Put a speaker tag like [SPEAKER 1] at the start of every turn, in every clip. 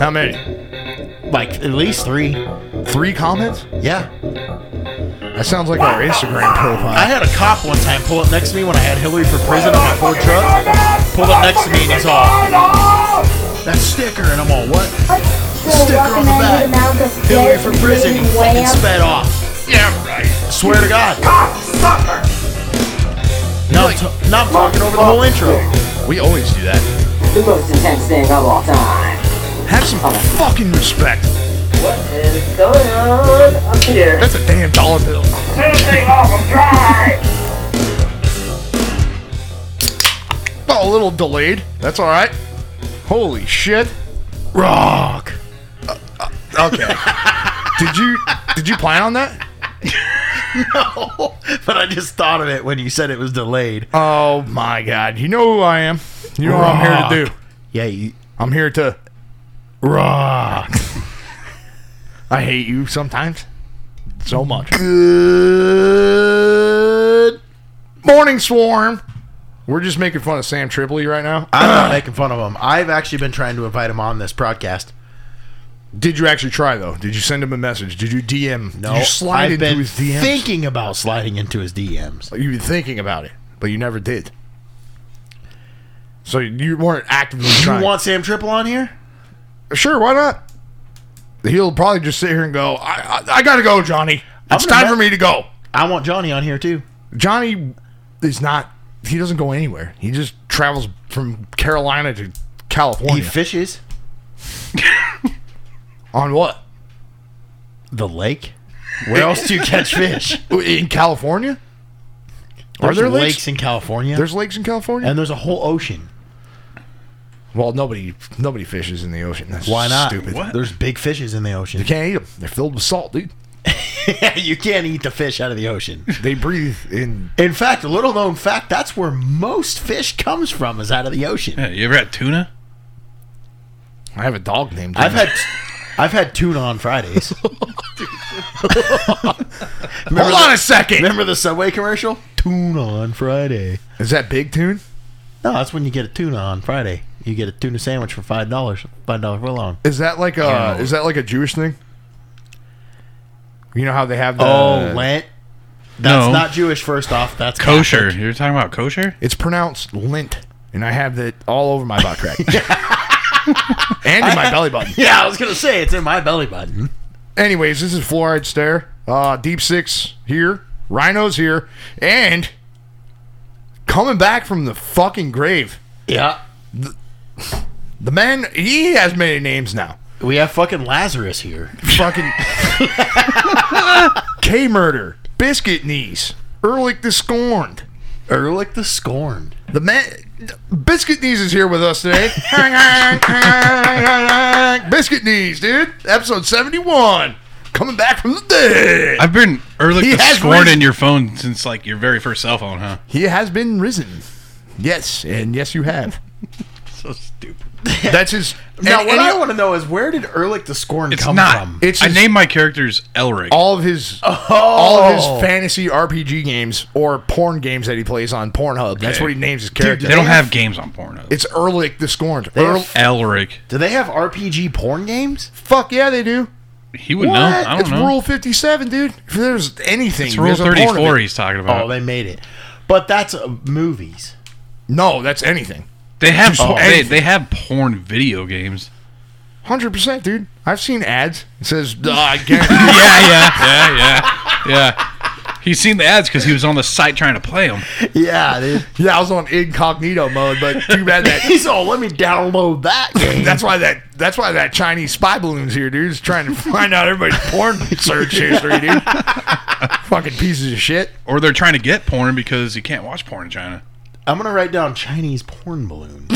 [SPEAKER 1] How many?
[SPEAKER 2] Like at least three.
[SPEAKER 1] Three comments?
[SPEAKER 2] Yeah.
[SPEAKER 1] That sounds like our Instagram
[SPEAKER 2] I
[SPEAKER 1] profile.
[SPEAKER 2] had a cop one time pull up next to me when I had Hillary for prison on my Ford truck. Pulled up next to me and he's all, that sticker. And I'm all, what? Sticker on the back. Hillary for prison. He fucking sped off.
[SPEAKER 1] Yeah, right.
[SPEAKER 2] Swear to God. Now I'm, t- now I'm talking over the whole intro.
[SPEAKER 1] We always do that.
[SPEAKER 3] The most intense thing of all time.
[SPEAKER 1] Have some fucking respect.
[SPEAKER 3] What is going on up here?
[SPEAKER 1] That's a damn dollar bill. Oh, a little delayed. That's all right. Holy shit. Uh,
[SPEAKER 2] Rock.
[SPEAKER 1] Okay. did you did you plan on that?
[SPEAKER 2] No, but I just thought of it when you said it was delayed.
[SPEAKER 1] Oh my god. You know who I am. You know what I'm here to do.
[SPEAKER 2] Rock. Yeah, you,
[SPEAKER 1] I'm here to rock. I hate you sometimes. So much. Good morning, Swarm. We're just making fun of Sam Tripoli right now.
[SPEAKER 2] I'm not making fun of him. I've actually been trying to invite him on this broadcast.
[SPEAKER 1] Did you actually try though? Did you send him a message? Did you DM?
[SPEAKER 2] No,
[SPEAKER 1] Did you slide
[SPEAKER 2] I've
[SPEAKER 1] into
[SPEAKER 2] been
[SPEAKER 1] his DMs?
[SPEAKER 2] thinking about sliding into his DMs.
[SPEAKER 1] You've been thinking about it, but you never did. So you weren't actively trying.
[SPEAKER 2] You want Sam Triple on here?
[SPEAKER 1] sure, why not? He'll probably just sit here and go, I, I, I gotta go, Johnny. It's
[SPEAKER 2] gonna
[SPEAKER 1] time for
[SPEAKER 2] me-
[SPEAKER 1] me to go.
[SPEAKER 2] I want Johnny on here too.
[SPEAKER 1] Johnny is not, he doesn't go anywhere. He just travels from Carolina to
[SPEAKER 2] He
[SPEAKER 1] California.
[SPEAKER 2] fishes
[SPEAKER 1] on what?
[SPEAKER 2] the lake. Where else do you catch fish?
[SPEAKER 1] In California?
[SPEAKER 2] There's
[SPEAKER 1] there
[SPEAKER 2] lakes?
[SPEAKER 1] lakes?
[SPEAKER 2] in California?
[SPEAKER 1] There's lakes in California?
[SPEAKER 2] and there's a whole ocean.
[SPEAKER 1] well, nobody nobody fishes in the ocean. That's
[SPEAKER 2] Why not?
[SPEAKER 1] stupid.
[SPEAKER 2] There's big fishes in the ocean.
[SPEAKER 1] You can't eat them. They're filled with salt, dude.
[SPEAKER 2] you can't eat the fish out of the ocean.
[SPEAKER 1] They breathe in.
[SPEAKER 2] In fact, a little known fact, that's where most fish comes from is out of the ocean.
[SPEAKER 4] Yeah, you ever had tuna?
[SPEAKER 1] I have a dog named
[SPEAKER 2] I've
[SPEAKER 1] Johnny.
[SPEAKER 2] had I've had tuna on Fridays.
[SPEAKER 1] Hold on a second.
[SPEAKER 2] Remember the Subway commercial? Tuna on Friday.
[SPEAKER 1] Is that Big Tune?
[SPEAKER 2] No, that's when you get a tuna on Friday. You get a tuna sandwich for five dollars, five dollar for long.
[SPEAKER 1] Is that like a
[SPEAKER 4] No.
[SPEAKER 1] is that like a Jewish thing? You know how they have the
[SPEAKER 2] oh, Lent. That's
[SPEAKER 4] Uh, no.
[SPEAKER 2] not Jewish. First off, that's
[SPEAKER 4] Kosher.
[SPEAKER 2] Catholic.
[SPEAKER 4] You're talking about kosher?
[SPEAKER 1] it's pronounced lint, and I have that all over my butt crack and in my belly button.
[SPEAKER 2] Yeah, I was gonna say it's in my belly button.
[SPEAKER 1] Anyways, this is fluoride stare. Uh, Deep six here, rhinos here, and coming back from the fucking grave.
[SPEAKER 2] Yeah,
[SPEAKER 1] The man he has many names now.
[SPEAKER 2] we have fucking Lazarus here.
[SPEAKER 1] fucking K murder, biscuit knees, Ehrlich the scorned.
[SPEAKER 2] Erlich the Scorned.
[SPEAKER 1] The man Biscuit Knees is here with us today. Biscuit Knees, dude. Episode 71. Coming back from the dead.
[SPEAKER 4] I've been early
[SPEAKER 1] He has
[SPEAKER 4] scorned
[SPEAKER 1] reason-
[SPEAKER 4] in your phone since like your very first cell phone, huh?
[SPEAKER 1] he has been risen. Yes, and yes you have.
[SPEAKER 4] So stupid.
[SPEAKER 1] That's his
[SPEAKER 2] Now,
[SPEAKER 1] and-
[SPEAKER 2] what
[SPEAKER 1] and
[SPEAKER 2] I
[SPEAKER 1] he-
[SPEAKER 2] want to know is where did Erlich the Scorn
[SPEAKER 4] It's
[SPEAKER 2] come
[SPEAKER 4] not.
[SPEAKER 2] from?
[SPEAKER 1] It's
[SPEAKER 4] I
[SPEAKER 1] just-
[SPEAKER 4] named my characters Elric.
[SPEAKER 1] all of his all of his fantasy RPG games or porn games that he plays on Pornhub. That's
[SPEAKER 4] Okay.
[SPEAKER 1] what he names his character.
[SPEAKER 4] they don't have games on Pornhub.
[SPEAKER 1] it's Ehrlich the Scorned.
[SPEAKER 2] have
[SPEAKER 1] Earl,
[SPEAKER 4] Elric.
[SPEAKER 2] Do they have RPG porn games?
[SPEAKER 1] Fuck yeah, they do.
[SPEAKER 4] He would know. I don't
[SPEAKER 1] it's
[SPEAKER 4] know.
[SPEAKER 1] Rule 57, dude. If there's anything,
[SPEAKER 4] it's Rule
[SPEAKER 1] there's a porn of it.
[SPEAKER 4] 34 he's talking about.
[SPEAKER 2] Oh, they made it, but that's uh, movies.
[SPEAKER 1] No, that's anything.
[SPEAKER 4] they have
[SPEAKER 1] Oh.
[SPEAKER 4] they, they have porn video games.
[SPEAKER 1] 100%, dude. I've seen ads. It says, uh, I guarantee.
[SPEAKER 4] Yeah, yeah, yeah, yeah, yeah. He's seen the ads because he was on the site trying to play them.
[SPEAKER 2] Yeah, dude.
[SPEAKER 1] yeah, I was on incognito mode, but too bad that.
[SPEAKER 2] He's all, let me download that game.
[SPEAKER 1] That's why that that's why that Chinese spy balloon's here, dude. Is trying to find out everybody's porn search history, dude. Fucking pieces of shit.
[SPEAKER 4] Or they're trying to get porn because you can't watch porn in China.
[SPEAKER 2] I'm gonna write down Chinese porn balloon.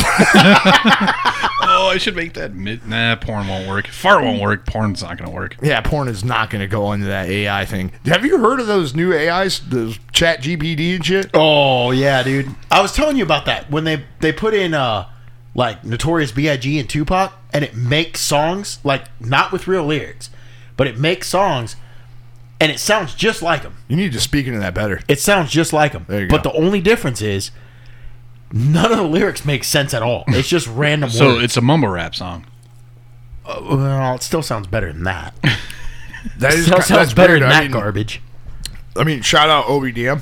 [SPEAKER 4] Oh, I should make that mid. Nah, porn won't work. Fart won't work. Porn's not gonna work.
[SPEAKER 1] Yeah, porn is not going to go into that AI thing. Have you heard of those new AIs, those Chat GPD and shit?
[SPEAKER 2] Oh yeah, dude. I was telling you about that when they they put in uh like Notorious B.I.G. and Tupac, and it makes songs like not with real lyrics, but it makes songs, and it sounds just like them.
[SPEAKER 1] You need to speak into that better.
[SPEAKER 2] It sounds just like them.
[SPEAKER 1] There you
[SPEAKER 2] but
[SPEAKER 1] go.
[SPEAKER 2] the only difference is none of the lyrics make sense at all. It's just random
[SPEAKER 4] So
[SPEAKER 2] words. Uh,
[SPEAKER 4] it's a mumble rap song.
[SPEAKER 2] well, it still sounds better than that.
[SPEAKER 1] That
[SPEAKER 2] It
[SPEAKER 1] is
[SPEAKER 2] still
[SPEAKER 1] ki-
[SPEAKER 2] sounds
[SPEAKER 1] that's
[SPEAKER 2] better
[SPEAKER 1] weird.
[SPEAKER 2] than
[SPEAKER 1] I
[SPEAKER 2] that
[SPEAKER 1] mean,
[SPEAKER 2] garbage.
[SPEAKER 1] I mean, shout out OBDM.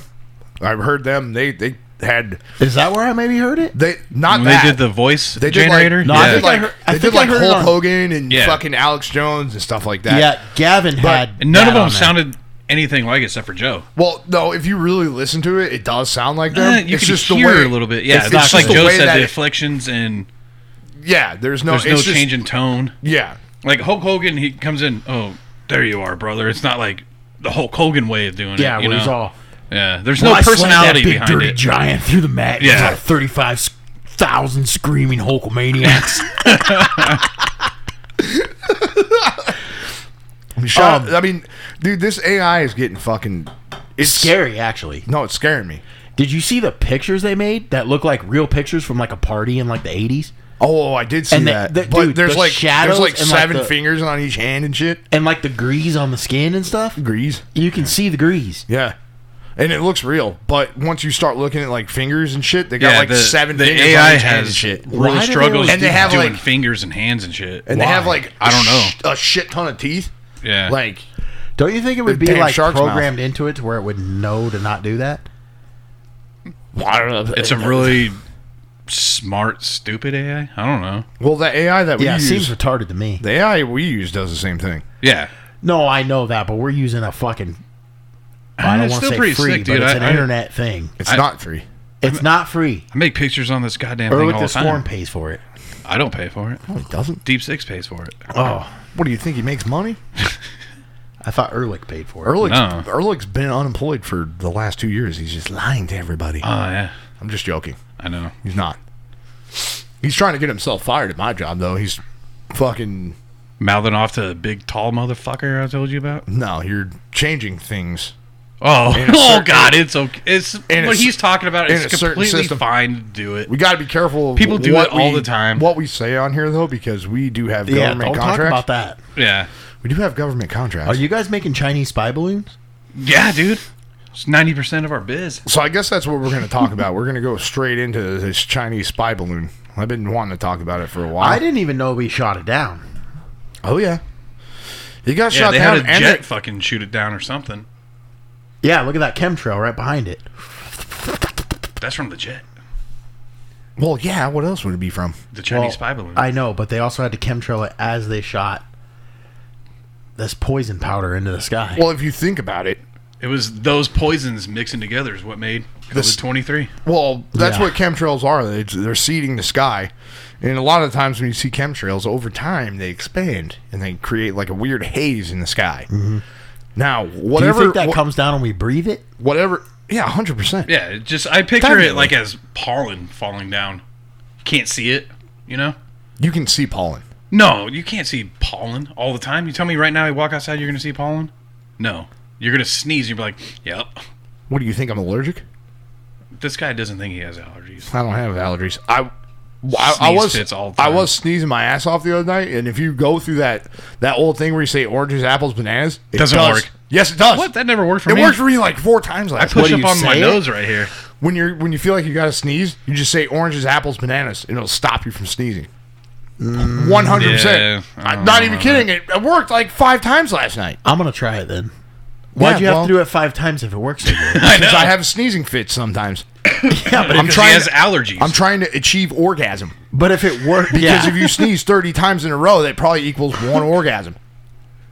[SPEAKER 1] I've heard them. They they had
[SPEAKER 2] Is that where I maybe heard it?
[SPEAKER 1] they not
[SPEAKER 4] When
[SPEAKER 1] that
[SPEAKER 4] they did the voice
[SPEAKER 1] They did
[SPEAKER 4] generator.
[SPEAKER 1] like,
[SPEAKER 2] No,
[SPEAKER 1] they
[SPEAKER 2] I
[SPEAKER 4] yeah.
[SPEAKER 1] did
[SPEAKER 2] think I
[SPEAKER 1] like,
[SPEAKER 2] heard- I
[SPEAKER 1] they
[SPEAKER 2] think
[SPEAKER 1] did
[SPEAKER 2] I
[SPEAKER 1] like
[SPEAKER 2] heard it
[SPEAKER 1] Hulk
[SPEAKER 2] on-
[SPEAKER 1] Hogan and
[SPEAKER 4] Yeah.
[SPEAKER 1] fucking Alex Jones and stuff like that.
[SPEAKER 2] yeah, Gavin had.
[SPEAKER 4] And none
[SPEAKER 2] that
[SPEAKER 4] of them
[SPEAKER 2] on there.
[SPEAKER 4] sounded anything like it except for Joe.
[SPEAKER 1] Well, no, if you really listen to it, it does sound like them.
[SPEAKER 4] Uh, you
[SPEAKER 1] it's
[SPEAKER 4] can
[SPEAKER 1] just
[SPEAKER 4] hear
[SPEAKER 1] the way
[SPEAKER 4] a little bit. Yeah,
[SPEAKER 2] it's
[SPEAKER 4] it's,
[SPEAKER 2] not
[SPEAKER 4] just like
[SPEAKER 1] just the
[SPEAKER 4] Joe
[SPEAKER 1] way
[SPEAKER 4] said,
[SPEAKER 1] that
[SPEAKER 4] the
[SPEAKER 1] it-
[SPEAKER 4] inflections and
[SPEAKER 1] Yeah, there's no.
[SPEAKER 4] there's no
[SPEAKER 1] it's just,
[SPEAKER 4] change in tone.
[SPEAKER 1] Yeah,
[SPEAKER 4] Like Hulk Hogan, he comes in. Oh, there you are, brother. It's not like the Hulk Hogan way of doing
[SPEAKER 2] Yeah,
[SPEAKER 4] it. you
[SPEAKER 2] where he's
[SPEAKER 4] know?
[SPEAKER 2] all.
[SPEAKER 4] Yeah, there's
[SPEAKER 2] "Well,
[SPEAKER 4] no
[SPEAKER 2] I slammed
[SPEAKER 4] personality
[SPEAKER 2] that big
[SPEAKER 4] behind
[SPEAKER 2] dirty
[SPEAKER 4] it.
[SPEAKER 2] Giant through the mat. and
[SPEAKER 4] Yeah.
[SPEAKER 2] got thirty-five thousand screaming Hulkamaniacs.
[SPEAKER 1] I mean, shout-
[SPEAKER 2] Um,
[SPEAKER 1] Uh, I mean, dude, this AI is getting fucking. It's
[SPEAKER 2] Scary, actually.
[SPEAKER 1] No, it's scaring me.
[SPEAKER 2] Did you see the pictures they made that look like real pictures from like a party in like the eighties?
[SPEAKER 1] Oh, I did see
[SPEAKER 2] And the-
[SPEAKER 1] that.
[SPEAKER 2] the-
[SPEAKER 1] but
[SPEAKER 2] dude,
[SPEAKER 1] there's
[SPEAKER 2] the
[SPEAKER 1] like
[SPEAKER 2] shadows
[SPEAKER 1] there's like
[SPEAKER 2] and, like,
[SPEAKER 1] seven
[SPEAKER 2] the-
[SPEAKER 1] fingers on each hand and shit.
[SPEAKER 2] And like the grease on the skin and stuff.
[SPEAKER 1] Grease.
[SPEAKER 2] You can see the grease.
[SPEAKER 1] Yeah. And it looks real, but once you start looking at like fingers and shit, they got
[SPEAKER 4] yeah,
[SPEAKER 1] like
[SPEAKER 4] the,
[SPEAKER 1] seven
[SPEAKER 4] the
[SPEAKER 1] fingers
[SPEAKER 4] AI
[SPEAKER 1] on each hand and
[SPEAKER 4] has
[SPEAKER 1] shit.
[SPEAKER 4] really
[SPEAKER 2] Why do they
[SPEAKER 4] struggles
[SPEAKER 2] always
[SPEAKER 4] and
[SPEAKER 1] do
[SPEAKER 4] they
[SPEAKER 1] that?
[SPEAKER 4] have doing
[SPEAKER 1] like-
[SPEAKER 4] fingers and hands and shit.
[SPEAKER 1] And they have
[SPEAKER 2] Why?
[SPEAKER 1] like
[SPEAKER 4] I don't
[SPEAKER 1] a
[SPEAKER 4] know.
[SPEAKER 1] sh- a shit ton of teeth.
[SPEAKER 4] yeah,
[SPEAKER 1] Like
[SPEAKER 2] Don't you think it would
[SPEAKER 1] The
[SPEAKER 2] be
[SPEAKER 1] damn
[SPEAKER 2] like
[SPEAKER 1] shark's
[SPEAKER 2] programmed into it to where it would know to not do that?
[SPEAKER 1] I don't know.
[SPEAKER 4] it's a really smart, stupid AI. I don't know.
[SPEAKER 1] well the AI that we
[SPEAKER 2] Yeah, it
[SPEAKER 1] use
[SPEAKER 2] seems retarded to me.
[SPEAKER 1] the AI we use does the same thing.
[SPEAKER 4] Yeah,
[SPEAKER 2] No, I know that, but we're using a fucking. I don't
[SPEAKER 4] Eh, it's
[SPEAKER 2] want to
[SPEAKER 4] still
[SPEAKER 2] say free,
[SPEAKER 4] pretty sick, dude.
[SPEAKER 2] but it's
[SPEAKER 4] I-
[SPEAKER 2] an
[SPEAKER 4] I-
[SPEAKER 2] internet thing.
[SPEAKER 1] It's
[SPEAKER 4] I-
[SPEAKER 1] not free.
[SPEAKER 2] It's not free.
[SPEAKER 4] I make pictures on this goddamn thing
[SPEAKER 2] Erwick
[SPEAKER 4] all the
[SPEAKER 2] the
[SPEAKER 4] time.
[SPEAKER 2] Storm pays for it.
[SPEAKER 4] I don't pay for it.
[SPEAKER 1] No, it doesn't.
[SPEAKER 4] Deep Six pays for it.
[SPEAKER 2] Oh,
[SPEAKER 1] What do you think? He makes money?
[SPEAKER 2] I thought Erlich paid for it.
[SPEAKER 1] Ehrlich's,
[SPEAKER 4] No.
[SPEAKER 1] Ehrlich's been unemployed for the last two years. He's just lying to everybody.
[SPEAKER 4] Oh yeah,
[SPEAKER 1] I'm just joking.
[SPEAKER 4] I know.
[SPEAKER 1] He's not. He's trying to get himself fired at my job, though. He's fucking.
[SPEAKER 4] Mouthing off to the big tall motherfucker I told you about.
[SPEAKER 1] No, you're changing things.
[SPEAKER 4] Oh,
[SPEAKER 1] a
[SPEAKER 4] oh
[SPEAKER 1] certain-
[SPEAKER 4] God, it's okay. It's
[SPEAKER 1] in a
[SPEAKER 4] what
[SPEAKER 1] cer-
[SPEAKER 4] he's talking about.
[SPEAKER 1] in
[SPEAKER 4] It's
[SPEAKER 1] a certain
[SPEAKER 4] completely
[SPEAKER 1] system.
[SPEAKER 4] fine to do it.
[SPEAKER 1] We got to be careful.
[SPEAKER 4] People do
[SPEAKER 1] what
[SPEAKER 4] it all
[SPEAKER 1] we-
[SPEAKER 4] the time.
[SPEAKER 1] What we say on here, though, because we do have
[SPEAKER 2] Yeah,
[SPEAKER 1] government
[SPEAKER 2] don't
[SPEAKER 1] contracts.
[SPEAKER 2] talk about that.
[SPEAKER 4] yeah,
[SPEAKER 1] We do have government contracts.
[SPEAKER 2] Are you guys making Chinese spy balloons?
[SPEAKER 4] yeah, dude. It's ninety percent of our biz.
[SPEAKER 1] so I guess that's what we're going to talk about. We're going to go straight into this Chinese spy balloon. I've been wanting to talk about it for a while.
[SPEAKER 2] I didn't even know we shot it down.
[SPEAKER 1] Oh yeah, he got
[SPEAKER 4] Yeah,
[SPEAKER 1] shot
[SPEAKER 4] they
[SPEAKER 1] down.
[SPEAKER 4] had a
[SPEAKER 1] and
[SPEAKER 4] jet
[SPEAKER 1] they-
[SPEAKER 4] fucking shoot it down or something.
[SPEAKER 2] Yeah, look at that chemtrail right behind it.
[SPEAKER 4] That's from the jet,
[SPEAKER 1] well, yeah. What else would it be from?
[SPEAKER 4] the Chinese
[SPEAKER 2] Well,
[SPEAKER 4] spy balloon.
[SPEAKER 2] I know, but they also had to chemtrail it as they shot this poison powder into the sky.
[SPEAKER 1] Well, if you think about it,
[SPEAKER 4] it was those poisons mixing together is what made
[SPEAKER 1] This-
[SPEAKER 4] COVID twenty three.
[SPEAKER 1] Well, that's
[SPEAKER 2] Yeah.
[SPEAKER 1] what chemtrails are. They, they're seeding the sky. And a lot of times when you see chemtrails, over time they expand and they create like a weird haze in the sky. Now,
[SPEAKER 2] Mm-hmm. Do you
[SPEAKER 1] whatever,
[SPEAKER 2] think that
[SPEAKER 1] wh-
[SPEAKER 2] comes down when we breathe it?
[SPEAKER 1] whatever, yeah, hundred percent.
[SPEAKER 4] Yeah, it just I picture
[SPEAKER 1] Definitely.
[SPEAKER 4] it like as pollen falling down. Can't see it, you know.
[SPEAKER 1] You can see pollen.
[SPEAKER 4] No, you can't see pollen all the time. You tell me right now, you walk outside, you're gonna see pollen. No, you're gonna sneeze. You're like, yep,
[SPEAKER 1] What do you think? I'm allergic?
[SPEAKER 4] this guy doesn't think he has allergies.
[SPEAKER 1] I don't have allergies. I, I, I
[SPEAKER 4] Sneeze
[SPEAKER 1] was
[SPEAKER 4] fits all the
[SPEAKER 1] I
[SPEAKER 4] time.
[SPEAKER 1] was sneezing my ass off the other night, and if you go through that that old thing where you say oranges, apples, bananas, it
[SPEAKER 4] Doesn't
[SPEAKER 1] does.
[SPEAKER 4] work.
[SPEAKER 1] Yes, it does.
[SPEAKER 4] What? That never worked for
[SPEAKER 1] it
[SPEAKER 4] me.
[SPEAKER 1] worked for me like four times last.
[SPEAKER 4] I push
[SPEAKER 2] do
[SPEAKER 4] up
[SPEAKER 2] you
[SPEAKER 4] on my
[SPEAKER 2] say?
[SPEAKER 4] nose right here.
[SPEAKER 1] when you're when you feel like you got to sneeze, you just say oranges, apples, bananas, and it'll stop you from sneezing.
[SPEAKER 2] Mm.
[SPEAKER 1] One hundred
[SPEAKER 4] yeah,
[SPEAKER 1] percent.
[SPEAKER 4] I
[SPEAKER 1] I'm
[SPEAKER 4] don't
[SPEAKER 1] not
[SPEAKER 4] know
[SPEAKER 1] even
[SPEAKER 4] about
[SPEAKER 1] kidding. It, it worked like five times last night.
[SPEAKER 2] I'm gonna try it then. Why'd
[SPEAKER 1] Yeah,
[SPEAKER 2] you have
[SPEAKER 1] well-
[SPEAKER 2] to do it five times if it works so good?
[SPEAKER 4] I know.
[SPEAKER 1] Because I have sneezing fits sometimes.
[SPEAKER 2] yeah, but
[SPEAKER 1] I'm
[SPEAKER 2] if,
[SPEAKER 4] Because
[SPEAKER 1] trying
[SPEAKER 4] he has
[SPEAKER 1] to-
[SPEAKER 4] allergies.
[SPEAKER 1] I'm trying to achieve orgasm.
[SPEAKER 2] but if it worked,
[SPEAKER 1] Because
[SPEAKER 2] yeah.
[SPEAKER 1] if you sneeze thirty times in a row, that probably equals one orgasm.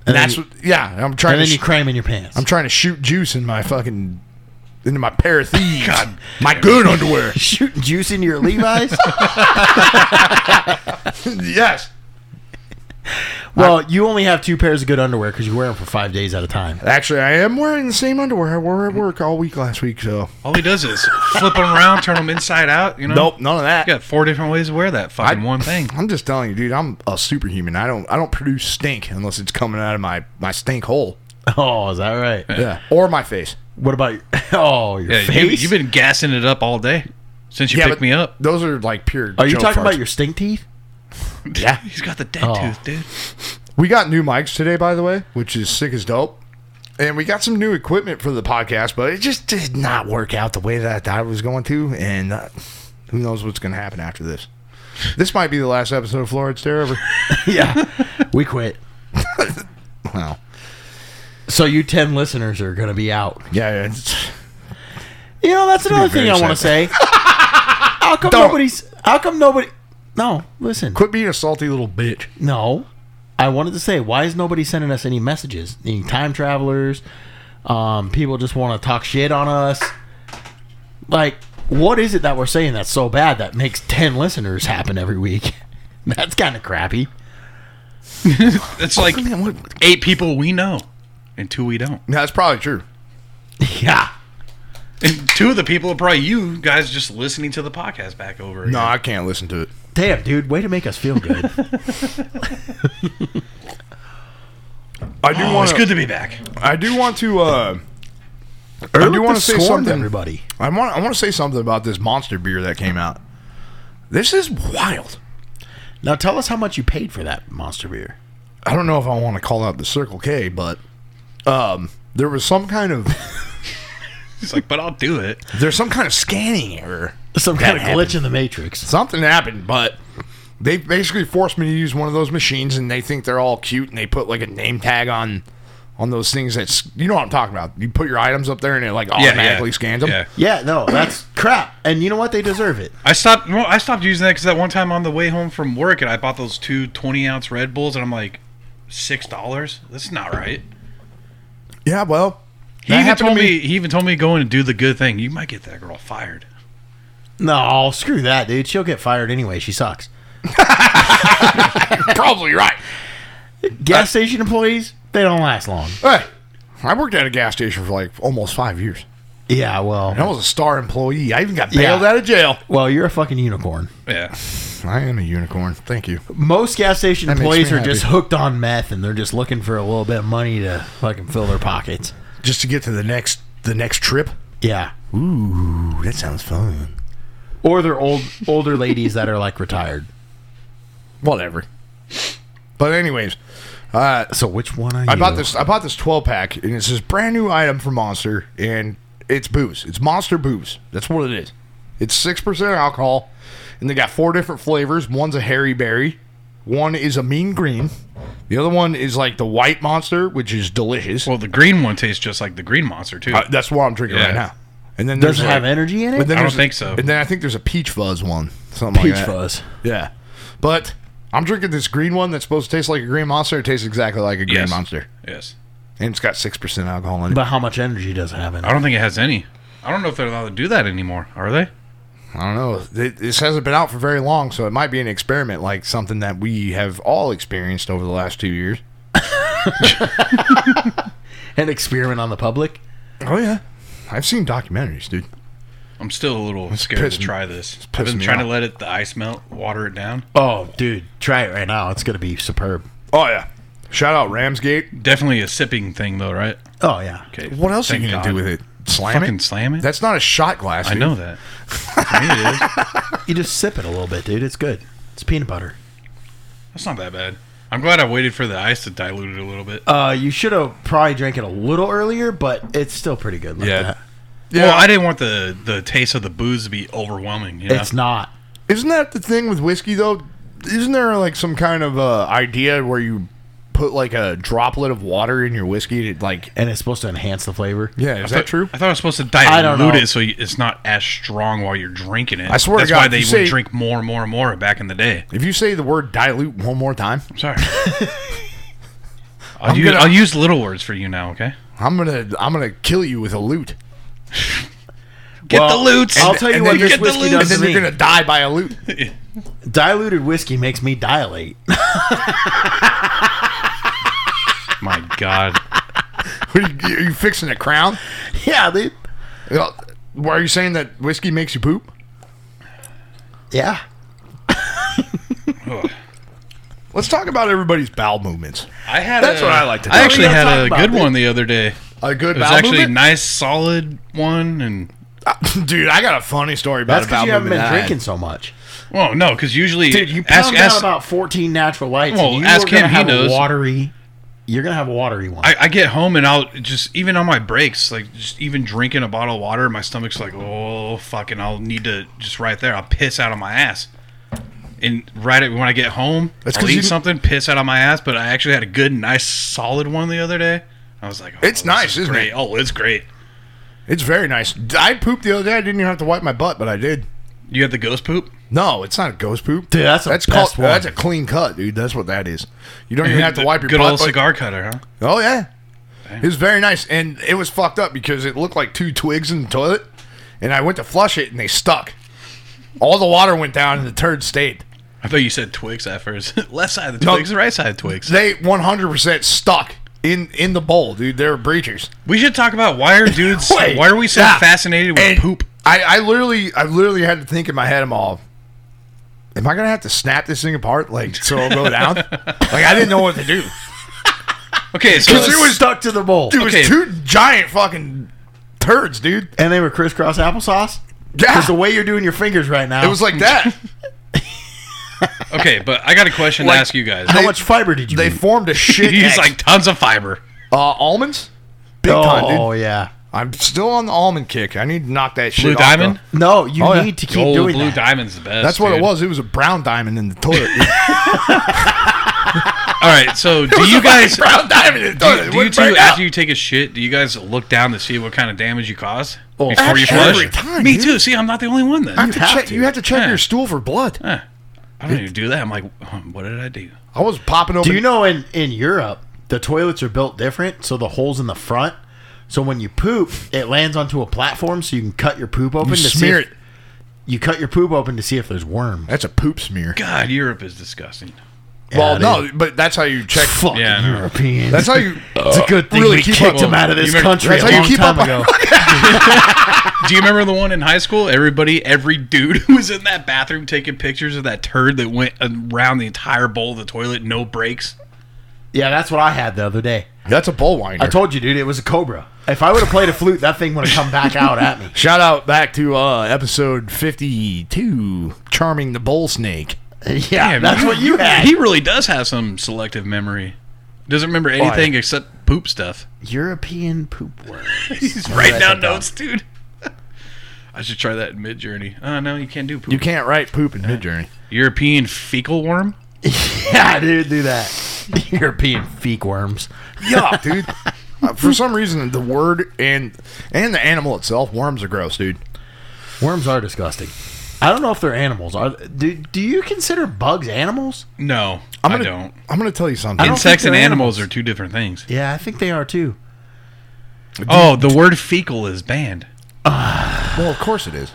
[SPEAKER 1] And
[SPEAKER 2] And then
[SPEAKER 1] that's
[SPEAKER 2] you-
[SPEAKER 1] what, yeah. I'm trying
[SPEAKER 2] and
[SPEAKER 1] to
[SPEAKER 2] then you
[SPEAKER 1] sh-
[SPEAKER 2] cram in your pants.
[SPEAKER 1] I'm trying to shoot juice in my fucking into my pair of thieves.
[SPEAKER 4] God
[SPEAKER 1] my good underwear.
[SPEAKER 2] shooting juice into your Levi's.
[SPEAKER 1] yes.
[SPEAKER 2] well, you only have two pairs of good underwear because you wear them for five days at a time.
[SPEAKER 1] Actually, I am wearing the same underwear I wore at work all week last week. So
[SPEAKER 4] all he does is flip them around, turn them inside out. You know.
[SPEAKER 1] nope, none of that.
[SPEAKER 4] You got four different ways to wear that fucking
[SPEAKER 1] I-
[SPEAKER 4] one thing.
[SPEAKER 1] I'm just telling you, dude. I'm a superhuman. I don't I don't produce stink unless it's coming out of my my stink hole.
[SPEAKER 2] Oh, is that right?
[SPEAKER 1] Yeah, or my face.
[SPEAKER 2] What about your, oh your
[SPEAKER 4] Yeah, you,
[SPEAKER 2] face?
[SPEAKER 4] you've been gassing it up all day since you
[SPEAKER 1] yeah,
[SPEAKER 4] picked me up.
[SPEAKER 1] Those are like pure.
[SPEAKER 2] Are you
[SPEAKER 1] Joe
[SPEAKER 2] talking
[SPEAKER 1] farts.
[SPEAKER 2] about your stink teeth?
[SPEAKER 1] Yeah,
[SPEAKER 4] He's got the dead
[SPEAKER 2] Oh.
[SPEAKER 4] tooth, dude.
[SPEAKER 1] we got new mics today, by the way, which is sick as dope. And we got some new equipment for the podcast, but it just did not work out the way that I was going to. And uh, who knows what's going to happen after this? This might be the last episode of Florence Terror ever.
[SPEAKER 2] yeah, we quit.
[SPEAKER 1] wow.
[SPEAKER 2] So you ten listeners are gonna be out.
[SPEAKER 1] Yeah, it's,
[SPEAKER 2] You know, that's another
[SPEAKER 1] very
[SPEAKER 2] thing I want to say. how come
[SPEAKER 1] Don't.
[SPEAKER 2] nobody's? How come nobody? No, listen.
[SPEAKER 1] quit being a salty little bitch.
[SPEAKER 2] No, I wanted to say why is nobody sending us any messages? Any time travelers? Um, people just want to talk shit on us. Like, what is it that we're saying that's so bad that makes ten listeners happen every week? That's kind of crappy.
[SPEAKER 4] It's like
[SPEAKER 1] Man, what-
[SPEAKER 4] eight people we know and two we don't.
[SPEAKER 1] That's probably true.
[SPEAKER 2] Yeah.
[SPEAKER 4] And two of the people are probably you guys just listening to the podcast back over.
[SPEAKER 1] No,
[SPEAKER 4] again.
[SPEAKER 1] I can't listen to it.
[SPEAKER 2] Damn, dude, way to make us feel good.
[SPEAKER 1] I do
[SPEAKER 4] Oh,
[SPEAKER 1] want.
[SPEAKER 4] it's good to be back.
[SPEAKER 1] I do want to. Uh,
[SPEAKER 2] I
[SPEAKER 1] do wanna say something.
[SPEAKER 2] everybody.
[SPEAKER 1] I want. I want to say something about this monster beer that came out. This is wild.
[SPEAKER 2] Now tell us how much you paid for that monster beer.
[SPEAKER 1] I don't know if I want to call out the Circle K, but um, there was some kind of
[SPEAKER 4] It's like, but I'll do it.
[SPEAKER 1] there's some kind of scanning error.
[SPEAKER 2] Some kind of
[SPEAKER 1] That
[SPEAKER 2] glitch in the matrix.
[SPEAKER 1] Something happened, but they basically forced me to use one of those machines, and they think they're all cute, and they put like a name tag on on those things that's you know what I'm talking about. You put your items up there, and it like automatically scans them.
[SPEAKER 4] Yeah.
[SPEAKER 2] Yeah, no, that's crap. And you know what? They deserve it.
[SPEAKER 4] I stopped. Well, I stopped using that because that one time on the way home from work, and I bought those two 20 ounce Red Bulls, and I'm like, six dollars? That's not right.
[SPEAKER 1] Yeah, well,
[SPEAKER 4] He
[SPEAKER 1] that
[SPEAKER 4] even
[SPEAKER 1] happened to
[SPEAKER 4] told me, He even told me go in and do the good thing. You might get that girl fired.
[SPEAKER 2] No, screw that, dude. She'll get fired anyway. She sucks.
[SPEAKER 1] probably right.
[SPEAKER 2] Gas station employees, they don't last long.
[SPEAKER 1] Hey, I worked at a gas station for like almost five years.
[SPEAKER 2] Yeah, well,
[SPEAKER 1] And I was a star employee. I even got bailed
[SPEAKER 2] Yeah.
[SPEAKER 1] out of jail.
[SPEAKER 2] well, you're a fucking unicorn.
[SPEAKER 4] Yeah.
[SPEAKER 1] I am a unicorn. Thank you.
[SPEAKER 2] Most gas station
[SPEAKER 1] That makes
[SPEAKER 2] employees
[SPEAKER 1] me
[SPEAKER 2] are just
[SPEAKER 1] happy.
[SPEAKER 2] hooked on meth, and they're just looking for a little bit of money to fucking fill their pockets.
[SPEAKER 1] Just to get to the next the next trip.
[SPEAKER 2] Yeah,
[SPEAKER 1] Ooh, that sounds fun.
[SPEAKER 2] or they're old older ladies that are like retired.
[SPEAKER 1] Whatever. But anyways, uh,
[SPEAKER 2] So which one are you?
[SPEAKER 1] I bought this. I bought this twelve pack, and it's this brand new item from Monster, and it's booze. It's Monster booze. That's what it is. It's six percent alcohol, and they got four different flavors. One's a hairy berry, one is a mean green, the other one is like the white Monster, which is delicious.
[SPEAKER 4] Well, the green one tastes just like the green monster too.
[SPEAKER 1] Uh, that's what I'm drinking
[SPEAKER 4] Yeah.
[SPEAKER 1] right now. And then
[SPEAKER 2] Doesn't
[SPEAKER 1] there's,
[SPEAKER 2] have
[SPEAKER 1] like-
[SPEAKER 2] energy in
[SPEAKER 1] but
[SPEAKER 2] it.
[SPEAKER 1] then
[SPEAKER 4] I don't
[SPEAKER 1] there's a-
[SPEAKER 4] think so.
[SPEAKER 1] And then I think there's a peach fuzz one, something
[SPEAKER 2] Peach
[SPEAKER 1] like that.
[SPEAKER 2] fuzz.
[SPEAKER 1] Yeah, but I'm drinking this green one that's supposed to taste like a green monster. It tastes exactly like a green
[SPEAKER 4] Yes.
[SPEAKER 1] monster,
[SPEAKER 4] Yes.
[SPEAKER 1] and it's got six percent alcohol in it.
[SPEAKER 2] But how much energy does it have in
[SPEAKER 4] I
[SPEAKER 2] it?
[SPEAKER 4] don't think it has any. I don't know if they're allowed to do that anymore. Are they?
[SPEAKER 1] I don't know. Th- This hasn't been out for very long, so it might be an experiment like something that we have all experienced over the last two years.
[SPEAKER 2] An experiment on the public.
[SPEAKER 1] Oh yeah, I've seen documentaries, dude.
[SPEAKER 4] I'm still a little scared
[SPEAKER 1] pissed
[SPEAKER 4] to
[SPEAKER 1] me-
[SPEAKER 4] try this.
[SPEAKER 1] pissed
[SPEAKER 4] I've been
[SPEAKER 1] me
[SPEAKER 4] trying
[SPEAKER 1] off.
[SPEAKER 4] to let it the ice melt, water it down.
[SPEAKER 2] Oh, dude, try it right now. It's gonna be superb.
[SPEAKER 1] Oh yeah. Shout out Ramsgate.
[SPEAKER 4] Definitely a sipping thing though, right?
[SPEAKER 2] Oh yeah.
[SPEAKER 4] Okay.
[SPEAKER 1] What else are
[SPEAKER 4] thank
[SPEAKER 1] you gonna
[SPEAKER 4] God.
[SPEAKER 1] do with it? Slam
[SPEAKER 4] Fucking
[SPEAKER 1] it?
[SPEAKER 4] slam it.
[SPEAKER 1] That's not a shot glass.
[SPEAKER 4] I
[SPEAKER 1] dude.
[SPEAKER 4] know that. To me it is.
[SPEAKER 2] You just sip it a little bit, dude. It's good. It's peanut butter.
[SPEAKER 4] That's not that bad. I'm glad I waited for the ice to dilute it a little bit.
[SPEAKER 2] Uh, you should have probably drank it a little earlier, but it's still pretty good. Like
[SPEAKER 4] Yeah.
[SPEAKER 2] that.
[SPEAKER 1] Yeah.
[SPEAKER 4] Well, I didn't want the the taste of the booze to be overwhelming. You know?
[SPEAKER 2] it's not.
[SPEAKER 1] Isn't that the thing with whiskey though? Isn't there like some kind of uh, idea where you put like a droplet of water in your whiskey to like?
[SPEAKER 2] and it's supposed to enhance the flavor.
[SPEAKER 1] Yeah, is that true?
[SPEAKER 4] I thought I was supposed to
[SPEAKER 2] I don't
[SPEAKER 4] dilute
[SPEAKER 2] know.
[SPEAKER 4] it so you- it's not as strong while you're drinking it.
[SPEAKER 1] I swear to
[SPEAKER 4] That's
[SPEAKER 1] God,
[SPEAKER 4] why
[SPEAKER 1] if
[SPEAKER 4] they
[SPEAKER 1] you
[SPEAKER 4] would
[SPEAKER 1] say-
[SPEAKER 4] drink more and more and more back in the day.
[SPEAKER 1] If you say the word dilute one more time,
[SPEAKER 4] I'm sorry. I'll,
[SPEAKER 1] I'm
[SPEAKER 4] use,
[SPEAKER 1] gonna-
[SPEAKER 4] I'll use little words for you now, okay?
[SPEAKER 1] I'm gonna I'm gonna kill you with a loot.
[SPEAKER 4] Get
[SPEAKER 2] Well,
[SPEAKER 4] the loots.
[SPEAKER 2] I'll tell you
[SPEAKER 1] and
[SPEAKER 2] what
[SPEAKER 1] then
[SPEAKER 2] this
[SPEAKER 1] get the
[SPEAKER 2] whiskey
[SPEAKER 4] loot.
[SPEAKER 1] And
[SPEAKER 2] does
[SPEAKER 1] then
[SPEAKER 2] to
[SPEAKER 1] you're
[SPEAKER 2] me.
[SPEAKER 1] gonna die by a loot.
[SPEAKER 2] Diluted whiskey makes me dilate.
[SPEAKER 4] My God.
[SPEAKER 1] What Are you, are you fixing a crown?
[SPEAKER 2] yeah, dude.
[SPEAKER 1] You know, Why are you saying that whiskey makes you poop?
[SPEAKER 2] Yeah.
[SPEAKER 4] Ugh.
[SPEAKER 1] Let's talk about everybody's bowel movements.
[SPEAKER 4] I had
[SPEAKER 1] That's
[SPEAKER 4] a-
[SPEAKER 1] what I like to
[SPEAKER 4] I
[SPEAKER 1] do.
[SPEAKER 4] actually
[SPEAKER 2] What are you
[SPEAKER 4] had a
[SPEAKER 2] talking
[SPEAKER 4] good
[SPEAKER 2] about?
[SPEAKER 4] one the other day.
[SPEAKER 1] A good
[SPEAKER 4] It was
[SPEAKER 1] bowel
[SPEAKER 4] actually a
[SPEAKER 1] movement,
[SPEAKER 4] nice, solid one, and
[SPEAKER 1] dude. I got a funny story about
[SPEAKER 2] That's
[SPEAKER 1] a bowel
[SPEAKER 2] because you haven't
[SPEAKER 1] movement
[SPEAKER 2] been
[SPEAKER 1] I had.
[SPEAKER 2] drinking so much.
[SPEAKER 4] well, no, because usually
[SPEAKER 2] Dude, you
[SPEAKER 4] ask
[SPEAKER 2] pound down
[SPEAKER 4] ask.
[SPEAKER 2] about 14 natural lights.
[SPEAKER 4] Well,
[SPEAKER 2] and you
[SPEAKER 4] ask
[SPEAKER 2] are gonna
[SPEAKER 4] him, he
[SPEAKER 2] have
[SPEAKER 4] knows.
[SPEAKER 2] A watery. You're gonna have a watery one.
[SPEAKER 4] I, I get home and I'll just even on my breaks, like just even drinking a bottle of water, my stomach's like, oh fucking, I'll need to just right there. I'll piss out of my ass, and right at when I get home,
[SPEAKER 1] That's 'cause
[SPEAKER 4] I'll eat
[SPEAKER 1] you-
[SPEAKER 4] something, piss out on my ass. But I actually had a good, nice, solid one the other day. I was like, oh,
[SPEAKER 1] It's
[SPEAKER 4] this
[SPEAKER 1] nice,
[SPEAKER 4] is
[SPEAKER 1] isn't
[SPEAKER 4] great.
[SPEAKER 1] it?
[SPEAKER 4] Oh, it's great.
[SPEAKER 1] It's very nice. I pooped the other day. I didn't even have to wipe my butt, but I did.
[SPEAKER 4] You had the ghost poop.
[SPEAKER 1] No, it's not a ghost poop.
[SPEAKER 2] Dude, that's the
[SPEAKER 1] that's uh,
[SPEAKER 2] best one.
[SPEAKER 1] That's a clean cut, dude. That's what that is. You don't even have to
[SPEAKER 4] The
[SPEAKER 1] wipe your
[SPEAKER 4] good
[SPEAKER 1] butt.
[SPEAKER 4] old
[SPEAKER 1] but-
[SPEAKER 4] cigar cutter, huh?
[SPEAKER 1] Oh yeah, it was very nice, and it was fucked up because it looked like two twigs in the toilet, and I went to flush it and they stuck. All the water went down, and the turd stayed.
[SPEAKER 4] I thought you said twigs at first. Left side of the
[SPEAKER 1] No.
[SPEAKER 4] twigs, right side of twigs.
[SPEAKER 1] They 100% stuck in in the bowl, dude. They were breachers.
[SPEAKER 4] we should talk about why are dudes?
[SPEAKER 1] Wait,
[SPEAKER 4] why are we so
[SPEAKER 1] yeah.
[SPEAKER 4] fascinated with
[SPEAKER 1] And
[SPEAKER 4] poop?
[SPEAKER 1] I, I literally, I literally had to think in my head, I'm all, am I gonna have to snap this thing apart, like so it'll go down? like I didn't know what to do.
[SPEAKER 4] Okay, so
[SPEAKER 1] Because it was-
[SPEAKER 2] stuck to the bowl,
[SPEAKER 1] Dude, it
[SPEAKER 4] Okay.
[SPEAKER 1] was two giant fucking turds, dude.
[SPEAKER 2] and they were crisscross applesauce.
[SPEAKER 1] Yeah.
[SPEAKER 2] because the way you're doing your fingers right now,
[SPEAKER 1] It was like that.
[SPEAKER 4] okay, but I got a question
[SPEAKER 1] Like,
[SPEAKER 4] to ask you guys.
[SPEAKER 2] how
[SPEAKER 1] they-
[SPEAKER 2] much fiber did you?
[SPEAKER 1] they
[SPEAKER 2] eat?
[SPEAKER 1] formed a shit.
[SPEAKER 4] He's
[SPEAKER 1] X.
[SPEAKER 4] like tons of fiber.
[SPEAKER 1] uh, almonds. Big
[SPEAKER 2] oh
[SPEAKER 1] time, dude.
[SPEAKER 2] yeah,
[SPEAKER 1] I'm still on the almond kick. I need to knock that shit.
[SPEAKER 4] Blue
[SPEAKER 1] off,
[SPEAKER 4] diamond.
[SPEAKER 1] though.
[SPEAKER 2] no, you
[SPEAKER 1] Oh, yeah.
[SPEAKER 2] need to keep
[SPEAKER 4] Gold
[SPEAKER 2] doing
[SPEAKER 4] blue
[SPEAKER 2] that.
[SPEAKER 4] diamond's the best.
[SPEAKER 1] That's what it
[SPEAKER 4] dude.
[SPEAKER 1] was. It was a brown diamond in the toilet. dude.
[SPEAKER 4] All right, so do you guys?
[SPEAKER 1] brown diamond in the toilet.
[SPEAKER 4] Do,
[SPEAKER 1] It
[SPEAKER 4] do you
[SPEAKER 1] wouldn't
[SPEAKER 4] two,
[SPEAKER 1] burn out.
[SPEAKER 4] after you take a shit, do you guys look down to see what kind of damage you caused before you flush?
[SPEAKER 1] Oh, every time,
[SPEAKER 4] Me
[SPEAKER 1] dude.
[SPEAKER 4] too. See, I'm not the only one then.
[SPEAKER 1] I have to
[SPEAKER 2] have
[SPEAKER 1] check-
[SPEAKER 2] to.
[SPEAKER 1] You have to check
[SPEAKER 4] Yeah.
[SPEAKER 1] your stool for blood.
[SPEAKER 4] Huh. I don't even do that. I'm like, "Hmm, what did I do?
[SPEAKER 1] I was popping open.
[SPEAKER 2] Do you know in in Europe the toilets are built different, so the holes in the front. So when you poop, it lands onto a platform, so you can cut your poop open
[SPEAKER 1] You
[SPEAKER 2] to
[SPEAKER 1] smear
[SPEAKER 2] see
[SPEAKER 1] it.
[SPEAKER 2] if, You cut your poop open to see if there's worms.
[SPEAKER 1] That's a poop smear.
[SPEAKER 4] God, Europe is disgusting.
[SPEAKER 1] well,
[SPEAKER 2] Yeah,
[SPEAKER 1] no, but that's how you check.
[SPEAKER 2] Fuck
[SPEAKER 4] Yeah, I know.
[SPEAKER 2] Europeans.
[SPEAKER 1] That's how you.
[SPEAKER 2] It's a good thing
[SPEAKER 1] Really
[SPEAKER 2] we
[SPEAKER 1] keep
[SPEAKER 2] kicked
[SPEAKER 1] up-
[SPEAKER 2] him out of this
[SPEAKER 4] you remember-
[SPEAKER 2] country a
[SPEAKER 1] That's how you
[SPEAKER 2] long
[SPEAKER 1] keep
[SPEAKER 2] time
[SPEAKER 1] up-
[SPEAKER 2] ago.
[SPEAKER 4] Do you remember the one in high school? Everybody, every dude was in that bathroom taking pictures of that turd that went around the entire bowl of the toilet, no breaks.
[SPEAKER 2] yeah, that's what I had the other day.
[SPEAKER 1] That's a bowl winder.
[SPEAKER 2] I told you, dude, it was a cobra. If I would have played a flute, that thing would have come back out at me.
[SPEAKER 1] Shout out back to uh, episode fifty-two, charming the bowl snake.
[SPEAKER 2] Yeah,
[SPEAKER 4] Damn,
[SPEAKER 2] that's what you had.
[SPEAKER 4] He really does have some selective memory. Doesn't remember anything except poop stuff.
[SPEAKER 2] European poop word.
[SPEAKER 4] He's writing down notes, dude. I should try that in mid journey. Oh, no, you can't do poop.
[SPEAKER 1] You can't write poop in mid journey.
[SPEAKER 4] European fecal worm?
[SPEAKER 2] Yeah, dude, do that. European feek worms.
[SPEAKER 1] Yeah, dude. Uh, for some reason, the word and and the animal itself, worms are gross, dude.
[SPEAKER 2] Worms are disgusting. I don't know if they're animals. Are do, do you consider bugs animals?
[SPEAKER 4] No,
[SPEAKER 1] I'm
[SPEAKER 4] I
[SPEAKER 1] gonna,
[SPEAKER 4] don't.
[SPEAKER 1] I'm gonna tell you something.
[SPEAKER 2] don't-
[SPEAKER 4] Insects
[SPEAKER 2] think
[SPEAKER 4] and
[SPEAKER 2] they're
[SPEAKER 4] animals
[SPEAKER 2] animals.
[SPEAKER 4] are two different things.
[SPEAKER 2] Yeah, I think they are too.
[SPEAKER 4] Oh, the word fecal is banned.
[SPEAKER 1] well, of course it is.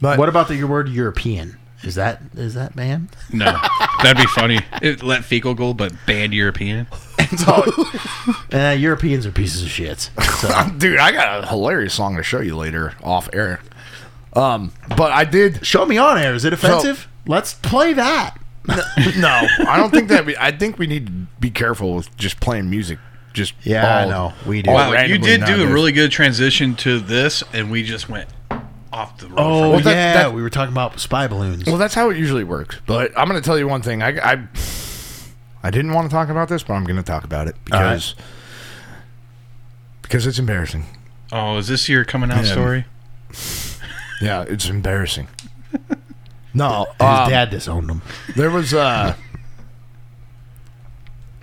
[SPEAKER 1] But
[SPEAKER 2] What about the your word European? Is that is that man?
[SPEAKER 4] No, that'd be funny. It, let fecal go, but banned European.
[SPEAKER 2] Uh, Europeans are pieces of shit. So.
[SPEAKER 1] dude, I got a hilarious song to show you later off air. Um, but I did
[SPEAKER 2] Show me on air. Is it offensive? Let's play that.
[SPEAKER 1] No, I don't think that. We, I think we need to be careful with just playing music. Just
[SPEAKER 2] Yeah, I
[SPEAKER 1] all-
[SPEAKER 2] know. We do.
[SPEAKER 1] all
[SPEAKER 2] Wow,
[SPEAKER 4] Wow, you
[SPEAKER 1] randomly
[SPEAKER 4] did do
[SPEAKER 1] nowadays.
[SPEAKER 4] a really good transition to this, and we just went off the road.
[SPEAKER 2] Oh,
[SPEAKER 4] from
[SPEAKER 1] Well,
[SPEAKER 4] it.
[SPEAKER 1] that-
[SPEAKER 2] yeah,
[SPEAKER 1] that-
[SPEAKER 2] we were talking about spy balloons.
[SPEAKER 1] Well, that's how it usually works. But I'm going to tell you one thing. I, I, I didn't want to talk about this, but I'm going to talk about it because because it's embarrassing.
[SPEAKER 4] oh, is this your coming out
[SPEAKER 1] Yeah.
[SPEAKER 4] story?
[SPEAKER 1] Yeah, it's embarrassing. No,
[SPEAKER 2] His
[SPEAKER 1] um,
[SPEAKER 2] dad disowned him.
[SPEAKER 1] There was uh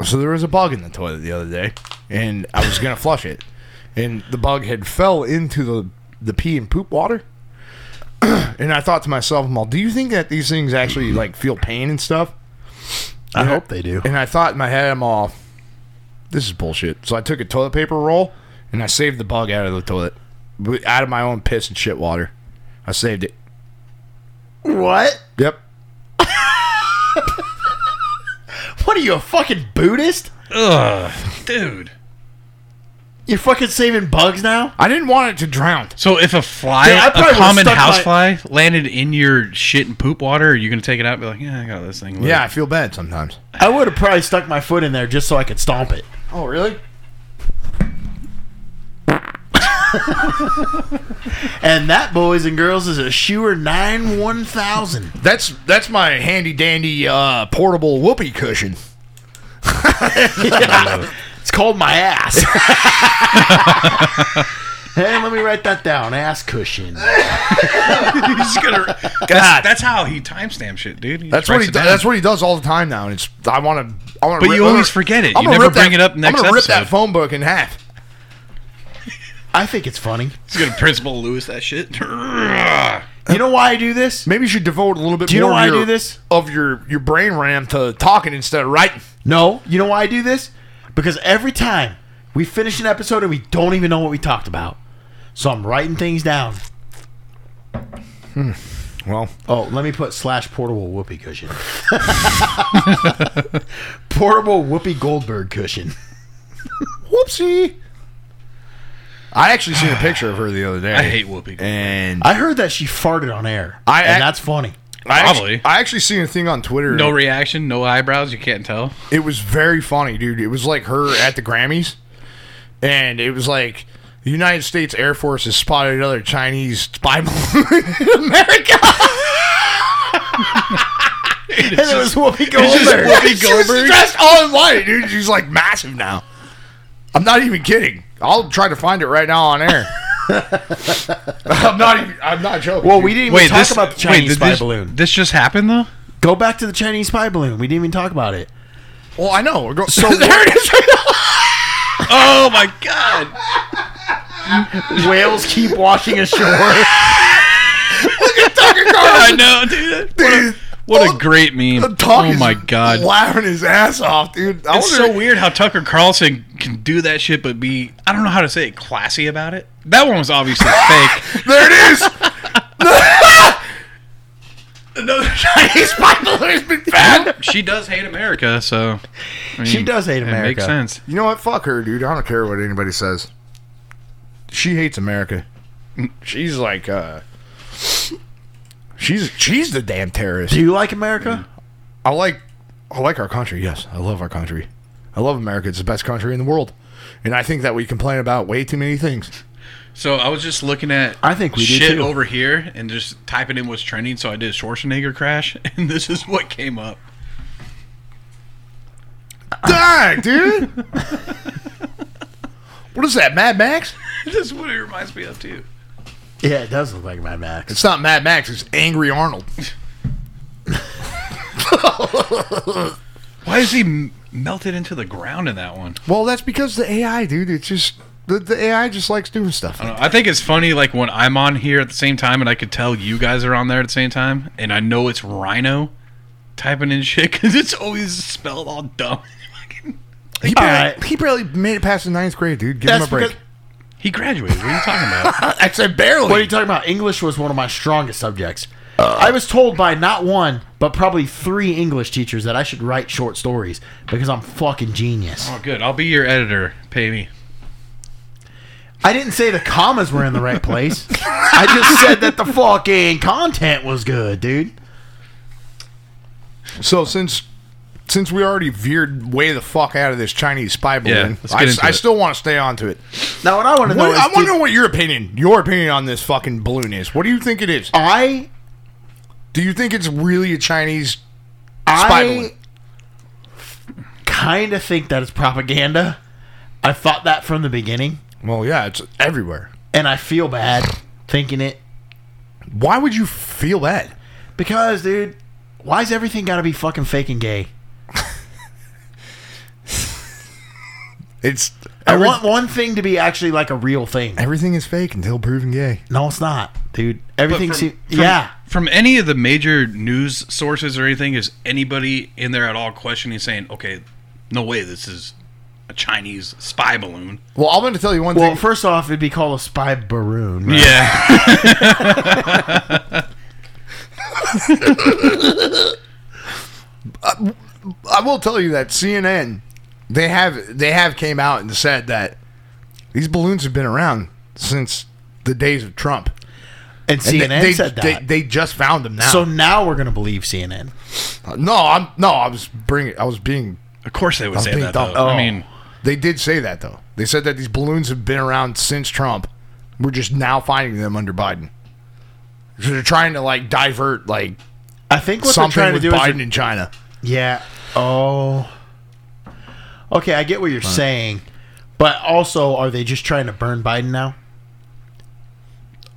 [SPEAKER 1] So there was a bug in the toilet the other day and I was gonna flush it. And the bug had fell into the the pee and poop water. and I thought to myself, I'm all, do you think that these things actually like feel pain and stuff?
[SPEAKER 2] I hope they do.
[SPEAKER 1] And I thought in my head, I'm all this is bullshit. So I took a toilet paper roll and I saved the bug out of the toilet. w- Out of my own piss and shit water. I saved it.
[SPEAKER 2] What?
[SPEAKER 1] Yep.
[SPEAKER 2] What are you, a fucking Buddhist?
[SPEAKER 4] Ugh, dude.
[SPEAKER 2] You're fucking saving bugs now?
[SPEAKER 1] I didn't want it to drown.
[SPEAKER 4] So if a fly,
[SPEAKER 2] Dude, I probably
[SPEAKER 4] a common
[SPEAKER 2] would've stuck
[SPEAKER 4] housefly, landed in your shit and poop water, are you gonna take it out and be like, yeah, I got this thing.
[SPEAKER 1] Yeah, I feel bad sometimes.
[SPEAKER 2] I would have probably stuck my foot in there just so I could stomp it.
[SPEAKER 1] Oh really?
[SPEAKER 2] And that, boys and girls, is a Shure 9 1000.
[SPEAKER 1] That's that's my handy dandy uh, portable whoopee cushion.
[SPEAKER 2] It's called my ass. Hey, let me write that down. Ass cushion.
[SPEAKER 4] He's gonna. That's, that's how he timestamp shit, dude. He
[SPEAKER 1] That's
[SPEAKER 4] just
[SPEAKER 1] what he
[SPEAKER 4] writes it
[SPEAKER 1] do-
[SPEAKER 4] down.
[SPEAKER 1] that's what he does all the time now, and it's I want to. I wanna
[SPEAKER 4] But
[SPEAKER 1] rip-
[SPEAKER 4] you
[SPEAKER 1] I'm
[SPEAKER 4] always
[SPEAKER 1] gonna-
[SPEAKER 4] forget it.
[SPEAKER 1] I'm
[SPEAKER 4] You
[SPEAKER 1] gonna
[SPEAKER 4] never
[SPEAKER 1] rip that-
[SPEAKER 4] bring it up next
[SPEAKER 1] I'm gonna rip that
[SPEAKER 4] episode.
[SPEAKER 1] phone book in half.
[SPEAKER 2] I think it's funny.
[SPEAKER 4] He's gonna Principal Lewis that shit. That's
[SPEAKER 2] You know why I do this?
[SPEAKER 1] Maybe you should devote a little bit
[SPEAKER 2] Do you
[SPEAKER 1] more
[SPEAKER 2] know why I
[SPEAKER 1] of, your,
[SPEAKER 2] do this?
[SPEAKER 1] of your your brain ram to talking instead of writing.
[SPEAKER 2] No. You know why I do this? Because every time we finish an episode and we don't even know what we talked about. So I'm writing things down.
[SPEAKER 1] Well,
[SPEAKER 2] Oh, let me put slash portable whoopee cushion. portable whoopee Goldberg cushion.
[SPEAKER 1] whoopsie. I actually seen a picture of her the other day.
[SPEAKER 4] I hate Whoopi Goldberg.
[SPEAKER 1] And
[SPEAKER 2] I heard that she farted on air.
[SPEAKER 1] I-
[SPEAKER 2] and
[SPEAKER 1] I-
[SPEAKER 2] that's funny.
[SPEAKER 1] I actu-
[SPEAKER 4] Probably.
[SPEAKER 1] I actually seen a thing on Twitter.
[SPEAKER 4] No reaction, no eyebrows. You can't tell.
[SPEAKER 1] It was very funny, dude. It was like her at the Grammys, and it was like the United States Air Force has spotted another Chinese spy balloon in America.
[SPEAKER 2] And it was Whoopi
[SPEAKER 4] just
[SPEAKER 2] Goldberg.
[SPEAKER 4] Whoopi
[SPEAKER 1] She was
[SPEAKER 4] Goldberg?
[SPEAKER 1] dressed all in white, dude. She's like massive now. I'm not even kidding. I'll try to find it right now on air. I'm not even. I'm not joking.
[SPEAKER 2] Well,
[SPEAKER 1] dude.
[SPEAKER 2] we didn't even talk about the Chinese
[SPEAKER 4] did
[SPEAKER 2] spy
[SPEAKER 4] this,
[SPEAKER 2] balloon.
[SPEAKER 4] This just happened though.
[SPEAKER 2] Go back to the Chinese spy balloon. We didn't even talk about it.
[SPEAKER 1] Well, I know. We're go- so there it is.
[SPEAKER 4] Oh my god!
[SPEAKER 2] Whales keep washing ashore.
[SPEAKER 1] Tucker
[SPEAKER 4] I
[SPEAKER 1] Carlson.
[SPEAKER 4] know, dude.
[SPEAKER 1] dude.
[SPEAKER 4] What
[SPEAKER 1] All
[SPEAKER 4] a great meme.
[SPEAKER 1] the talk
[SPEAKER 4] Oh
[SPEAKER 1] is
[SPEAKER 4] my god.
[SPEAKER 1] laughing his ass off, dude. I
[SPEAKER 4] It's so
[SPEAKER 1] wonder-
[SPEAKER 4] weird how Tucker Carlson can do that shit, but be I don't know how to say it, classy about it. That one was obviously fake.
[SPEAKER 1] There it is. Another Chinese spy balloon's been found.
[SPEAKER 4] She does hate America, so I
[SPEAKER 2] she
[SPEAKER 4] mean,
[SPEAKER 2] does hate
[SPEAKER 4] It
[SPEAKER 2] America.
[SPEAKER 4] makes sense.
[SPEAKER 1] You know what? Fuck her, dude. I don't care what anybody says. She hates America. She's like, uh, she's she's the damn terrorist.
[SPEAKER 2] Do you like America?
[SPEAKER 1] I like I like our country. Yes, I love our country. I love America. It's the best country in the world, and I think that we complain about way too many things.
[SPEAKER 4] So I was just looking at
[SPEAKER 2] I think we do,
[SPEAKER 4] shit
[SPEAKER 2] too.
[SPEAKER 4] over here and just typing in what's trending. So I did Schwarzenegger crash, and this is what came up.
[SPEAKER 1] Dang, dude. what is that, Mad Max?
[SPEAKER 4] this is what it reminds me of too.
[SPEAKER 2] Mm. Yeah, it does look like Mad Max.
[SPEAKER 1] It's not Mad Max. It's Angry Arnold.
[SPEAKER 4] Why is he m- melted into the ground in that one?
[SPEAKER 1] Well, that's because the AI, dude. It's just the, the AI just likes doing stuff.
[SPEAKER 4] I think it's funny, like when I'm on here at the same time, and I could tell you guys are on there at the same time, and I know it's Rhino typing in shit because it's always spelled all dumb.
[SPEAKER 1] He barely,
[SPEAKER 2] Alright.
[SPEAKER 1] he barely made it past the ninth grade, dude. Give him a
[SPEAKER 2] That's
[SPEAKER 1] break.
[SPEAKER 2] because-
[SPEAKER 4] He graduated. What are you talking about?
[SPEAKER 1] I said barely.
[SPEAKER 2] What are you talking about? English was one of my strongest subjects. I was told by not one, but probably three English teachers that I should write short stories because I'm fucking genius.
[SPEAKER 4] oh, good. I'll be your editor. Pay me.
[SPEAKER 2] I didn't say the commas were in the right place. I just said that the fucking content was good, dude.
[SPEAKER 1] so since since we already veered way the fuck out of this Chinese spy balloon,
[SPEAKER 4] Yeah, let's
[SPEAKER 1] I,
[SPEAKER 4] get into
[SPEAKER 1] I
[SPEAKER 4] it.
[SPEAKER 1] still want to stay onto it.
[SPEAKER 2] Now, what I want to know
[SPEAKER 1] What,
[SPEAKER 2] is
[SPEAKER 1] I'm
[SPEAKER 2] did-
[SPEAKER 1] wondering what your opinion, your opinion on this fucking balloon is. What do you think it is?
[SPEAKER 2] I
[SPEAKER 1] Do you think it's really a Chinese? Spy balloon.
[SPEAKER 2] I kind of think that it's propaganda. I thought that from the beginning,
[SPEAKER 1] Well, yeah, it's everywhere.
[SPEAKER 2] and I feel bad thinking it
[SPEAKER 1] Why would you feel that?
[SPEAKER 2] because, dude, why's everything got to be fucking fake and gay?
[SPEAKER 1] It's
[SPEAKER 2] I
[SPEAKER 1] every-
[SPEAKER 2] want one thing to be actually like a real thing.
[SPEAKER 1] everything is fake until proven gay.
[SPEAKER 2] No, it's not, dude.
[SPEAKER 4] But
[SPEAKER 2] Everything
[SPEAKER 4] from-
[SPEAKER 2] seems
[SPEAKER 4] from-
[SPEAKER 2] yeah.
[SPEAKER 4] From any of the major news sources or anything, is anybody in there at all questioning, saying, "Okay, no way, this is a Chinese spy balloon"?
[SPEAKER 1] Well, I'm going to tell you one
[SPEAKER 2] Well,
[SPEAKER 1] thing.
[SPEAKER 2] first off, it'd be called a spy balloon. right?
[SPEAKER 4] Yeah.
[SPEAKER 1] I will tell you that CNN they have they have came out and said that these balloons have been around since the days of Trump.
[SPEAKER 2] And
[SPEAKER 1] And
[SPEAKER 2] CNN
[SPEAKER 1] they, they-
[SPEAKER 2] said that.
[SPEAKER 1] They, they just found them now. Uh,
[SPEAKER 2] so now we're gonna believe CNN.
[SPEAKER 1] no, I'm no, I was bringing I was being
[SPEAKER 4] Of course they would
[SPEAKER 1] I'm
[SPEAKER 4] say
[SPEAKER 1] being
[SPEAKER 4] that.
[SPEAKER 1] dumb.
[SPEAKER 4] Though.
[SPEAKER 1] Oh.
[SPEAKER 4] I mean,
[SPEAKER 1] they did say that though. They said that these balloons have been around since Trump. We're just now finding them under Biden. So they're trying to like divert like
[SPEAKER 2] I think what
[SPEAKER 1] something
[SPEAKER 2] they're trying to
[SPEAKER 1] with
[SPEAKER 2] do
[SPEAKER 1] Biden
[SPEAKER 2] is
[SPEAKER 1] and China.
[SPEAKER 2] yeah. Oh. Okay, I get what you're saying, but also, are they just trying to burn Biden now?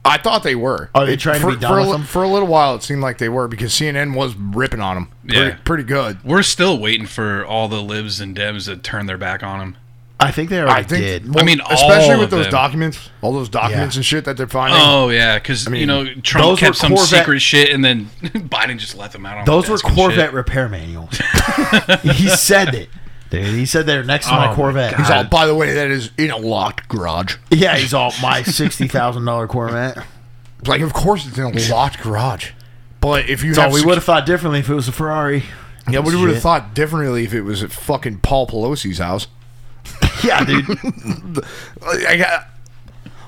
[SPEAKER 1] I thought they were.
[SPEAKER 2] Are they
[SPEAKER 1] It-
[SPEAKER 2] trying to
[SPEAKER 1] for,
[SPEAKER 2] be done
[SPEAKER 1] for, a
[SPEAKER 2] with
[SPEAKER 1] li-
[SPEAKER 2] them?
[SPEAKER 1] for a little while? It seemed like they were because CNN was ripping on them. Pretty,
[SPEAKER 4] Yeah.
[SPEAKER 1] pretty good.
[SPEAKER 4] We're still waiting for all the libs and dems to turn their back on him.
[SPEAKER 2] I think they already
[SPEAKER 1] I think.
[SPEAKER 2] did.
[SPEAKER 1] well,
[SPEAKER 4] I mean,
[SPEAKER 1] especially
[SPEAKER 4] all
[SPEAKER 1] with
[SPEAKER 4] of
[SPEAKER 1] those
[SPEAKER 4] them.
[SPEAKER 1] documents, all those documents
[SPEAKER 2] Yeah.
[SPEAKER 1] and shit that they're finding.
[SPEAKER 4] Oh yeah, because you know Trump
[SPEAKER 2] those were
[SPEAKER 4] kept some
[SPEAKER 2] Corvette-
[SPEAKER 4] secret shit, and then Biden just let them out on
[SPEAKER 2] Those
[SPEAKER 4] the
[SPEAKER 2] were
[SPEAKER 4] desk and
[SPEAKER 2] Corvette
[SPEAKER 4] shit.
[SPEAKER 2] repair manuals. he said it. Dude, he said they're next to my
[SPEAKER 4] Oh,
[SPEAKER 2] Corvette.
[SPEAKER 4] my
[SPEAKER 1] He's all, by the way, that is in a locked garage.
[SPEAKER 2] yeah, he's all my sixty thousand dollar Corvette.
[SPEAKER 1] It's Like, of course it's in a locked garage. But if you
[SPEAKER 2] So
[SPEAKER 1] have
[SPEAKER 2] we
[SPEAKER 1] sec-
[SPEAKER 2] would have thought differently if it was a Ferrari.
[SPEAKER 1] yeah, we would have
[SPEAKER 2] Shit.
[SPEAKER 1] thought differently if it was at fucking Paul Pelosi's house.
[SPEAKER 2] Yeah, dude.
[SPEAKER 1] Like, I, got-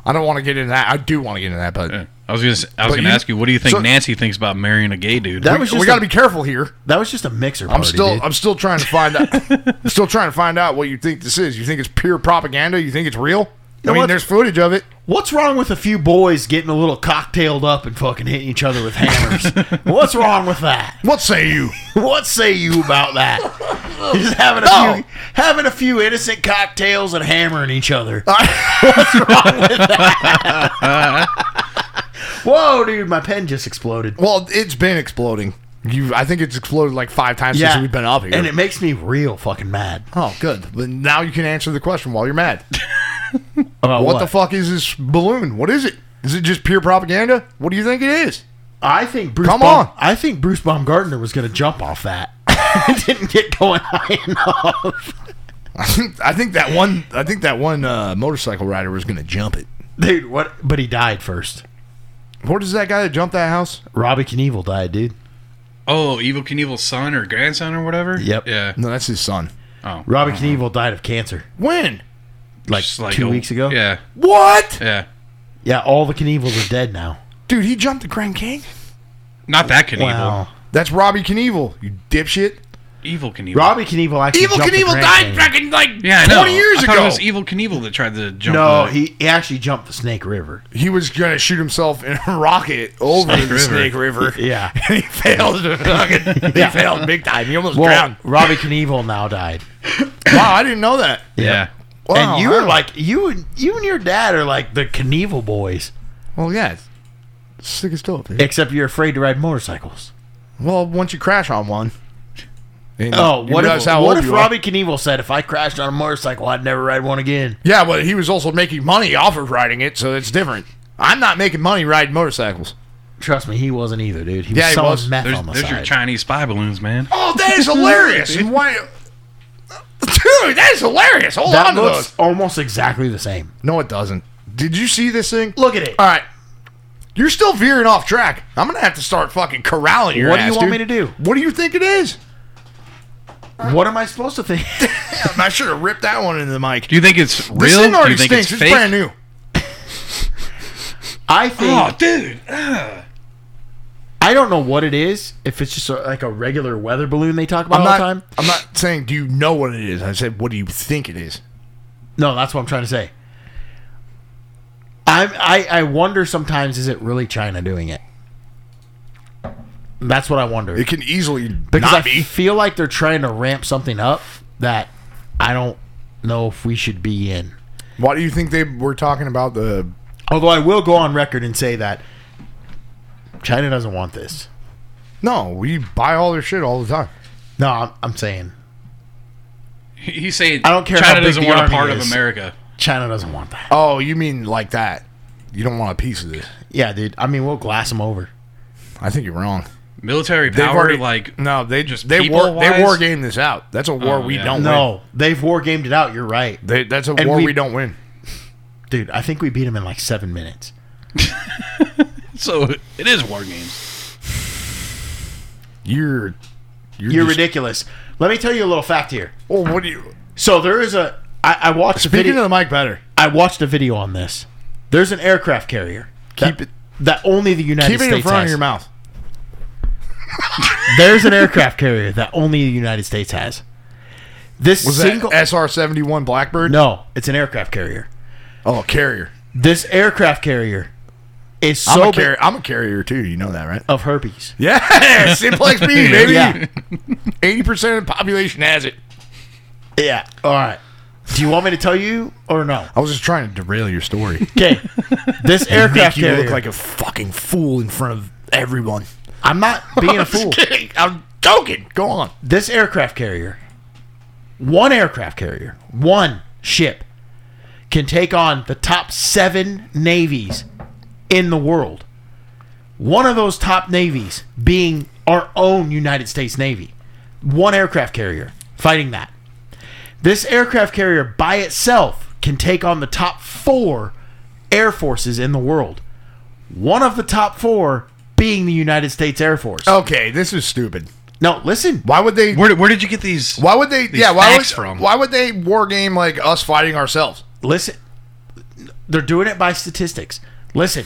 [SPEAKER 1] I don't want to get into that. I do want to get into that, but
[SPEAKER 4] Yeah. I was gonna, s- I was
[SPEAKER 1] But
[SPEAKER 4] gonna
[SPEAKER 1] you-
[SPEAKER 4] ask you, what do you think
[SPEAKER 1] so-
[SPEAKER 4] Nancy thinks about marrying a gay dude?
[SPEAKER 2] That
[SPEAKER 1] we,
[SPEAKER 2] was just
[SPEAKER 1] got to
[SPEAKER 2] a-
[SPEAKER 1] be careful here.
[SPEAKER 2] That was just a mixer party.
[SPEAKER 1] I'm still,
[SPEAKER 2] dude.
[SPEAKER 1] I'm still trying to find out. I'm still trying to find out what you think this is. You think it's pure propaganda? You think it's real? I
[SPEAKER 2] know
[SPEAKER 1] mean,
[SPEAKER 2] what?
[SPEAKER 1] there's footage of it.
[SPEAKER 2] What's wrong with a few boys getting a little cocktailed up and fucking hitting each other with hammers? What's wrong with that?
[SPEAKER 1] What say you?
[SPEAKER 2] What say you about that? Just having a
[SPEAKER 1] No.
[SPEAKER 2] few having a few innocent cocktails and hammering each other. Whoa, dude, my pen just exploded.
[SPEAKER 1] well, it's been exploding. You, I think it's exploded like five times since we've been up here.
[SPEAKER 2] And it makes me real fucking mad.
[SPEAKER 1] oh, good. But now you can answer the question while you're mad.
[SPEAKER 2] About
[SPEAKER 1] what the fuck is this balloon? What is it? Is it just pure propaganda? What do you think it is?
[SPEAKER 2] I think Bruce
[SPEAKER 1] Come
[SPEAKER 2] Baum-
[SPEAKER 1] on.
[SPEAKER 2] I think Bruce Baumgartner was gonna jump off that. didn't get going high enough.
[SPEAKER 1] I think that one. I think that one uh, motorcycle rider was gonna jump it.
[SPEAKER 2] Dude, what but he died first.
[SPEAKER 1] What is that guy that jumped that house?
[SPEAKER 2] Robbie Knievel died, dude.
[SPEAKER 4] oh, Evil Knievel's son or grandson or whatever.
[SPEAKER 2] Yep.
[SPEAKER 4] Yeah.
[SPEAKER 1] No, that's his son.
[SPEAKER 4] Oh,
[SPEAKER 2] Robbie Knievel died of cancer.
[SPEAKER 1] When?
[SPEAKER 2] Like,
[SPEAKER 4] Just
[SPEAKER 2] two
[SPEAKER 4] a-
[SPEAKER 2] weeks ago?
[SPEAKER 4] Yeah.
[SPEAKER 1] What?
[SPEAKER 4] Yeah.
[SPEAKER 2] Yeah, all the Knievels are dead now.
[SPEAKER 1] Dude, he jumped the Grand King.
[SPEAKER 4] Not that Knievel.
[SPEAKER 1] That's Robbie Knievel, you dipshit.
[SPEAKER 4] Evil Knievel.
[SPEAKER 2] Robbie Knievel actually
[SPEAKER 1] Evil
[SPEAKER 2] jumped the
[SPEAKER 1] Knievel
[SPEAKER 2] Grand
[SPEAKER 1] died
[SPEAKER 2] Canyon.
[SPEAKER 1] back in like
[SPEAKER 4] Yeah, I know.
[SPEAKER 1] 20 years
[SPEAKER 4] I thought
[SPEAKER 1] ago.
[SPEAKER 4] It was
[SPEAKER 2] e-
[SPEAKER 4] Evil Knievel that tried to jump.
[SPEAKER 2] No,
[SPEAKER 4] the-
[SPEAKER 2] he, he actually jumped the Snake River.
[SPEAKER 1] he was gonna shoot himself in a rocket over
[SPEAKER 4] Snake
[SPEAKER 1] the
[SPEAKER 4] River.
[SPEAKER 1] Snake River.
[SPEAKER 2] Yeah.
[SPEAKER 1] And he failed. to fucking- he failed big time. He almost
[SPEAKER 2] Well,
[SPEAKER 1] drowned.
[SPEAKER 2] Robbie Knievel now died.
[SPEAKER 1] Wow, I didn't know that.
[SPEAKER 4] Yeah.
[SPEAKER 1] Wow,
[SPEAKER 2] and you were
[SPEAKER 1] wow.
[SPEAKER 2] like you and you and your dad are like the Knievel boys,
[SPEAKER 1] well, yeah, it's sick as dope. Dude.
[SPEAKER 2] except you're afraid to ride motorcycles.
[SPEAKER 1] Well, once you crash on one. and
[SPEAKER 2] Oh,
[SPEAKER 1] you
[SPEAKER 2] what
[SPEAKER 1] realize
[SPEAKER 2] if
[SPEAKER 1] how
[SPEAKER 2] what
[SPEAKER 1] old
[SPEAKER 2] if
[SPEAKER 1] you are.
[SPEAKER 2] Robbie Knievel said if I crashed on a motorcycle I'd never ride one again?
[SPEAKER 1] Yeah, but he was also making money off of riding it, so it's different. I'm not making money riding motorcycles.
[SPEAKER 2] Trust me, he wasn't either, dude. He was
[SPEAKER 1] Yeah, he
[SPEAKER 2] selling
[SPEAKER 1] was.
[SPEAKER 2] meth
[SPEAKER 4] There's,
[SPEAKER 2] on the
[SPEAKER 4] there's your
[SPEAKER 2] side.
[SPEAKER 4] Chinese spy balloons, man.
[SPEAKER 1] Oh, that is hilarious. and why? Dude, that is hilarious. Hold
[SPEAKER 2] that
[SPEAKER 1] on to
[SPEAKER 2] looks
[SPEAKER 1] those.
[SPEAKER 2] almost exactly the same.
[SPEAKER 1] No, it doesn't. Did you see this thing?
[SPEAKER 2] Look at it.
[SPEAKER 1] All right. You're still veering off track. I'm going to have to start fucking corralling your
[SPEAKER 2] What do you
[SPEAKER 1] ass,
[SPEAKER 2] want
[SPEAKER 1] dude.
[SPEAKER 2] me to do?
[SPEAKER 1] What do you think it is?
[SPEAKER 2] What am I supposed to think?
[SPEAKER 1] Damn, I should have ripped that one into the mic.
[SPEAKER 4] Do you think it's real?
[SPEAKER 1] this thing
[SPEAKER 4] Do
[SPEAKER 1] already
[SPEAKER 4] you think
[SPEAKER 1] stinks. It's,
[SPEAKER 4] it's fake?
[SPEAKER 1] brand new.
[SPEAKER 2] I think
[SPEAKER 4] Oh, dude.
[SPEAKER 2] I don't know what it is. If it's just a, like a regular weather balloon they talk
[SPEAKER 1] I'm
[SPEAKER 2] about all
[SPEAKER 1] not,
[SPEAKER 2] the time.
[SPEAKER 1] I'm not saying, do you know what it is? I said, what do you think it is?
[SPEAKER 2] No, that's what I'm trying to say. I'm, I I wonder sometimes is it really China doing it? That's what I wonder
[SPEAKER 1] It can easily
[SPEAKER 2] because
[SPEAKER 1] not
[SPEAKER 2] I
[SPEAKER 1] be.
[SPEAKER 2] feel like they're trying to ramp something up that I don't know if we should be in.
[SPEAKER 1] Why do you think they were talking about the?
[SPEAKER 2] Although I will go on record and say that China doesn't want this.
[SPEAKER 1] No, we buy all their shit all the time.
[SPEAKER 2] No, I'm, I'm saying
[SPEAKER 4] He's saying
[SPEAKER 2] I don't care how
[SPEAKER 4] China
[SPEAKER 2] big
[SPEAKER 4] doesn't
[SPEAKER 2] the
[SPEAKER 4] want a
[SPEAKER 2] army
[SPEAKER 4] part of
[SPEAKER 2] is.
[SPEAKER 4] America.
[SPEAKER 2] China doesn't want that.
[SPEAKER 1] Oh, you mean like that? You don't want a piece of this?
[SPEAKER 2] Yeah, dude. I mean, we'll glass them over.
[SPEAKER 1] I think you're wrong.
[SPEAKER 4] Military
[SPEAKER 1] They've
[SPEAKER 4] power,
[SPEAKER 1] already
[SPEAKER 4] like
[SPEAKER 1] no, they just
[SPEAKER 4] just
[SPEAKER 1] they war
[SPEAKER 4] people-wise?
[SPEAKER 1] they war game this out. That's a war
[SPEAKER 4] Oh,
[SPEAKER 1] we
[SPEAKER 4] yeah.
[SPEAKER 1] don't win.
[SPEAKER 2] No, they've war gamed it out. You're right,
[SPEAKER 1] They, that's a
[SPEAKER 2] And
[SPEAKER 1] war we,
[SPEAKER 2] we-
[SPEAKER 1] don't win.
[SPEAKER 2] dude. I think we beat them in like seven minutes.
[SPEAKER 4] so it is war games.
[SPEAKER 1] You're you're,
[SPEAKER 2] You're
[SPEAKER 1] just-
[SPEAKER 2] ridiculous. Let me tell you a little fact here.
[SPEAKER 1] Well, what do you
[SPEAKER 2] So there is a. I, I watched a
[SPEAKER 1] speaking
[SPEAKER 2] video.
[SPEAKER 1] to the mic better?
[SPEAKER 2] I watched a video on this. There's an aircraft carrier.
[SPEAKER 1] Keep
[SPEAKER 2] that,
[SPEAKER 1] it-
[SPEAKER 2] That only the United
[SPEAKER 1] Keep it
[SPEAKER 2] States
[SPEAKER 1] in front
[SPEAKER 2] has.
[SPEAKER 1] of your mouth.
[SPEAKER 2] There's an aircraft carrier that only the United States has. This
[SPEAKER 1] Was
[SPEAKER 2] single.
[SPEAKER 1] that SR seventy one Blackbird?
[SPEAKER 2] no, it's an aircraft carrier.
[SPEAKER 1] Oh, carrier.
[SPEAKER 2] This aircraft carrier is
[SPEAKER 1] I'm
[SPEAKER 2] so
[SPEAKER 1] a
[SPEAKER 2] big
[SPEAKER 1] carrier. I'm a carrier too. You know that, right?
[SPEAKER 2] of herpes.
[SPEAKER 1] Yeah, simplex B, baby.
[SPEAKER 2] Yeah.
[SPEAKER 1] Eighty percent of the population has it.
[SPEAKER 2] Yeah. All right. Do you want me to tell you or no?
[SPEAKER 1] I was just trying to derail your story.
[SPEAKER 2] Okay. This
[SPEAKER 1] Make
[SPEAKER 2] aircraft
[SPEAKER 1] you
[SPEAKER 2] carrier.
[SPEAKER 1] look like a fucking fool in front of everyone.
[SPEAKER 2] I'm not being a
[SPEAKER 1] I'm just
[SPEAKER 2] fool.
[SPEAKER 1] kidding. I'm joking. Go on.
[SPEAKER 2] This aircraft carrier, one aircraft carrier, one ship can take on the top seven navies in the world. One of those top navies being our own United States Navy. One aircraft carrier fighting that. This aircraft carrier by itself can take on the top four air forces in the world. One of the top four being the United States Air Force.
[SPEAKER 1] Okay, this is stupid.
[SPEAKER 2] No, listen.
[SPEAKER 1] Why would they?
[SPEAKER 4] Where, where did you get these?
[SPEAKER 1] Why would they?
[SPEAKER 4] these
[SPEAKER 1] Yeah, why would
[SPEAKER 4] facts from?
[SPEAKER 1] why would they war game like us fighting ourselves?
[SPEAKER 2] Listen, they're doing it by statistics. Listen,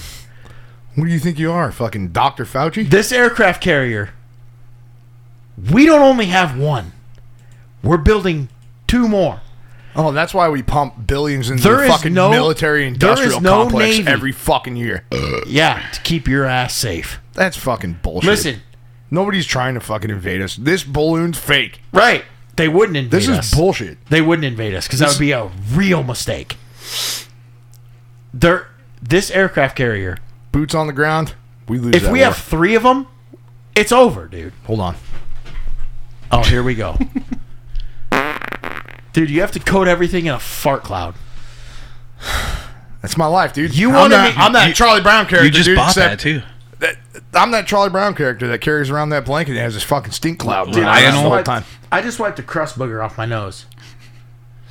[SPEAKER 1] What do you think you are, fucking Doctor Fauci?
[SPEAKER 2] this aircraft carrier, we don't only have one. We're building two more.
[SPEAKER 1] Oh, that's why we pump billions into
[SPEAKER 2] There
[SPEAKER 1] the
[SPEAKER 2] is
[SPEAKER 1] fucking
[SPEAKER 2] no-
[SPEAKER 1] military
[SPEAKER 2] there
[SPEAKER 1] industrial
[SPEAKER 2] is no
[SPEAKER 1] complex
[SPEAKER 2] Navy.
[SPEAKER 1] every fucking year.
[SPEAKER 2] Yeah, to keep your ass safe.
[SPEAKER 1] That's fucking bullshit.
[SPEAKER 2] Listen,
[SPEAKER 1] nobody's trying to fucking invade us. This balloon's fake.
[SPEAKER 2] right? They wouldn't invade
[SPEAKER 1] This is
[SPEAKER 2] us.
[SPEAKER 1] bullshit.
[SPEAKER 2] They wouldn't invade us because that would be a real mistake. They're, this aircraft carrier,
[SPEAKER 1] Boots on the ground. We lose.
[SPEAKER 2] if
[SPEAKER 1] that
[SPEAKER 2] we
[SPEAKER 1] war.
[SPEAKER 2] have three of them, it's over, dude.
[SPEAKER 1] hold on.
[SPEAKER 2] Oh, here we go. Dude, you have to coat everything in a fart cloud.
[SPEAKER 1] That's my life, dude.
[SPEAKER 2] You
[SPEAKER 1] I'm
[SPEAKER 2] wanted
[SPEAKER 1] that-
[SPEAKER 2] me-
[SPEAKER 1] I'm that
[SPEAKER 2] you-
[SPEAKER 1] Charlie Brown character.
[SPEAKER 4] You just
[SPEAKER 1] dude,
[SPEAKER 4] bought
[SPEAKER 1] except
[SPEAKER 4] that too.
[SPEAKER 1] I'm that Charlie Brown character that carries around that blanket and has this fucking stink cloud
[SPEAKER 4] Dude,
[SPEAKER 1] around the
[SPEAKER 4] I know.
[SPEAKER 1] whole time.
[SPEAKER 2] I just wiped a crust booger off my nose.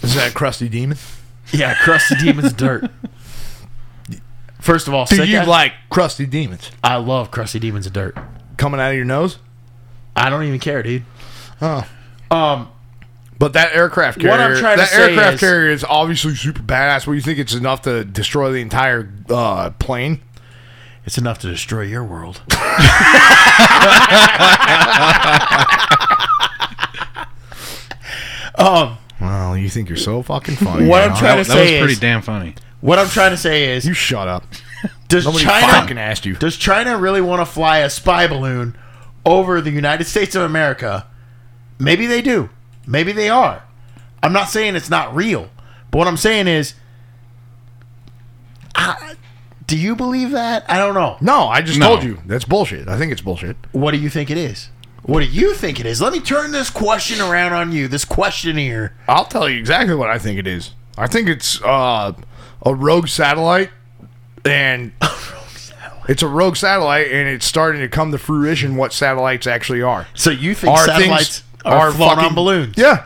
[SPEAKER 1] Is that crusty demon?
[SPEAKER 2] Yeah, crusty demon's dirt. First of all,
[SPEAKER 1] Do
[SPEAKER 2] sick
[SPEAKER 1] you
[SPEAKER 2] ass-
[SPEAKER 1] like crusty demons
[SPEAKER 2] I love crusty demons of dirt.
[SPEAKER 1] coming out of your nose?
[SPEAKER 2] I don't even care, dude.
[SPEAKER 1] Oh.
[SPEAKER 2] Um,
[SPEAKER 1] But that aircraft carrier,
[SPEAKER 2] What I'm trying to
[SPEAKER 1] that
[SPEAKER 2] say
[SPEAKER 1] aircraft
[SPEAKER 2] is-
[SPEAKER 1] carrier is obviously super badass. What do you think it's enough to destroy the entire uh, plane?
[SPEAKER 2] it's enough to destroy your world. um,
[SPEAKER 1] Well, you think you're so fucking funny.
[SPEAKER 2] What
[SPEAKER 1] man.
[SPEAKER 2] I'm trying
[SPEAKER 1] I-
[SPEAKER 2] to
[SPEAKER 4] That was
[SPEAKER 2] say
[SPEAKER 4] pretty
[SPEAKER 2] is-
[SPEAKER 4] damn funny.
[SPEAKER 2] what I'm trying to say is,
[SPEAKER 1] You shut up.
[SPEAKER 2] does
[SPEAKER 1] Nobody
[SPEAKER 2] China
[SPEAKER 1] fucking asked you.
[SPEAKER 2] Does China really want to fly a spy balloon over the United States of America? Maybe they do. Maybe they are. I'm not saying it's not real, but what I'm saying is, I, do you believe that? I don't know.
[SPEAKER 1] No, I just
[SPEAKER 4] No.
[SPEAKER 1] told you that's bullshit. I think it's bullshit.
[SPEAKER 2] What do you think it is? What do you think it is? Let me turn this question around on you. This questionnaire.
[SPEAKER 1] I'll tell you exactly what I think it is. I think it's uh, a rogue satellite, and it's a rogue satellite, and it's starting to come to fruition what satellites actually are.
[SPEAKER 2] So you think satellites are, flown on balloons?
[SPEAKER 1] Yeah,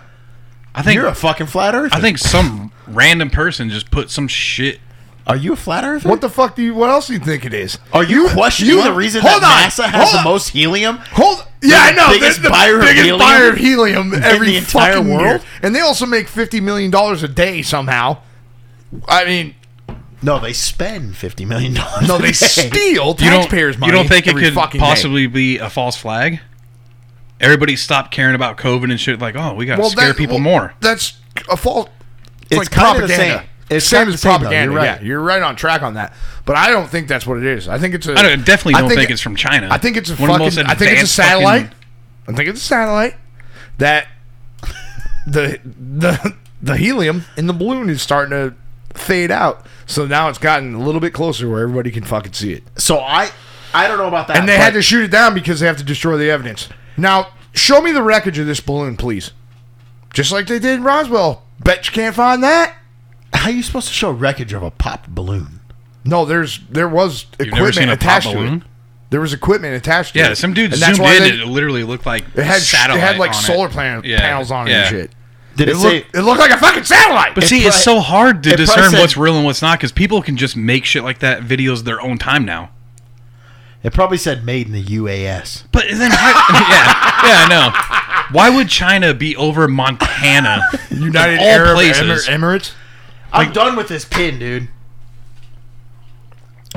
[SPEAKER 4] I think
[SPEAKER 2] You're a fucking flat earther.
[SPEAKER 4] I think some random person just put some shit.
[SPEAKER 2] Are you a flat earther?
[SPEAKER 1] What the fuck do you? What else do you think it is?
[SPEAKER 2] Are you, questioning
[SPEAKER 1] you-
[SPEAKER 2] the reason
[SPEAKER 1] hold on,
[SPEAKER 2] that NASA has
[SPEAKER 1] hold
[SPEAKER 2] the
[SPEAKER 1] on.
[SPEAKER 2] most helium?
[SPEAKER 1] Hold. Yeah, I know.
[SPEAKER 2] biggest
[SPEAKER 1] They're the
[SPEAKER 2] buyer of
[SPEAKER 1] biggest
[SPEAKER 2] helium
[SPEAKER 1] buyer of helium every
[SPEAKER 2] the entire
[SPEAKER 1] fucking year.
[SPEAKER 2] world?
[SPEAKER 1] and they also make fifty million dollars a day somehow. I mean,
[SPEAKER 2] No, they spend fifty million dollars.
[SPEAKER 1] no, they steal
[SPEAKER 4] You don't,
[SPEAKER 1] taxpayers' money.
[SPEAKER 4] you don't think it
[SPEAKER 1] every
[SPEAKER 4] could
[SPEAKER 1] fucking day.
[SPEAKER 4] possibly be a false flag? Everybody stopped caring about COVID and shit. Like, oh, we gotta scare
[SPEAKER 1] that-
[SPEAKER 4] people
[SPEAKER 1] well,
[SPEAKER 4] more.
[SPEAKER 1] That's a fault. It's,
[SPEAKER 2] It's
[SPEAKER 1] like
[SPEAKER 2] kinda the
[SPEAKER 1] propaganda.
[SPEAKER 2] same. It's
[SPEAKER 1] same
[SPEAKER 2] kinda
[SPEAKER 1] as
[SPEAKER 2] the same, though.
[SPEAKER 1] propaganda.
[SPEAKER 2] You're
[SPEAKER 1] Yeah,
[SPEAKER 2] right.
[SPEAKER 1] you're right on track on that. But I don't think that's what it is. I think it's a.
[SPEAKER 4] I don't- definitely don't think,
[SPEAKER 1] it's
[SPEAKER 4] it's from China.
[SPEAKER 1] I think it's a
[SPEAKER 4] One of the most
[SPEAKER 1] fucking. I think it's a
[SPEAKER 4] advanced
[SPEAKER 1] satellite.
[SPEAKER 4] fucking-
[SPEAKER 1] I think it's a satellite that the the the helium in the balloon is starting to fade out. So now it's gotten a little bit closer where everybody can fucking see it.
[SPEAKER 2] So I, I don't know about that.
[SPEAKER 4] Ah,
[SPEAKER 1] And they had
[SPEAKER 2] but
[SPEAKER 1] to shoot it down because they have to destroy the evidence. Now show me the wreckage of this balloon, please. Just like they did in Roswell. Bet you can't find that.
[SPEAKER 2] How are you supposed to show wreckage of a popped balloon?
[SPEAKER 1] No, there's there was
[SPEAKER 4] You've never
[SPEAKER 1] equipment
[SPEAKER 4] seen a pop
[SPEAKER 1] attached to it.
[SPEAKER 4] balloon?
[SPEAKER 1] There was equipment attached to it.
[SPEAKER 4] Yeah, some dude
[SPEAKER 1] And that's
[SPEAKER 4] zoomed
[SPEAKER 1] why
[SPEAKER 4] in.
[SPEAKER 1] they-
[SPEAKER 4] and it literally looked like
[SPEAKER 1] It had
[SPEAKER 4] satellite.
[SPEAKER 1] it had like
[SPEAKER 4] on
[SPEAKER 1] solar Plan-
[SPEAKER 4] Yeah,
[SPEAKER 1] panels on it and
[SPEAKER 4] yeah.
[SPEAKER 1] shit.
[SPEAKER 2] Did
[SPEAKER 1] It
[SPEAKER 2] it, say?
[SPEAKER 1] looked it looked like a fucking satellite.
[SPEAKER 4] But see,
[SPEAKER 2] probably-
[SPEAKER 4] it's so hard to
[SPEAKER 2] it probably
[SPEAKER 4] discern
[SPEAKER 2] said-
[SPEAKER 4] what's real and what's not because people can just make shit like that videos their own time now.
[SPEAKER 2] It probably said made in the UAS.
[SPEAKER 4] But then, how, yeah, yeah, I know. Why would China be over Montana?
[SPEAKER 1] United
[SPEAKER 4] all
[SPEAKER 1] Arab
[SPEAKER 4] places.
[SPEAKER 1] Emir- Emirates.
[SPEAKER 2] I'm done with this pin, dude.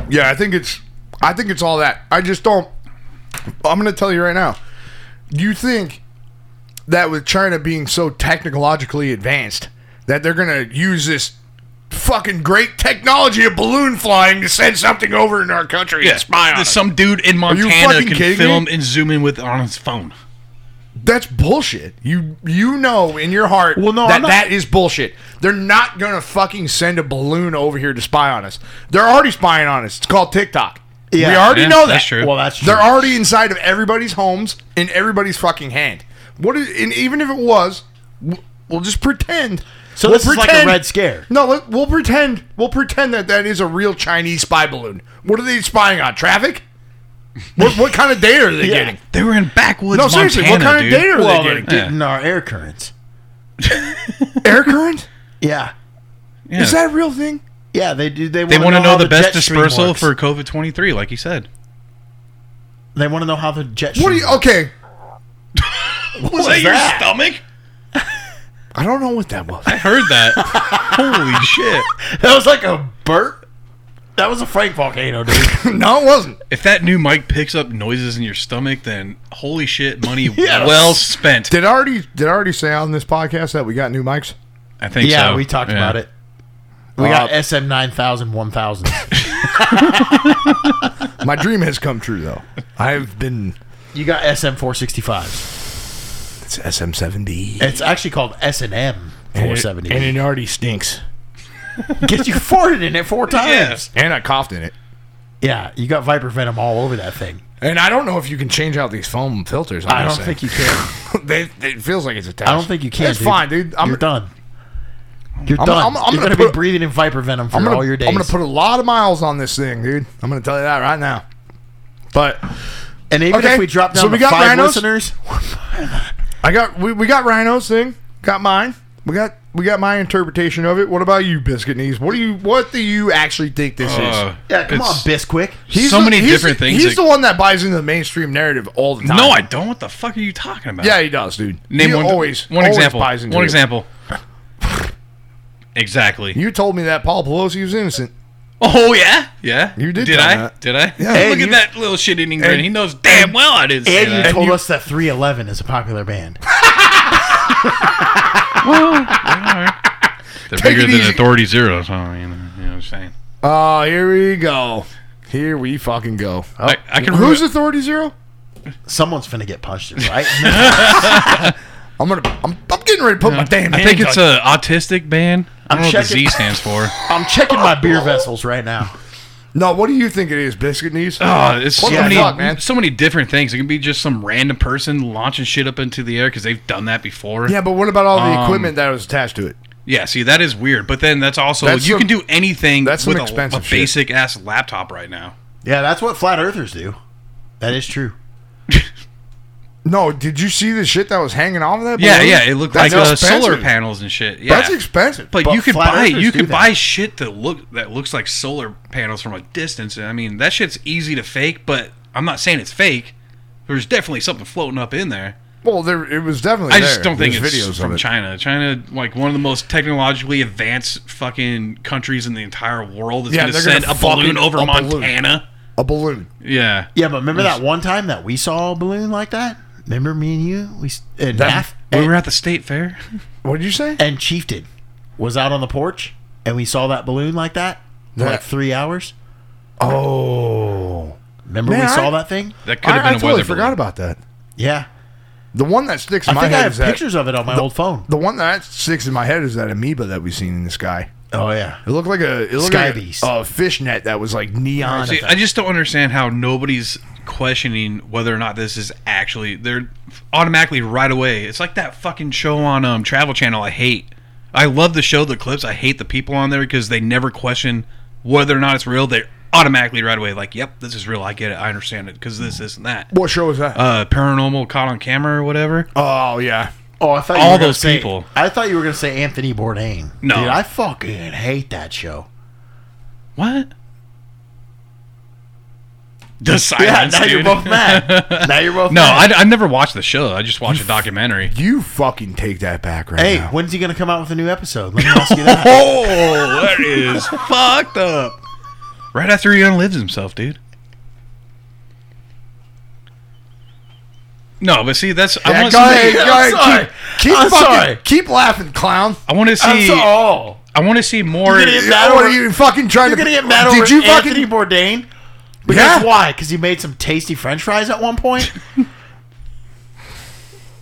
[SPEAKER 1] Yeah, I think it's I think it's all that. I just don't I'm going to tell you right now. You think that with China being so technologically advanced that they're going to use this fucking great technology of balloon flying to send something over in our country
[SPEAKER 4] Yeah,
[SPEAKER 1] and spy on
[SPEAKER 4] there's
[SPEAKER 1] us.
[SPEAKER 4] some dude in
[SPEAKER 1] you
[SPEAKER 4] Montana
[SPEAKER 1] fucking
[SPEAKER 4] can
[SPEAKER 1] kidding
[SPEAKER 4] film
[SPEAKER 1] me?
[SPEAKER 4] and zoom in with on his phone.
[SPEAKER 1] That's bullshit. You you know in your heart
[SPEAKER 2] Well, no,
[SPEAKER 1] that
[SPEAKER 2] I'm not-
[SPEAKER 1] that is bullshit. They're not gonna fucking send a balloon over here to spy on us. They're already spying on us. It's called TikTok.
[SPEAKER 2] Yeah.
[SPEAKER 1] we already
[SPEAKER 4] Yeah,
[SPEAKER 1] know that.
[SPEAKER 4] that's true.
[SPEAKER 2] Well, that's true.
[SPEAKER 1] They're already inside of everybody's homes in everybody's fucking hand. What is, and even if it was, w- we'll just pretend.
[SPEAKER 2] So
[SPEAKER 1] we'll
[SPEAKER 2] this is like a Red Scare.
[SPEAKER 1] No, let, we'll pretend. We'll pretend that that is a real Chinese spy balloon. What are they spying on? Traffic? what, what kind of data are they
[SPEAKER 2] Yeah.
[SPEAKER 1] getting?
[SPEAKER 4] They were in backwoods.
[SPEAKER 1] No, seriously, what
[SPEAKER 4] Montana,
[SPEAKER 1] kind
[SPEAKER 4] dude.
[SPEAKER 1] of data are
[SPEAKER 2] Well,
[SPEAKER 1] they
[SPEAKER 2] they're
[SPEAKER 1] getting?
[SPEAKER 2] getting our air currents.
[SPEAKER 1] Air current?
[SPEAKER 2] Yeah,
[SPEAKER 4] Yeah.
[SPEAKER 1] Is that a real thing?
[SPEAKER 2] yeah. They do. They,
[SPEAKER 4] They
[SPEAKER 2] want to
[SPEAKER 4] know, the best
[SPEAKER 2] jet stream
[SPEAKER 4] dispersal
[SPEAKER 2] works.
[SPEAKER 4] for COVID twenty three, like you said.
[SPEAKER 2] They want to know how the jet.
[SPEAKER 1] What do
[SPEAKER 2] stream
[SPEAKER 1] you? Okay,
[SPEAKER 4] Was
[SPEAKER 2] that your that?
[SPEAKER 4] stomach?
[SPEAKER 1] I don't know what that was.
[SPEAKER 4] I heard that. Holy shit!
[SPEAKER 2] works. That was like a burp. That was a Frank volcano, dude.
[SPEAKER 1] no, it wasn't.
[SPEAKER 4] If that new mic picks up noises in your stomach, then holy shit, money
[SPEAKER 2] Yes.
[SPEAKER 4] well spent.
[SPEAKER 1] Did I already did I already say on this podcast that we got new mics?
[SPEAKER 4] I think so.
[SPEAKER 2] yeah, we talked
[SPEAKER 4] Yeah.
[SPEAKER 2] about it. We got
[SPEAKER 1] Uh,
[SPEAKER 2] SM 9000, 1000.
[SPEAKER 1] My dream has come true though. I've been
[SPEAKER 2] you got SM 465s.
[SPEAKER 1] it's SM7B.
[SPEAKER 2] It's actually called S&M 470.
[SPEAKER 1] And it already stinks.
[SPEAKER 2] gets you farted in it four times.
[SPEAKER 1] And I coughed in it.
[SPEAKER 2] Yeah. you got viper venom all over that thing.
[SPEAKER 1] And I don't know if you can change out these foam filters.
[SPEAKER 2] I don't think you can.
[SPEAKER 1] they, it feels like it's attached.
[SPEAKER 2] I don't think you can.
[SPEAKER 1] It's fine, dude. I'm
[SPEAKER 2] You're done. You're
[SPEAKER 1] I'm-
[SPEAKER 2] done.
[SPEAKER 1] I'm- I'm
[SPEAKER 2] You're
[SPEAKER 1] gonna
[SPEAKER 2] gonna, be
[SPEAKER 1] put-
[SPEAKER 2] breathing in viper venom for
[SPEAKER 1] I'm gonna,
[SPEAKER 2] all your days.
[SPEAKER 1] I'm gonna put a lot of miles on this thing, dude. I'm gonna tell you that right now. But
[SPEAKER 2] and even
[SPEAKER 1] okay,
[SPEAKER 2] if we drop
[SPEAKER 1] so
[SPEAKER 2] down
[SPEAKER 1] we
[SPEAKER 2] to
[SPEAKER 1] got
[SPEAKER 2] five
[SPEAKER 1] rhinos?
[SPEAKER 2] listeners,
[SPEAKER 1] I got we, we got Rhino's thing. Got mine. We got we got my interpretation of it. What about you, Biscuit Knees? What do you what do you actually think this
[SPEAKER 4] Uh,
[SPEAKER 1] is?
[SPEAKER 2] yeah, come on,
[SPEAKER 4] it's-
[SPEAKER 2] Bisquick.
[SPEAKER 4] so
[SPEAKER 1] the-
[SPEAKER 4] many different things
[SPEAKER 1] He's
[SPEAKER 4] that-
[SPEAKER 1] the one that buys into the mainstream narrative all the time.
[SPEAKER 4] No, I don't. What the fuck are you talking about?
[SPEAKER 1] Yeah, he does, dude.
[SPEAKER 4] Name
[SPEAKER 1] he
[SPEAKER 4] one.
[SPEAKER 1] always
[SPEAKER 4] one
[SPEAKER 1] always
[SPEAKER 4] example.
[SPEAKER 1] Buys into
[SPEAKER 4] one
[SPEAKER 1] it.
[SPEAKER 4] example. Exactly.
[SPEAKER 1] You told me that Paul Pelosi was innocent.
[SPEAKER 4] Oh yeah, yeah.
[SPEAKER 1] You did
[SPEAKER 4] Did
[SPEAKER 1] tell
[SPEAKER 4] I?
[SPEAKER 1] that.
[SPEAKER 4] Did I?
[SPEAKER 1] Yeah.
[SPEAKER 4] Look
[SPEAKER 1] And
[SPEAKER 4] at
[SPEAKER 1] you-
[SPEAKER 4] that little shit eating grin. He knows damn well I didn't say
[SPEAKER 2] And you
[SPEAKER 4] that.
[SPEAKER 2] told
[SPEAKER 1] you-
[SPEAKER 2] us that 311 is a popular band.
[SPEAKER 4] They're
[SPEAKER 1] Take
[SPEAKER 4] bigger
[SPEAKER 1] it
[SPEAKER 4] than
[SPEAKER 1] easy.
[SPEAKER 4] Authority Zero. So you know, you know what I'm saying.
[SPEAKER 1] Oh, here we go. Here we fucking go. Oh.
[SPEAKER 4] I, I can.
[SPEAKER 1] Who's
[SPEAKER 4] ruin-
[SPEAKER 1] Authority Zero?
[SPEAKER 2] Someone's finna get punched, in, right?
[SPEAKER 1] I'm gonna. I'm, I'm getting ready to put my damn.
[SPEAKER 4] I
[SPEAKER 1] hands
[SPEAKER 4] think it's
[SPEAKER 1] on
[SPEAKER 4] a autistic band. I don't know what the
[SPEAKER 2] checking-
[SPEAKER 4] Z stands for.
[SPEAKER 2] I'm checking my beer vessels right now.
[SPEAKER 1] No, what do you think it is, Biscuit Knees?
[SPEAKER 4] Oh, it's so
[SPEAKER 1] What the
[SPEAKER 4] many,
[SPEAKER 1] fuck, man?
[SPEAKER 4] so many different things. It can be just some random person launching shit up into the air because they've done that before.
[SPEAKER 1] yeah, but what about all
[SPEAKER 4] Um,
[SPEAKER 1] the equipment that was attached to it?
[SPEAKER 4] Yeah, see, that is weird. But then that's also
[SPEAKER 1] That's
[SPEAKER 4] you
[SPEAKER 1] some-
[SPEAKER 4] can do anything
[SPEAKER 1] that's some
[SPEAKER 4] with a,
[SPEAKER 1] expensive
[SPEAKER 4] a
[SPEAKER 1] shit.
[SPEAKER 4] basic ass laptop right now.
[SPEAKER 2] Yeah, that's what flat earthers do. That is true.
[SPEAKER 1] No, did you see the shit that was hanging off of that?
[SPEAKER 4] Yeah,
[SPEAKER 1] balloon?
[SPEAKER 4] yeah, it looked
[SPEAKER 1] That's
[SPEAKER 4] like uh, solar
[SPEAKER 1] expensive.
[SPEAKER 4] panels and shit. Yeah,
[SPEAKER 1] That's expensive.
[SPEAKER 4] But, you could
[SPEAKER 2] flat
[SPEAKER 4] buy
[SPEAKER 2] earthers
[SPEAKER 4] you
[SPEAKER 2] do
[SPEAKER 4] could
[SPEAKER 2] that.
[SPEAKER 4] buy shit that look that looks like solar panels from a distance. And I mean, that shit's easy to fake. But I'm not saying it's fake. There's definitely something floating up in there.
[SPEAKER 1] well, there it was definitely.
[SPEAKER 4] I just
[SPEAKER 1] there.
[SPEAKER 4] don't think
[SPEAKER 1] There's
[SPEAKER 4] it's
[SPEAKER 1] videos
[SPEAKER 4] from
[SPEAKER 1] of it.
[SPEAKER 4] China. China, like one of the most technologically advanced fucking countries in the entire world, is
[SPEAKER 1] Yeah,
[SPEAKER 4] going to
[SPEAKER 1] they're gonna
[SPEAKER 4] send a
[SPEAKER 1] fucking-
[SPEAKER 4] balloon over
[SPEAKER 1] a balloon.
[SPEAKER 4] Montana.
[SPEAKER 1] A balloon.
[SPEAKER 4] Yeah,
[SPEAKER 2] Yeah, but remember that one time that we saw a balloon like that? Remember me and you? We s- and
[SPEAKER 1] That-
[SPEAKER 2] Af-
[SPEAKER 4] we
[SPEAKER 2] and,
[SPEAKER 4] were at the state fair.
[SPEAKER 1] What did you say?
[SPEAKER 4] Eh.
[SPEAKER 2] and Chieftain was out on the porch, and we saw that balloon like that for like
[SPEAKER 1] That-
[SPEAKER 2] three hours.
[SPEAKER 1] Oh,
[SPEAKER 2] Remember
[SPEAKER 1] Man,
[SPEAKER 2] we
[SPEAKER 1] I-
[SPEAKER 2] saw that thing?
[SPEAKER 4] That could
[SPEAKER 1] I,
[SPEAKER 4] have been
[SPEAKER 1] I
[SPEAKER 4] a
[SPEAKER 1] totally
[SPEAKER 4] weather
[SPEAKER 1] forgot
[SPEAKER 4] balloon.
[SPEAKER 1] about that.
[SPEAKER 2] Yeah,
[SPEAKER 1] The one that sticks in
[SPEAKER 2] I
[SPEAKER 1] my
[SPEAKER 2] think
[SPEAKER 1] head
[SPEAKER 2] I have
[SPEAKER 1] is that
[SPEAKER 2] pictures of it on my old phone.
[SPEAKER 1] the one that sticks in my head is that amoeba that we've seen in the sky.
[SPEAKER 2] Oh yeah,
[SPEAKER 1] It looked like a it looked
[SPEAKER 2] Sky
[SPEAKER 1] like a-
[SPEAKER 2] beast.
[SPEAKER 1] A, fish net that was like neon.
[SPEAKER 4] See, I just don't understand how nobody's questioning whether or not this is actually. They're automatically right away. It's like that fucking show on um, Travel Channel. I hate. I love the show, the clips. I hate the people on there because they never question whether or not it's real. They automatically right away like, "Yep, this is real. I get it. I understand it because this, this, and that."
[SPEAKER 1] what show is that?
[SPEAKER 4] Uh, paranormal caught on camera or whatever.
[SPEAKER 1] oh yeah,
[SPEAKER 2] Oh, I thought you
[SPEAKER 4] All
[SPEAKER 2] were gonna
[SPEAKER 4] those
[SPEAKER 2] say-
[SPEAKER 4] people.
[SPEAKER 2] I thought you were gonna say Anthony Bourdain.
[SPEAKER 4] No.
[SPEAKER 2] dude, I fucking hate that show.
[SPEAKER 4] What? The
[SPEAKER 2] Yeah,
[SPEAKER 4] silence.
[SPEAKER 2] now you're
[SPEAKER 4] dude.
[SPEAKER 2] both mad. now you're both
[SPEAKER 4] No,
[SPEAKER 2] mad.
[SPEAKER 4] I, I never watched the show. I just watched a documentary.
[SPEAKER 1] you fucking take that back right
[SPEAKER 2] Hey,
[SPEAKER 1] now.
[SPEAKER 2] when's he gonna come out with a new episode? Let me ask you that.
[SPEAKER 4] Oh, that is fucked up. Right after he unlives himself, dude. No, but see, that's I
[SPEAKER 1] Yeah,
[SPEAKER 4] want
[SPEAKER 1] go ahead,
[SPEAKER 4] to
[SPEAKER 1] go
[SPEAKER 4] see.
[SPEAKER 1] ahead.
[SPEAKER 2] sorry.
[SPEAKER 1] Keep, keep
[SPEAKER 2] I'm
[SPEAKER 1] fucking,
[SPEAKER 2] sorry.
[SPEAKER 1] keep laughing, clown.
[SPEAKER 4] I want to see.
[SPEAKER 2] all.
[SPEAKER 4] I want to see more.
[SPEAKER 2] You're gonna- Mad
[SPEAKER 1] Now what
[SPEAKER 2] over-
[SPEAKER 1] are you fucking trying
[SPEAKER 2] You're
[SPEAKER 1] to?
[SPEAKER 2] gonna get mad
[SPEAKER 1] did
[SPEAKER 2] over
[SPEAKER 1] you fucking?
[SPEAKER 2] Anthony Bourdain? Because
[SPEAKER 1] yeah.
[SPEAKER 2] why? Because he made some tasty French fries at one point.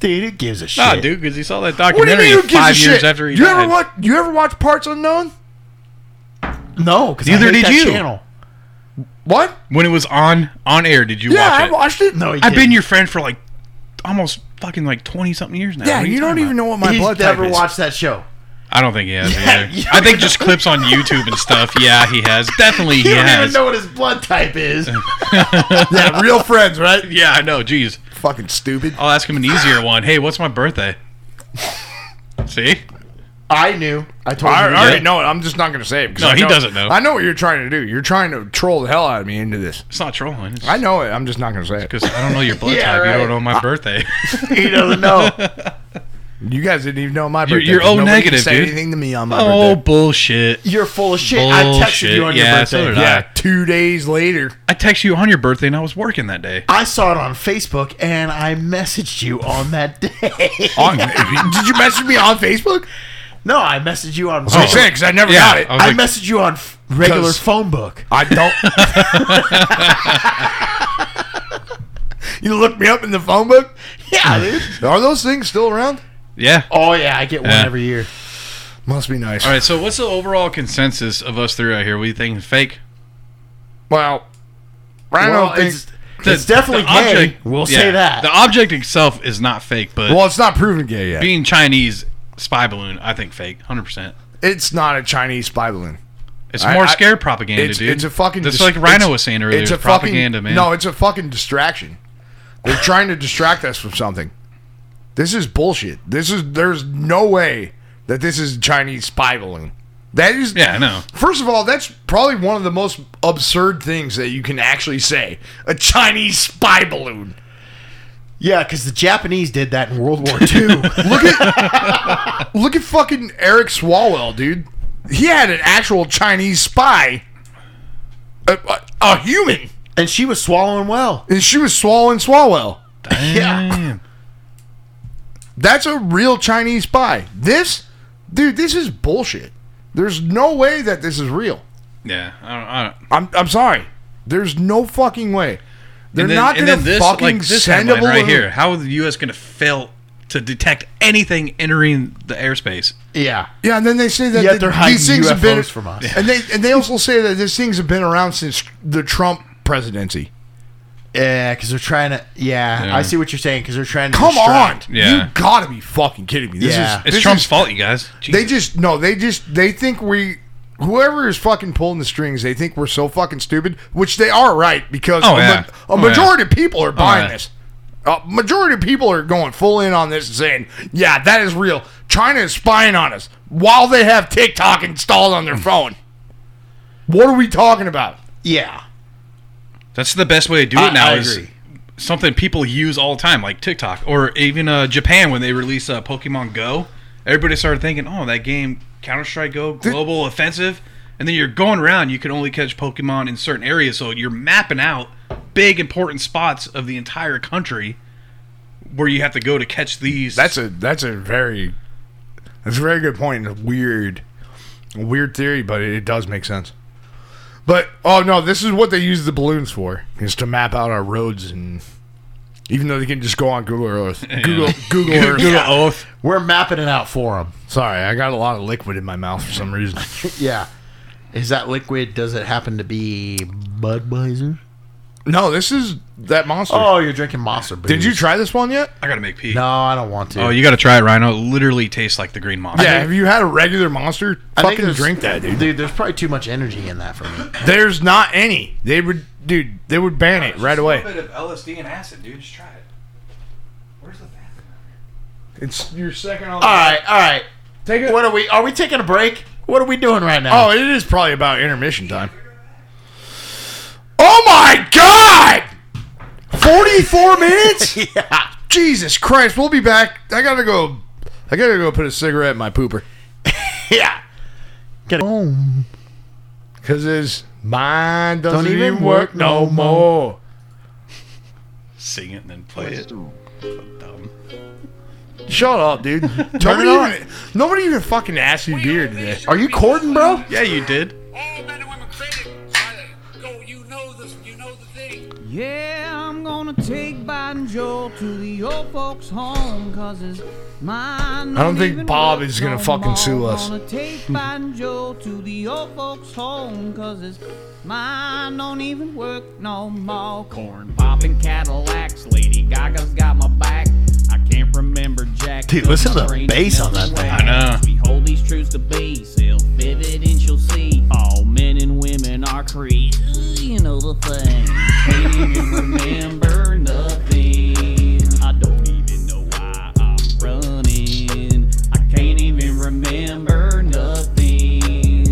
[SPEAKER 2] Dude, who gives a shit?
[SPEAKER 4] Nah, dude, because he saw that
[SPEAKER 1] What do you
[SPEAKER 4] documentary
[SPEAKER 1] mean? Who gives a
[SPEAKER 4] five years
[SPEAKER 1] shit?
[SPEAKER 4] after he
[SPEAKER 1] you
[SPEAKER 4] died.
[SPEAKER 1] ever watch? You ever watch Parts Unknown?
[SPEAKER 2] No, because
[SPEAKER 4] Neither
[SPEAKER 2] I hate
[SPEAKER 4] did
[SPEAKER 2] that
[SPEAKER 4] you.
[SPEAKER 2] Channel.
[SPEAKER 1] What?
[SPEAKER 4] when it was on on air, did you
[SPEAKER 1] Yeah,
[SPEAKER 4] watch
[SPEAKER 1] I
[SPEAKER 4] it?
[SPEAKER 1] watched it.
[SPEAKER 2] No, he
[SPEAKER 4] I've been
[SPEAKER 2] didn't.
[SPEAKER 4] your friend for like almost fucking like twenty something years now.
[SPEAKER 1] yeah,
[SPEAKER 4] What are
[SPEAKER 1] you, don't
[SPEAKER 4] talking
[SPEAKER 1] even
[SPEAKER 4] about?
[SPEAKER 1] know what my
[SPEAKER 2] He's
[SPEAKER 1] blood type
[SPEAKER 2] never
[SPEAKER 1] is.
[SPEAKER 2] watched that show.
[SPEAKER 4] I don't think he has
[SPEAKER 2] Yeah,
[SPEAKER 4] either.
[SPEAKER 2] you
[SPEAKER 4] I think
[SPEAKER 2] don't
[SPEAKER 4] just
[SPEAKER 2] know.
[SPEAKER 4] clips on YouTube and stuff. Yeah, he has. Definitely he
[SPEAKER 2] You don't
[SPEAKER 4] has.
[SPEAKER 2] even know what his blood type is.
[SPEAKER 1] yeah, real friends, right?
[SPEAKER 4] Yeah, I know. Jeez.
[SPEAKER 1] Fucking stupid.
[SPEAKER 4] I'll ask him an easier one. Hey, what's my birthday? See?
[SPEAKER 2] I knew. I told
[SPEAKER 1] I
[SPEAKER 2] you.
[SPEAKER 1] already
[SPEAKER 2] that.
[SPEAKER 1] know it. I'm just not going to say it. 'cause
[SPEAKER 4] No,
[SPEAKER 1] I
[SPEAKER 4] he doesn't know.
[SPEAKER 1] I know what you're trying to do. You're trying to troll the hell out of me into this.
[SPEAKER 4] It's not trolling. It's
[SPEAKER 1] I know it. I'm just not going to say it.
[SPEAKER 4] because I don't know your blood
[SPEAKER 2] Yeah,
[SPEAKER 4] type. You
[SPEAKER 2] right.
[SPEAKER 4] don't know my birthday.
[SPEAKER 2] He doesn't know.
[SPEAKER 1] You guys didn't even know my
[SPEAKER 4] You're-
[SPEAKER 1] birthday.
[SPEAKER 4] you're
[SPEAKER 1] 'cause
[SPEAKER 4] O
[SPEAKER 1] nobody
[SPEAKER 4] negative,
[SPEAKER 1] Can say
[SPEAKER 4] dude.
[SPEAKER 1] anything to me on my
[SPEAKER 4] oh,
[SPEAKER 1] birthday.
[SPEAKER 4] bullshit.
[SPEAKER 2] You're full of shit. I texted
[SPEAKER 4] Bullshit.
[SPEAKER 2] you on your
[SPEAKER 4] oh, Yeah, so
[SPEAKER 2] birthday.
[SPEAKER 4] did I.
[SPEAKER 1] Yeah, two days later.
[SPEAKER 4] I text you on your birthday and I was working that day.
[SPEAKER 2] I saw it on Facebook and I messaged you on that day.
[SPEAKER 4] On,
[SPEAKER 1] Did you message me on Facebook?
[SPEAKER 2] no, I messaged you on.
[SPEAKER 1] I was saying, 'cause I never
[SPEAKER 4] Oh. Yeah, Oh.
[SPEAKER 1] got it.
[SPEAKER 4] I
[SPEAKER 1] I,
[SPEAKER 4] was
[SPEAKER 2] I
[SPEAKER 4] like-
[SPEAKER 2] messaged you on f- regular
[SPEAKER 1] 'Cause-
[SPEAKER 2] phone book.
[SPEAKER 1] don't. you looked me up in the phone book?
[SPEAKER 2] Yeah, dude.
[SPEAKER 1] Are those things still around?
[SPEAKER 4] yeah.
[SPEAKER 2] Hmm. Oh yeah, I get one
[SPEAKER 4] Yeah.
[SPEAKER 2] every year.
[SPEAKER 1] Must be nice.
[SPEAKER 4] All right. So, what's the overall consensus of us three out here? We think fake.
[SPEAKER 1] Well, I
[SPEAKER 2] Well,
[SPEAKER 1] don't think.
[SPEAKER 2] it's, it's definitely gay. we'll
[SPEAKER 4] yeah,
[SPEAKER 2] say that.
[SPEAKER 4] the object itself is not fake, but
[SPEAKER 1] well, it's not proven gay yet.
[SPEAKER 4] being Chinese spy balloon, I think fake, hundred percent.
[SPEAKER 1] It's not a Chinese spy balloon.
[SPEAKER 4] It's
[SPEAKER 1] I-
[SPEAKER 4] more
[SPEAKER 1] I-
[SPEAKER 4] scare propaganda,
[SPEAKER 1] It's,
[SPEAKER 4] dude.
[SPEAKER 1] it's a fucking.
[SPEAKER 4] That's
[SPEAKER 1] dis-
[SPEAKER 4] like Rhino
[SPEAKER 1] it's-
[SPEAKER 4] was saying earlier. It's
[SPEAKER 1] a
[SPEAKER 4] propaganda,
[SPEAKER 1] fucking,
[SPEAKER 4] man.
[SPEAKER 1] No, it's a fucking distraction. They're trying to distract us from something. This is bullshit. This is there's no way that this is a Chinese spy balloon. That is
[SPEAKER 4] yeah, I know.
[SPEAKER 1] First of all, that's probably one of the most absurd things that you can actually say. A Chinese spy balloon.
[SPEAKER 2] yeah, because the Japanese did that in World War II.
[SPEAKER 1] Look at look at fucking Eric Swalwell, dude. He had an actual Chinese spy, a, a, a human,
[SPEAKER 2] and she was swallowing well.
[SPEAKER 1] and she was swallowing Swalwell.
[SPEAKER 4] Damn.
[SPEAKER 1] That's a real Chinese spy. This, dude, this is bullshit. There's no way that this is real.
[SPEAKER 4] Yeah. I don't. I don't.
[SPEAKER 1] I'm, I'm sorry. There's no fucking way. They're
[SPEAKER 4] And then,
[SPEAKER 1] not
[SPEAKER 4] and
[SPEAKER 1] gonna
[SPEAKER 4] then this,
[SPEAKER 1] fucking
[SPEAKER 4] like this
[SPEAKER 1] send a
[SPEAKER 4] headline right
[SPEAKER 1] balloon.
[SPEAKER 4] here. How is the U.S. going to fail to detect anything entering the airspace?
[SPEAKER 2] Yeah,
[SPEAKER 1] Yeah, and then they say that
[SPEAKER 2] Yet
[SPEAKER 1] th-
[SPEAKER 2] they're hiding
[SPEAKER 1] have been
[SPEAKER 2] UFOs from us.
[SPEAKER 1] and they and they also say that these things have been around since the Trump presidency.
[SPEAKER 2] yeah, because they're trying to. Yeah,
[SPEAKER 4] Yeah.
[SPEAKER 2] I see what you're saying. Because they're trying to.
[SPEAKER 1] Come on,
[SPEAKER 2] distract.
[SPEAKER 4] Yeah.
[SPEAKER 1] you gotta be fucking kidding me. This
[SPEAKER 2] Yeah.
[SPEAKER 1] is
[SPEAKER 4] It's
[SPEAKER 1] this
[SPEAKER 4] Trump's
[SPEAKER 1] is-
[SPEAKER 4] fault, you guys. Jesus.
[SPEAKER 1] They just no, they just they think we whoever is fucking pulling the strings, they think we're so fucking stupid, which they are right because
[SPEAKER 4] Oh,
[SPEAKER 1] a, ma-
[SPEAKER 4] yeah.
[SPEAKER 1] a
[SPEAKER 4] Oh,
[SPEAKER 1] majority of people are buying
[SPEAKER 4] yeah.
[SPEAKER 1] this. A majority of people are going full in on this and saying, "Yeah, that is real. China is spying on us while they have TikTok installed on their phone." What are we talking about?
[SPEAKER 2] Yeah,
[SPEAKER 4] That's the best way to do
[SPEAKER 2] I-
[SPEAKER 4] it now.
[SPEAKER 2] I
[SPEAKER 4] is
[SPEAKER 2] agree.
[SPEAKER 4] something people use all the time, like TikTok or even uh, Japan when they release uh, Pokemon Go. Everybody started thinking, "Oh, that game Counter Strike Go Global Offensive," and then you're going around. You can only catch Pokemon in certain areas, so you're mapping out big important spots of the entire country where you have to go to catch these.
[SPEAKER 1] That's a that's a very that's a very good point and a weird a weird theory, but it, it does make sense. But oh no, this is what they use the balloons for is to map out our roads and even though they can just go on Google Earth, Google Google Earth.
[SPEAKER 4] Google Oath.
[SPEAKER 2] we're mapping it out for them.
[SPEAKER 1] Sorry, I got a lot of liquid in my mouth for some reason.
[SPEAKER 2] Yeah, is that liquid? Does it happen to be Budweiser?
[SPEAKER 1] no, this is that monster.
[SPEAKER 2] Oh, you're drinking Monster. Booze.
[SPEAKER 1] Did you try this one yet?
[SPEAKER 4] I gotta make pee.
[SPEAKER 2] No, I don't want to.
[SPEAKER 4] Oh, you gotta try it, Rhino. It literally tastes like the green monster.
[SPEAKER 1] Yeah, have you had a regular monster?
[SPEAKER 2] I think
[SPEAKER 1] Fucking
[SPEAKER 2] there's-
[SPEAKER 1] drink that, dude.
[SPEAKER 2] Dude, there's probably too much energy in that for me.
[SPEAKER 1] There's not any. They would, dude. They would ban it right away.
[SPEAKER 4] bit of LSD and acid, dude. Just try it. Where's the bathroom?
[SPEAKER 1] It's your second.
[SPEAKER 2] All right, all right.
[SPEAKER 1] Take it.
[SPEAKER 2] What are we? Are we taking a break? What are we doing right now?
[SPEAKER 1] Oh, it is probably about intermission time. Oh my god! 44 minutes?
[SPEAKER 2] yeah.
[SPEAKER 1] Jesus Christ, we'll be back. I gotta go. I gotta go put a cigarette in my pooper.
[SPEAKER 2] Yeah. Get home.
[SPEAKER 1] Cause his mind doesn't
[SPEAKER 2] Don't
[SPEAKER 1] even work no more.
[SPEAKER 4] Sing it and then play it. Dumb.
[SPEAKER 1] Shut up, dude. nobody, even, nobody even fucking asked you beer today.
[SPEAKER 2] Are you cording, bro?
[SPEAKER 4] Yeah, you did.
[SPEAKER 5] All men and women created. Go, you know this, you know the thing.
[SPEAKER 6] Yeah, I'm gonna take
[SPEAKER 5] big banjo to the old folks' home, cause his mind.
[SPEAKER 1] I don't think Bob is gonna fucking sue us.
[SPEAKER 5] Gonna take banjo to the old folks' home, cause his mind don't even work no more. Corn popping Cadillacs, Lady Gaga's got my back. I can't remember Jack.
[SPEAKER 2] Dude,
[SPEAKER 5] till
[SPEAKER 2] listen
[SPEAKER 5] my
[SPEAKER 2] to the
[SPEAKER 5] brain
[SPEAKER 2] bass on
[SPEAKER 5] melts
[SPEAKER 2] that thing.
[SPEAKER 5] away.
[SPEAKER 4] I know.
[SPEAKER 5] Behold these truths to be, self vivid and you'll see. All men and women are creed. You know the thing. Can't even remember nothing. I don't even know why I'm running. I can't even remember nothing.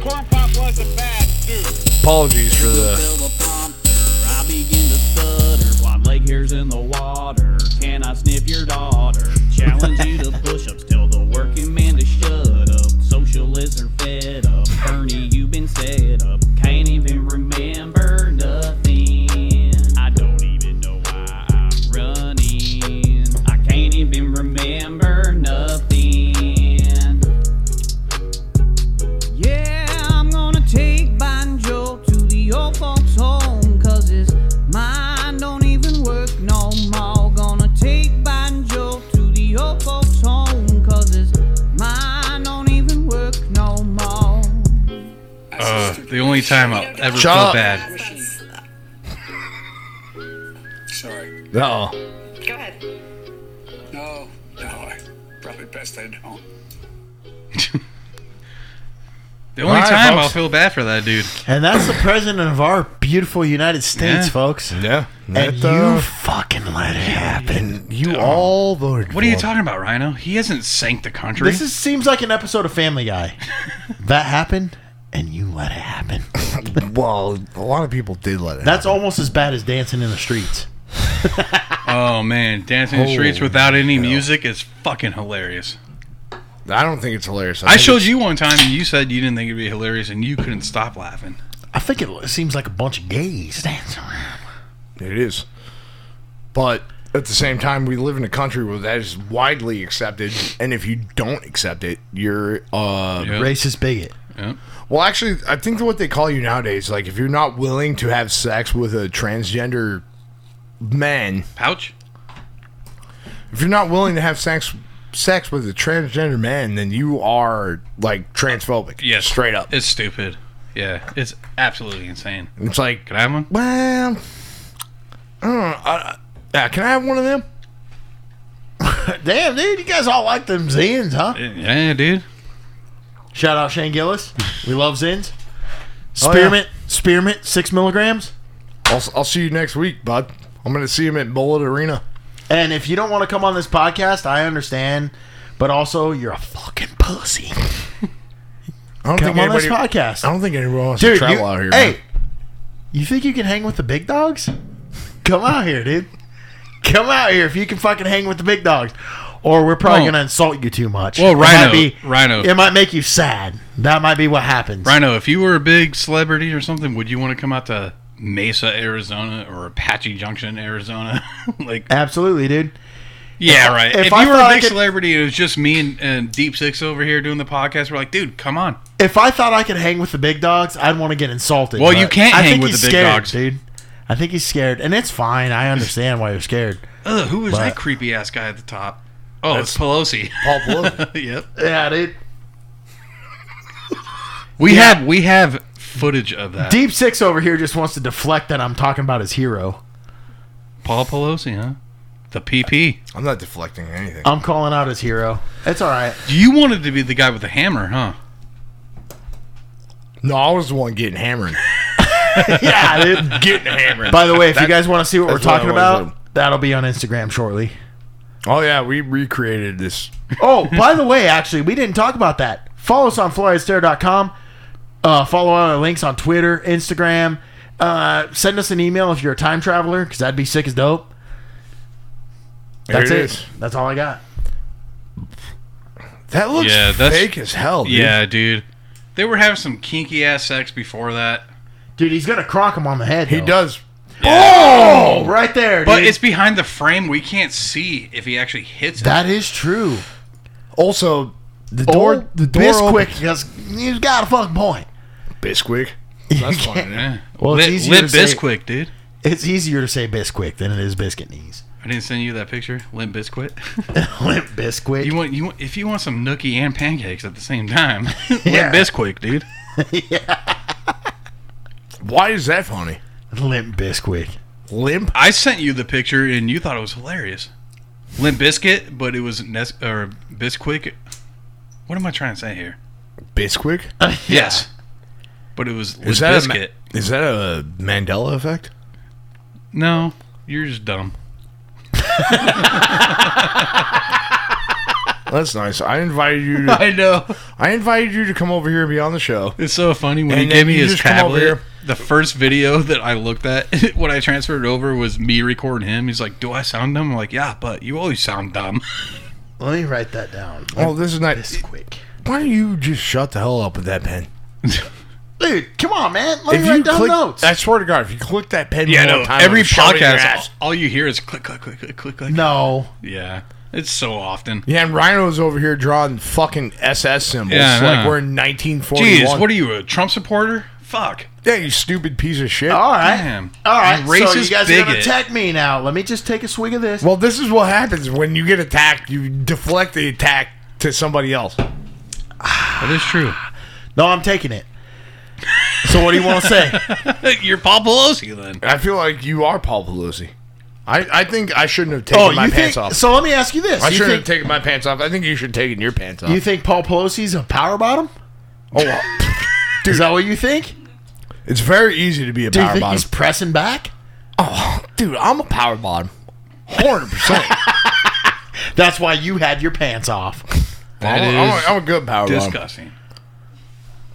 [SPEAKER 6] Corn Pop was a bad dude.
[SPEAKER 1] Apologies for the.
[SPEAKER 5] Fill the prompter, I begin to stutter. Blonde leg hairs in the water. Can I sniff your daughter? Challenge you to push ups. Tell the working man to shut up. Socialists are fed up. Bernie, you've been set up. Can't even remember nothing. I don't even know why I'm running. I can't even remember nothing. Yeah, I'm gonna take Banjo to the old folks' home, cause his mind don't even work no more. Gonna take Banjo to the old folks' home, cause his mind don't even work no more.
[SPEAKER 4] Uh, the only time I'll ever
[SPEAKER 1] Shut
[SPEAKER 4] feel
[SPEAKER 1] up.
[SPEAKER 4] bad.
[SPEAKER 6] Sorry.
[SPEAKER 1] No.
[SPEAKER 7] Go ahead.
[SPEAKER 6] No, no. I, probably best I don't.
[SPEAKER 4] The only
[SPEAKER 1] All right,
[SPEAKER 4] time
[SPEAKER 1] folks.
[SPEAKER 4] I'll feel bad for that dude.
[SPEAKER 2] And that's the president of our beautiful United States,
[SPEAKER 4] Yeah.
[SPEAKER 2] folks.
[SPEAKER 1] Yeah.
[SPEAKER 2] And
[SPEAKER 1] That, uh,
[SPEAKER 2] you fucking let it happen.
[SPEAKER 1] you all voted.
[SPEAKER 4] What are you
[SPEAKER 1] for him.
[SPEAKER 4] talking about, Rhino? He hasn't sank the country.
[SPEAKER 2] This is, seems like an episode of Family Guy. that happened, and you let it happen.
[SPEAKER 1] Well, a lot of people did let it.
[SPEAKER 2] That's almost as bad as dancing in the streets.
[SPEAKER 4] oh man, dancing in the streets
[SPEAKER 1] Holy
[SPEAKER 4] without any music is fucking hilarious.
[SPEAKER 1] happen. I don't think it's hilarious.
[SPEAKER 4] I
[SPEAKER 1] think
[SPEAKER 4] showed you one time and you said you didn't think it'd be hilarious and you couldn't stop laughing.
[SPEAKER 2] I think it seems like a bunch of gays dancing around.
[SPEAKER 1] It is. But at the same time, we live in a country where that is widely accepted, and if you don't accept it, you're uh
[SPEAKER 4] Yeah.
[SPEAKER 2] Racist bigot.
[SPEAKER 4] Yeah.
[SPEAKER 1] well actually I think what they call you nowadays, like if you're not willing to have sex with a transgender man,
[SPEAKER 4] Pouch?
[SPEAKER 1] if you're not willing to have sex sex with a transgender man, then you are like transphobic.
[SPEAKER 4] Yes.
[SPEAKER 1] Straight up.
[SPEAKER 4] It's stupid. Yeah, it's absolutely insane.
[SPEAKER 1] It's like
[SPEAKER 4] Can I have one?
[SPEAKER 1] well I don't know, I- I- yeah, can I have one of them?
[SPEAKER 2] Damn, dude, you guys all like them Zins, huh?
[SPEAKER 4] Yeah, dude.
[SPEAKER 2] Shout out Shane Gillis. We love Zins.
[SPEAKER 1] Oh,
[SPEAKER 2] Spearmint, spearmint, six milligrams.
[SPEAKER 1] I'll, I'll see you next week, bud. I'm gonna see him at Bullet Arena.
[SPEAKER 2] And if you don't want to come on this podcast, I understand. But also, you're a fucking pussy.
[SPEAKER 1] I don't
[SPEAKER 2] Come
[SPEAKER 1] think
[SPEAKER 2] on this
[SPEAKER 1] anybody.
[SPEAKER 2] podcast.
[SPEAKER 1] I don't think anyone wants to travel
[SPEAKER 2] you-
[SPEAKER 1] out here.
[SPEAKER 2] Hey,
[SPEAKER 1] man.
[SPEAKER 2] you think you can hang with the big dogs? Come out here, dude. Come out here if you can fucking hang with the big dogs. Or we're probably
[SPEAKER 4] Well-
[SPEAKER 2] gonna insult you too much.
[SPEAKER 4] Well,
[SPEAKER 2] It might
[SPEAKER 4] Rhino-
[SPEAKER 2] be-
[SPEAKER 4] Rhino.
[SPEAKER 2] It might make you sad. That might be what happens.
[SPEAKER 4] Rhino, if you were a big celebrity or something, would you want to come out to Mesa, Arizona or Apache Junction, Arizona? like
[SPEAKER 2] Absolutely, dude.
[SPEAKER 4] Yeah, right.
[SPEAKER 2] if
[SPEAKER 4] If,
[SPEAKER 2] I
[SPEAKER 4] you were
[SPEAKER 2] thought
[SPEAKER 4] a
[SPEAKER 2] I
[SPEAKER 4] big
[SPEAKER 2] could-
[SPEAKER 4] celebrity and it was just me and, and Deep Six over here doing the podcast, we're like, dude, come on.
[SPEAKER 2] If I thought I could hang with the big dogs, I'd want to get insulted.
[SPEAKER 4] Well, you
[SPEAKER 2] but
[SPEAKER 4] can't
[SPEAKER 2] I
[SPEAKER 4] hang
[SPEAKER 2] think
[SPEAKER 4] with
[SPEAKER 2] he's
[SPEAKER 4] the big
[SPEAKER 2] scared,
[SPEAKER 4] dogs.
[SPEAKER 2] dude. I think he's scared, and it's fine. I understand why you're scared.
[SPEAKER 4] Ugh, who is
[SPEAKER 2] But-
[SPEAKER 4] that creepy ass guy at the top? Oh, it's Pelosi.
[SPEAKER 1] Paul Pelosi.
[SPEAKER 4] yep.
[SPEAKER 2] Yeah, dude.
[SPEAKER 4] We have we have footage of that.
[SPEAKER 2] Deep Six over here just wants to deflect that I'm talking about his hero.
[SPEAKER 4] Paul Pelosi, huh? The PP.
[SPEAKER 1] I'm not deflecting anything.
[SPEAKER 2] I'm calling out his hero. It's all right.
[SPEAKER 4] You wanted to be the guy with the hammer, huh?
[SPEAKER 1] no, I was the one getting hammered.
[SPEAKER 2] yeah, dude.
[SPEAKER 1] getting hammered.
[SPEAKER 2] By the way, if you guys want to see what we're
[SPEAKER 1] that's what I
[SPEAKER 2] talking
[SPEAKER 1] wanna
[SPEAKER 2] about, that'll be on Instagram shortly.
[SPEAKER 1] oh yeah, we recreated this.
[SPEAKER 2] Oh, by the way, actually, we didn't talk about that. Follow us on floridstare.com. Uh, follow all our links on Twitter, Instagram. Uh, send us an email if you're a time traveler, because that'd be sick as dope. That's
[SPEAKER 1] There
[SPEAKER 2] it.
[SPEAKER 1] it is.
[SPEAKER 2] That's all I got.
[SPEAKER 1] That looks
[SPEAKER 4] Yeah, that's-
[SPEAKER 1] fake as
[SPEAKER 2] Oh,
[SPEAKER 1] hell. Dude.
[SPEAKER 4] Yeah, dude. They were having some kinky ass sex before that.
[SPEAKER 2] Dude, he's gonna crock him on the head.
[SPEAKER 1] he
[SPEAKER 2] though.
[SPEAKER 1] does.
[SPEAKER 2] Oh, right there.
[SPEAKER 4] But
[SPEAKER 2] dude.
[SPEAKER 4] it's behind the frame. We can't see if he actually hits it.
[SPEAKER 2] that is true.
[SPEAKER 1] Also, the door.
[SPEAKER 2] Or
[SPEAKER 1] the door.
[SPEAKER 2] this
[SPEAKER 1] open-
[SPEAKER 2] quick, because he's got a fucking point.
[SPEAKER 1] Bisquick.
[SPEAKER 2] That's
[SPEAKER 1] fine.
[SPEAKER 4] Yeah.
[SPEAKER 2] Well,
[SPEAKER 4] Well,
[SPEAKER 2] it's
[SPEAKER 4] lit,
[SPEAKER 2] easier
[SPEAKER 4] lit
[SPEAKER 2] to say-
[SPEAKER 4] Bisquick, dude.
[SPEAKER 2] It's easier to say Bisquick than it is Biscuit Knees.
[SPEAKER 4] I didn't send you that picture. Limp Biscuit.
[SPEAKER 2] Limp Bisquick.
[SPEAKER 4] you want you want, if you want some nookie and pancakes at the same time. Limp Bisquick, dude.
[SPEAKER 1] Why is that funny?
[SPEAKER 2] Limp Bisquick.
[SPEAKER 1] Limp.
[SPEAKER 4] I sent you the picture and you thought it was hilarious. Limp Biscuit, but it was Nes- or Bisquick. What am I trying to say here?
[SPEAKER 1] Bisquick.
[SPEAKER 4] Yes. But it was Limp
[SPEAKER 1] Is that
[SPEAKER 4] Biscuit.
[SPEAKER 1] a, Ma- is that a Mandela effect?
[SPEAKER 4] no, you're just dumb.
[SPEAKER 1] That's nice. I invited you. To,
[SPEAKER 4] I know.
[SPEAKER 1] I invited you to come over here and be on the show.
[SPEAKER 4] It's so funny when
[SPEAKER 1] And
[SPEAKER 4] he
[SPEAKER 1] then
[SPEAKER 4] gave me
[SPEAKER 1] you
[SPEAKER 4] his
[SPEAKER 1] just come over
[SPEAKER 4] tablet.
[SPEAKER 1] here.
[SPEAKER 4] The first video that I looked at when I transferred over was me recording him. He's like, "Do I sound dumb?" I'm like, "Yeah, but you always sound dumb."
[SPEAKER 2] Let me write that down.
[SPEAKER 1] Oh, this is nice.
[SPEAKER 2] Bisquick.
[SPEAKER 1] Why don't you just shut the hell up with that pen?
[SPEAKER 2] Dude, come on, man. Let me Oh, write down
[SPEAKER 1] click,
[SPEAKER 2] notes.
[SPEAKER 1] I swear to God, if you click that pen,
[SPEAKER 4] yeah,
[SPEAKER 1] one
[SPEAKER 4] no.
[SPEAKER 1] time,
[SPEAKER 4] Every
[SPEAKER 1] it'll shove it in your
[SPEAKER 4] podcast,
[SPEAKER 1] ass.
[SPEAKER 4] all you hear is click, click, click, click, click, click.
[SPEAKER 2] no.
[SPEAKER 4] Yeah, it's so often.
[SPEAKER 1] Yeah, and Rhino's over here drawing fucking SS symbols
[SPEAKER 4] Yeah, I
[SPEAKER 1] like
[SPEAKER 4] know.
[SPEAKER 1] we're in 1941.
[SPEAKER 4] Jeez, what are you, a Trump supporter? Fuck.
[SPEAKER 1] Yeah, you stupid piece of shit.
[SPEAKER 2] All right.
[SPEAKER 4] Damn.
[SPEAKER 2] All right.
[SPEAKER 4] You
[SPEAKER 2] so you
[SPEAKER 4] racist
[SPEAKER 2] guys are going to
[SPEAKER 4] bigot.
[SPEAKER 2] attack me now. Let me just take a swig of this.
[SPEAKER 1] Well, this is what happens when you get attacked. You deflect the attack to somebody else.
[SPEAKER 4] That is true.
[SPEAKER 2] No, I'm taking it. So what do you want to say?
[SPEAKER 4] You're Paul Pelosi then.
[SPEAKER 1] I feel like you are Paul Pelosi. I, I think I shouldn't have taken
[SPEAKER 2] oh,
[SPEAKER 1] my
[SPEAKER 2] you
[SPEAKER 1] pants
[SPEAKER 2] think?
[SPEAKER 1] off.
[SPEAKER 2] So let me ask you this:
[SPEAKER 1] I
[SPEAKER 2] you
[SPEAKER 1] shouldn't
[SPEAKER 2] think,
[SPEAKER 1] have taken my pants off. I think you should have taken your pants off.
[SPEAKER 2] you think Paul Pelosi's a power bottom?
[SPEAKER 1] oh, well,
[SPEAKER 2] Is that what you think?
[SPEAKER 1] it's very easy to be a
[SPEAKER 2] Do you
[SPEAKER 1] power
[SPEAKER 2] think
[SPEAKER 1] bottom.
[SPEAKER 2] he's pressing back?
[SPEAKER 1] Oh, dude, I'm a power bottom. 100%.
[SPEAKER 2] That's why you had your pants off.
[SPEAKER 4] That
[SPEAKER 1] I'm, a-
[SPEAKER 4] is
[SPEAKER 1] I'm a- I'm a good power bottom.
[SPEAKER 4] disgusting.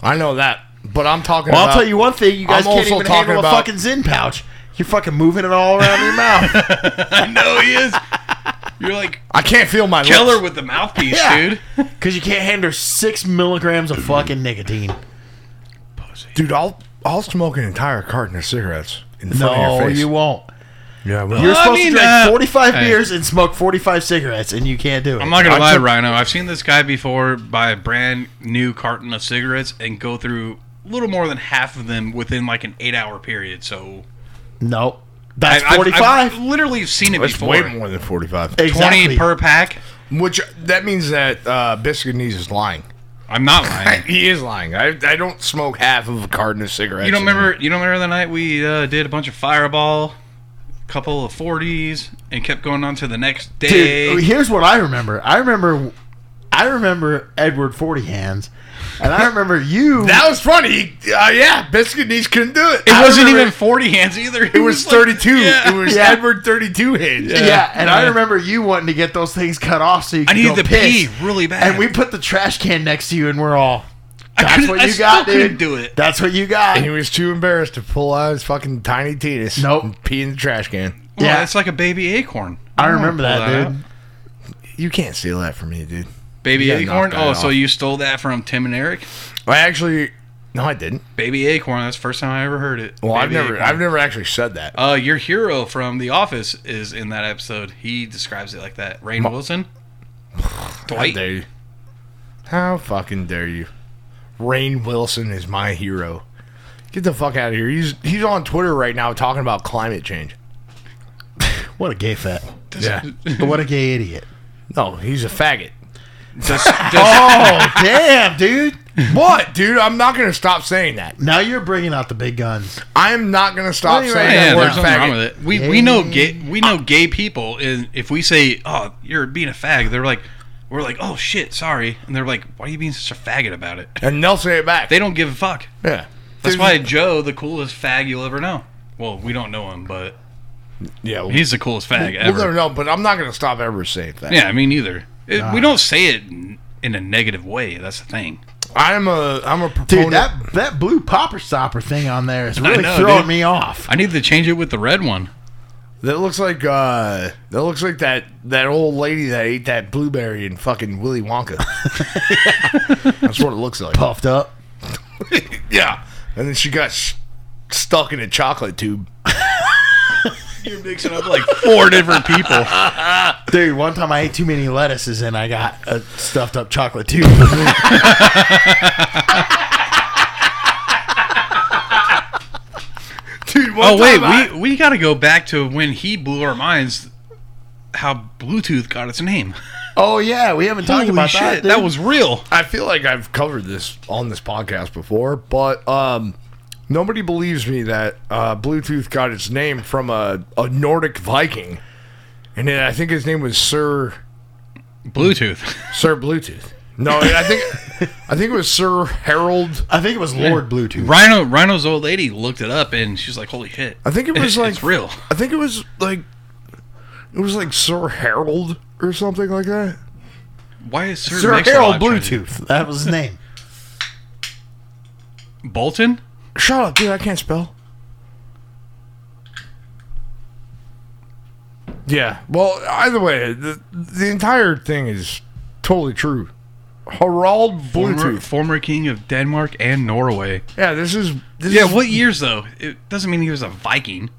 [SPEAKER 1] I know that. But I'm talking
[SPEAKER 2] Well,
[SPEAKER 1] about.
[SPEAKER 2] I'll tell you one thing: you guys
[SPEAKER 1] I'm
[SPEAKER 2] can't
[SPEAKER 1] also
[SPEAKER 2] even
[SPEAKER 1] talking
[SPEAKER 2] handle a
[SPEAKER 1] about-
[SPEAKER 2] fucking Zin pouch. You're fucking moving it all around your mouth.
[SPEAKER 4] I know he is. You're like
[SPEAKER 1] I can't feel my
[SPEAKER 4] Keller
[SPEAKER 1] lips.
[SPEAKER 4] with the mouthpiece,
[SPEAKER 2] Yeah.
[SPEAKER 4] dude.
[SPEAKER 2] Because you can't handle six milligrams of fucking nicotine.
[SPEAKER 1] Dude, I'll, I'll smoke an entire carton of cigarettes in front of
[SPEAKER 2] No,
[SPEAKER 1] your face.
[SPEAKER 2] you won't.
[SPEAKER 1] yeah, well,
[SPEAKER 2] You're
[SPEAKER 4] I
[SPEAKER 2] supposed
[SPEAKER 4] mean,
[SPEAKER 2] to drink
[SPEAKER 4] uh,
[SPEAKER 2] 45
[SPEAKER 4] hey.
[SPEAKER 2] beers and smoke 45 cigarettes, and you can't do it.
[SPEAKER 4] I'm not gonna
[SPEAKER 1] I
[SPEAKER 4] lie,
[SPEAKER 1] took-
[SPEAKER 4] Rhino. I've seen this guy before buy a brand new carton of cigarettes and go through a little more than half of them within like an eight hour period. So
[SPEAKER 2] no, that's
[SPEAKER 4] I've- I've-
[SPEAKER 2] 45.
[SPEAKER 4] I've literally seen it
[SPEAKER 1] That's
[SPEAKER 4] before.
[SPEAKER 1] way more than 45.
[SPEAKER 2] exactly.
[SPEAKER 4] Twenty per pack.
[SPEAKER 1] Which, that means that uh, Biscuit Knees is lying.
[SPEAKER 4] I'm not lying.
[SPEAKER 1] He is lying. I, I don't smoke half of a carton of cigarettes.
[SPEAKER 4] You don't remember? You don't remember the night we uh, did a bunch of Fireball, couple of 40s, and kept going on to the next day.
[SPEAKER 2] Dude, here's what I remember. I remember, I remember Edward Forty Hands, and I remember you.
[SPEAKER 1] That was funny. He- Uh, yeah, Biscuit Knees couldn't do it.
[SPEAKER 4] it
[SPEAKER 1] I
[SPEAKER 4] wasn't
[SPEAKER 1] remember-
[SPEAKER 4] even 40 hands either.
[SPEAKER 1] It was 32.
[SPEAKER 4] Yeah.
[SPEAKER 1] It was
[SPEAKER 2] Yeah.
[SPEAKER 1] Edward 32 hands.
[SPEAKER 2] yeah, and I
[SPEAKER 4] yeah.
[SPEAKER 2] remember you wanting to get those things cut off so you.
[SPEAKER 4] I
[SPEAKER 2] Could
[SPEAKER 4] needed
[SPEAKER 2] go
[SPEAKER 4] to
[SPEAKER 2] piss.
[SPEAKER 4] pee really bad.
[SPEAKER 2] and we put the trash can next to you, and we're all.
[SPEAKER 4] I
[SPEAKER 2] That's
[SPEAKER 4] couldn't-
[SPEAKER 2] what
[SPEAKER 4] I
[SPEAKER 2] you got,
[SPEAKER 4] still
[SPEAKER 2] dude.
[SPEAKER 4] couldn't do it.
[SPEAKER 2] That's what you
[SPEAKER 1] And he
[SPEAKER 2] got.
[SPEAKER 1] was too embarrassed to pull out his fucking tiny penis.
[SPEAKER 2] Nope.
[SPEAKER 1] and Pee in the trash can.
[SPEAKER 4] Well,
[SPEAKER 2] yeah.
[SPEAKER 4] it's like a baby acorn.
[SPEAKER 2] I remember that,
[SPEAKER 4] that
[SPEAKER 2] dude.
[SPEAKER 1] You can't steal that from me, dude.
[SPEAKER 4] Baby
[SPEAKER 1] Yeah,
[SPEAKER 4] acorn.
[SPEAKER 1] knock that
[SPEAKER 4] Oh, so
[SPEAKER 1] off.
[SPEAKER 4] you stole that from Tim and Eric?
[SPEAKER 1] I actually. No, I didn't.
[SPEAKER 4] Baby acorn. That's the first time I ever heard it.
[SPEAKER 1] Well, I've
[SPEAKER 4] Baby
[SPEAKER 1] never,
[SPEAKER 4] acorn.
[SPEAKER 1] I've never actually said that.
[SPEAKER 4] Uh, your hero from The Office is in that episode. He describes it like that. Rain Wilson.
[SPEAKER 1] How
[SPEAKER 4] Dwight.
[SPEAKER 1] dare you? How fucking dare you? Rain Wilson is my hero. Get the fuck out of here. He's he's on Twitter right now talking about climate change.
[SPEAKER 2] What a gay fat.
[SPEAKER 1] Yeah.
[SPEAKER 2] What a gay idiot.
[SPEAKER 1] No, he's a faggot.
[SPEAKER 4] Does- does-
[SPEAKER 2] Oh damn, dude!
[SPEAKER 1] What, dude? I'm not gonna stop saying that.
[SPEAKER 2] Now you're bringing out the big guns.
[SPEAKER 1] I'm not gonna stop
[SPEAKER 2] Well, you're
[SPEAKER 1] saying
[SPEAKER 2] right.
[SPEAKER 1] that
[SPEAKER 4] Yeah,
[SPEAKER 1] word
[SPEAKER 4] there's nothing wrong
[SPEAKER 1] faggot.
[SPEAKER 4] with it. We we know gay we know gay people, and if we say, "Oh, you're being a fag," they're like, "We're like, oh shit, sorry," and they're like, "Why are you being such a faggot about it?"
[SPEAKER 1] And they'll say it back.
[SPEAKER 4] They don't give a fuck.
[SPEAKER 1] yeah.
[SPEAKER 4] That's
[SPEAKER 1] There's-
[SPEAKER 4] why Joe, the coolest fag you'll ever know. Well, we don't know him, but
[SPEAKER 1] Yeah. We'll,
[SPEAKER 4] he's the coolest fag
[SPEAKER 1] we'll
[SPEAKER 4] ever.
[SPEAKER 1] never know, but I'm not gonna stop ever saying that.
[SPEAKER 4] Yeah, me neither. It, We don't say it in in a negative way. That's the thing.
[SPEAKER 1] I'm a I'm a proponent.
[SPEAKER 2] Dude, that that blue popper stopper thing on there is really
[SPEAKER 4] know,
[SPEAKER 2] throwing
[SPEAKER 4] dude.
[SPEAKER 2] me off.
[SPEAKER 4] I need to change it with the red one.
[SPEAKER 1] That looks like uh that looks like that that old lady that ate that blueberry in fucking Willy Wonka. That's what it looks like.
[SPEAKER 2] Puffed up.
[SPEAKER 1] Yeah. And then she got s stuck in a chocolate tube.
[SPEAKER 4] You're mixing up like four different people.
[SPEAKER 2] Dude, one time I ate too many lettuces and I got a stuffed up chocolate tube.
[SPEAKER 1] Dude,
[SPEAKER 4] Oh
[SPEAKER 1] you
[SPEAKER 4] wait,
[SPEAKER 1] talking about?
[SPEAKER 4] we we got to go back to when he blew our minds. How Bluetooth got its name?
[SPEAKER 2] Oh yeah, we haven't talked
[SPEAKER 4] Holy
[SPEAKER 2] about
[SPEAKER 4] shit,
[SPEAKER 2] that.
[SPEAKER 4] that,
[SPEAKER 2] dude.
[SPEAKER 4] was real.
[SPEAKER 1] I feel like I've covered this on this podcast before, but um, nobody believes me that uh, Bluetooth got its name from a, a Nordic Viking, and then I think his name was Sir
[SPEAKER 4] Bluetooth.
[SPEAKER 1] Sir Bluetooth. No, I think I think it was Sir Harold.
[SPEAKER 2] I think it was Lord Bluetooth.
[SPEAKER 4] Rhino Rhino's old lady looked it up and she's like, "Holy shit!"
[SPEAKER 1] I think it was like
[SPEAKER 4] it's real.
[SPEAKER 1] I think it was like it was like Sir Harold or something like that.
[SPEAKER 4] Why is Sir,
[SPEAKER 2] Sir Harold
[SPEAKER 4] Mix-a-Lot trying to-
[SPEAKER 2] Bluetooth. That was his name.
[SPEAKER 4] Bolton?
[SPEAKER 1] Shut up, dude! I can't spell. Yeah. Well, either way, the, the entire thing is totally true. Harold
[SPEAKER 4] Former,
[SPEAKER 1] Bluetooth.
[SPEAKER 4] former king of Denmark and Norway.
[SPEAKER 1] yeah, this is. This
[SPEAKER 4] Yeah,
[SPEAKER 1] is-
[SPEAKER 4] what years though? It doesn't mean he was a Viking.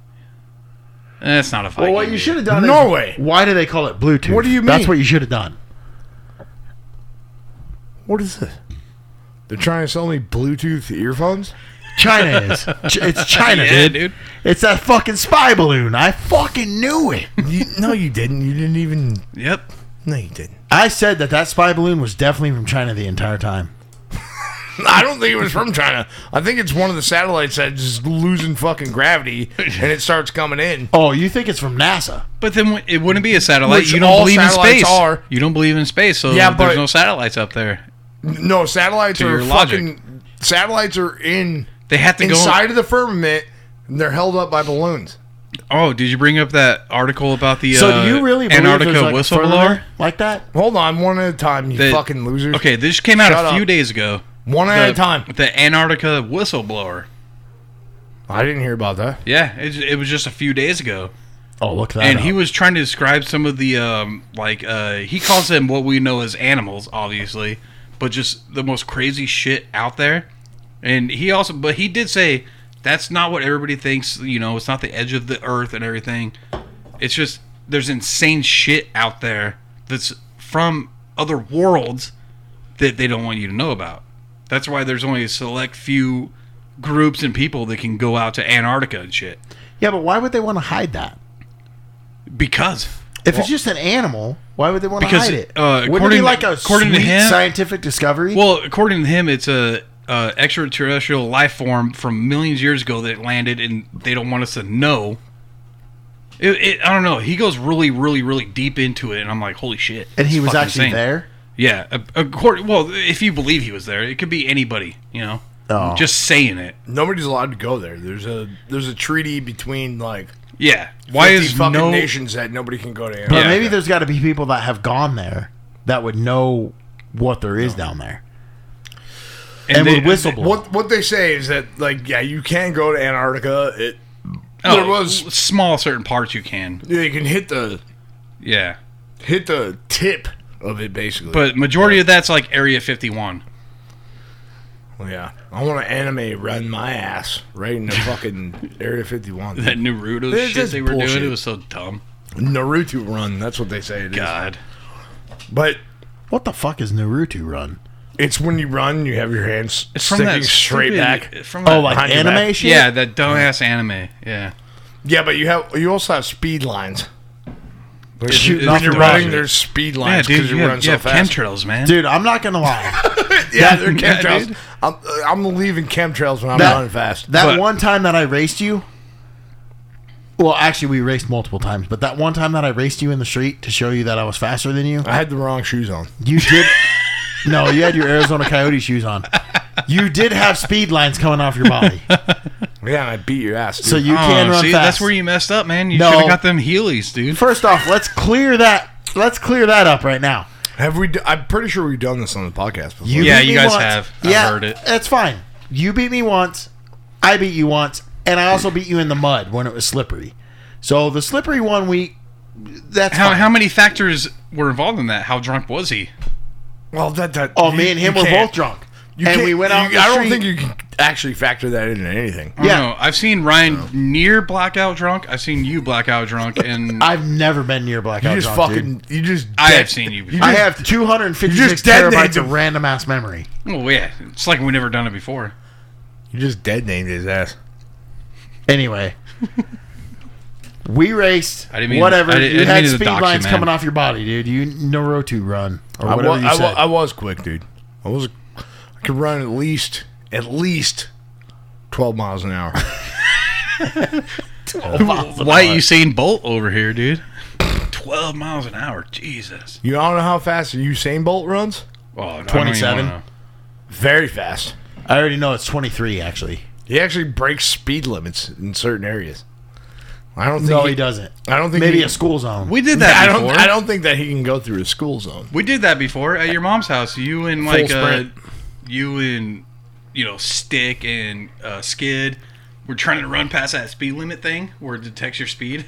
[SPEAKER 4] That's not a Viking.
[SPEAKER 2] Well, what you
[SPEAKER 4] dude.
[SPEAKER 2] should have done
[SPEAKER 1] Norway.
[SPEAKER 2] is why do they call it Bluetooth?
[SPEAKER 1] What do you
[SPEAKER 2] That's
[SPEAKER 1] mean?
[SPEAKER 2] what you should have done.
[SPEAKER 1] What is this? They're trying to sell me Bluetooth earphones.
[SPEAKER 2] China is. Ch- it's China,
[SPEAKER 4] Yeah,
[SPEAKER 2] dude.
[SPEAKER 4] dude.
[SPEAKER 2] It's that fucking spy balloon. I fucking knew it.
[SPEAKER 1] You, no, you didn't. You didn't even.
[SPEAKER 4] Yep.
[SPEAKER 1] No, you didn't.
[SPEAKER 2] I said that that spy balloon was definitely from China the entire time.
[SPEAKER 1] I don't think it was from China. I think it's one of the satellites that's just losing fucking gravity and it starts coming in.
[SPEAKER 2] Oh, you think it's from NASA?
[SPEAKER 4] But then w- it wouldn't be a satellite.
[SPEAKER 1] Which
[SPEAKER 4] you don't
[SPEAKER 1] all
[SPEAKER 4] believe in
[SPEAKER 1] satellites
[SPEAKER 4] space.
[SPEAKER 1] are.
[SPEAKER 4] You don't believe in space, so
[SPEAKER 1] Yeah, but-
[SPEAKER 4] there's no satellites up there.
[SPEAKER 1] No, satellites
[SPEAKER 4] To
[SPEAKER 1] are
[SPEAKER 4] your logic.
[SPEAKER 1] fucking. Satellites are in
[SPEAKER 4] They have to
[SPEAKER 1] inside
[SPEAKER 4] go.
[SPEAKER 1] of the firmament and they're held up by balloons.
[SPEAKER 4] Oh, did you bring up that article about the
[SPEAKER 2] so
[SPEAKER 4] uh,
[SPEAKER 2] do you really believe
[SPEAKER 4] Antarctica
[SPEAKER 2] there's, like,
[SPEAKER 4] whistleblower?
[SPEAKER 2] further like that?
[SPEAKER 1] Hold on, one at a time, you
[SPEAKER 4] The-
[SPEAKER 1] fucking losers.
[SPEAKER 4] Okay, this came out
[SPEAKER 1] Shut
[SPEAKER 4] a few
[SPEAKER 1] up.
[SPEAKER 4] days ago.
[SPEAKER 1] one at a time.
[SPEAKER 4] The Antarctica whistleblower.
[SPEAKER 1] I didn't hear about that.
[SPEAKER 4] Yeah, it, it was just a few days ago,
[SPEAKER 2] Oh, look that
[SPEAKER 4] and
[SPEAKER 2] up.
[SPEAKER 4] he was trying to describe some of the um, like uh, he calls them what we know as animals, obviously, but just the most crazy shit out there. And he also, but he did say that's not what everybody thinks. You know, it's not the edge of the earth and everything. It's just there's insane shit out there that's from other worlds that they don't want you to know about. That's why there's only a select few groups and people that can go out to Antarctica and shit.
[SPEAKER 2] yeah, but why would they want to hide that?
[SPEAKER 4] Because
[SPEAKER 2] If it's just an animal, why would they want to
[SPEAKER 4] Because,
[SPEAKER 2] hide it?
[SPEAKER 4] uh,
[SPEAKER 2] Wouldn't it be
[SPEAKER 4] according-
[SPEAKER 2] like a
[SPEAKER 4] according to
[SPEAKER 2] sweet
[SPEAKER 4] him-
[SPEAKER 2] scientific discovery?
[SPEAKER 4] well, according to him, it's a, a extraterrestrial life form from millions of years ago that landed, and they don't want us to know. It, it, I don't know. He goes really, really, really deep into it, and I'm like, holy shit!
[SPEAKER 2] and he
[SPEAKER 4] it's
[SPEAKER 2] was
[SPEAKER 4] fucking
[SPEAKER 2] actually
[SPEAKER 4] insane.
[SPEAKER 2] there.
[SPEAKER 4] Yeah. a- According, well, if you believe he was there, it could be anybody. You know,
[SPEAKER 2] Oh.
[SPEAKER 4] just saying it.
[SPEAKER 1] Nobody's allowed to go there. There's a there's a treaty between like
[SPEAKER 4] Yeah. Why
[SPEAKER 1] 50
[SPEAKER 4] is
[SPEAKER 1] fucking
[SPEAKER 4] no?
[SPEAKER 1] nations that nobody can go to.
[SPEAKER 2] But
[SPEAKER 4] Yeah.
[SPEAKER 2] maybe there's got to be people that have gone there that would know what there is down there and,
[SPEAKER 4] they-
[SPEAKER 2] would whistle.
[SPEAKER 1] What what they say is that like yeah, you can go to Antarctica. It
[SPEAKER 4] Oh,
[SPEAKER 1] there was
[SPEAKER 4] small certain parts you can.
[SPEAKER 1] you can hit the
[SPEAKER 4] Yeah.
[SPEAKER 1] hit the tip of it basically.
[SPEAKER 4] But majority of that's like Area 51.
[SPEAKER 1] Oh, yeah, I want to anime run my ass right in the fucking Area 51.
[SPEAKER 4] That Naruto
[SPEAKER 1] This
[SPEAKER 4] shit
[SPEAKER 1] is
[SPEAKER 4] they were
[SPEAKER 1] bullshit.
[SPEAKER 4] doing, it was so dumb.
[SPEAKER 1] Naruto run, that's what they say it is.
[SPEAKER 4] God.
[SPEAKER 1] But
[SPEAKER 2] What the fuck is Naruto run?
[SPEAKER 1] it's when you run, you have your hands sticking straight
[SPEAKER 4] stupid-
[SPEAKER 1] back.
[SPEAKER 4] From
[SPEAKER 2] Oh,
[SPEAKER 4] that,
[SPEAKER 2] like
[SPEAKER 1] behind your
[SPEAKER 2] anime
[SPEAKER 1] back.
[SPEAKER 2] shit?
[SPEAKER 4] yeah, that dumbass anime. Yeah,
[SPEAKER 1] Yeah, but you have you also have speed lines. When
[SPEAKER 2] Shooting
[SPEAKER 1] you're-
[SPEAKER 2] off
[SPEAKER 1] when you're
[SPEAKER 2] the
[SPEAKER 1] running,
[SPEAKER 2] rocket.
[SPEAKER 1] there's speed
[SPEAKER 4] yeah,
[SPEAKER 1] lines
[SPEAKER 4] dude.
[SPEAKER 1] because
[SPEAKER 4] You,
[SPEAKER 1] you,
[SPEAKER 4] have,
[SPEAKER 1] run
[SPEAKER 4] you
[SPEAKER 1] so
[SPEAKER 4] have
[SPEAKER 1] fast.
[SPEAKER 4] chemtrails, man.
[SPEAKER 2] Dude, I'm not gonna lie.
[SPEAKER 1] yeah, they're
[SPEAKER 4] Yeah,
[SPEAKER 1] chemtrails.
[SPEAKER 4] dude.
[SPEAKER 1] I'm, uh, I'm leaving chemtrails when I'm
[SPEAKER 2] That-
[SPEAKER 1] running fast.
[SPEAKER 2] That
[SPEAKER 4] But-
[SPEAKER 2] one time that I raced you. Well, actually, we raced multiple times, but that one time that I raced you in the street to show you that I was faster than you,
[SPEAKER 1] I had the wrong shoes on.
[SPEAKER 2] you did. no, you had your Arizona Coyote shoes on. You did have speed lines coming off your body,
[SPEAKER 1] Yeah, and I beat your ass. Dude.
[SPEAKER 2] so you
[SPEAKER 4] Oh,
[SPEAKER 2] can run
[SPEAKER 4] see,
[SPEAKER 2] fast.
[SPEAKER 4] that's where you messed up, man. You
[SPEAKER 2] No.
[SPEAKER 4] should have got them Heelys, dude.
[SPEAKER 2] First off, let's clear that. Let's clear that up right now.
[SPEAKER 1] have we? d- I'm pretty sure we've done this on the podcast before.
[SPEAKER 2] You
[SPEAKER 4] Yeah,
[SPEAKER 2] beat
[SPEAKER 4] you
[SPEAKER 2] me
[SPEAKER 4] guys
[SPEAKER 2] once.
[SPEAKER 4] have. I've heard it.
[SPEAKER 2] That's fine. You beat me once. I beat you once, and I also beat you in the mud when it was slippery. So the slippery one we that's
[SPEAKER 4] How,
[SPEAKER 2] fine.
[SPEAKER 4] how many factors were involved in that? How drunk was he?
[SPEAKER 1] well, that that.
[SPEAKER 2] Oh,
[SPEAKER 1] you-
[SPEAKER 2] me and him
[SPEAKER 1] you
[SPEAKER 2] were
[SPEAKER 1] can't.
[SPEAKER 2] both drunk.
[SPEAKER 1] You
[SPEAKER 2] and
[SPEAKER 1] can't-
[SPEAKER 2] we went out.
[SPEAKER 1] you-
[SPEAKER 2] in the
[SPEAKER 1] I don't
[SPEAKER 2] street.
[SPEAKER 1] think you can actually factor that into anything.
[SPEAKER 4] I don't
[SPEAKER 2] Yeah.
[SPEAKER 4] know. I've seen Ryan near blackout drunk. I've seen you blackout drunk, and I,
[SPEAKER 2] I've never been near blackout.
[SPEAKER 1] You just
[SPEAKER 2] drunk,
[SPEAKER 1] fucking.
[SPEAKER 2] dude.
[SPEAKER 1] You just.
[SPEAKER 4] have
[SPEAKER 1] dead-
[SPEAKER 4] seen you.
[SPEAKER 2] I
[SPEAKER 4] Before.
[SPEAKER 2] have 256
[SPEAKER 1] just detonated
[SPEAKER 2] terabytes of
[SPEAKER 1] him.
[SPEAKER 2] random ass memory.
[SPEAKER 4] Well, yeah, it's like we never done it before.
[SPEAKER 1] You just dead named his ass.
[SPEAKER 2] Anyway, We raced.
[SPEAKER 4] I didn't mean-
[SPEAKER 2] whatever.
[SPEAKER 4] I didn't- I
[SPEAKER 2] you
[SPEAKER 4] didn't
[SPEAKER 2] had
[SPEAKER 4] mean to
[SPEAKER 2] speed
[SPEAKER 4] dox you,
[SPEAKER 2] lines
[SPEAKER 4] man.
[SPEAKER 2] coming off your body, dude. You no row to run or
[SPEAKER 1] I
[SPEAKER 2] whatever
[SPEAKER 1] was,
[SPEAKER 2] you
[SPEAKER 1] I,
[SPEAKER 2] said.
[SPEAKER 1] wa- I was quick, dude. I was. I could run at least at least twelve miles an hour.
[SPEAKER 4] Why you Usain Bolt over here, dude? Twelve miles an hour, Jesus!
[SPEAKER 1] you don't know how fast Usain Bolt runs?
[SPEAKER 4] Oh, no, I don't even
[SPEAKER 2] 27?
[SPEAKER 4] wanna know.
[SPEAKER 1] Very fast.
[SPEAKER 2] I already know it's 23 actually.
[SPEAKER 1] He actually breaks speed limits in certain areas. I don't think
[SPEAKER 2] No, he doesn't.
[SPEAKER 1] I don't think
[SPEAKER 2] Maybe
[SPEAKER 1] he-
[SPEAKER 2] a school zone.
[SPEAKER 4] We did
[SPEAKER 1] I
[SPEAKER 4] that
[SPEAKER 1] don't.
[SPEAKER 4] before.
[SPEAKER 1] I don't think that he can go through a school zone.
[SPEAKER 4] We did that before at your mom's house. You and
[SPEAKER 1] Full
[SPEAKER 4] like uh,
[SPEAKER 1] sprint.
[SPEAKER 4] you and you know Stick and uh, Skid. We're trying to run past that speed limit thing where it detects your speed.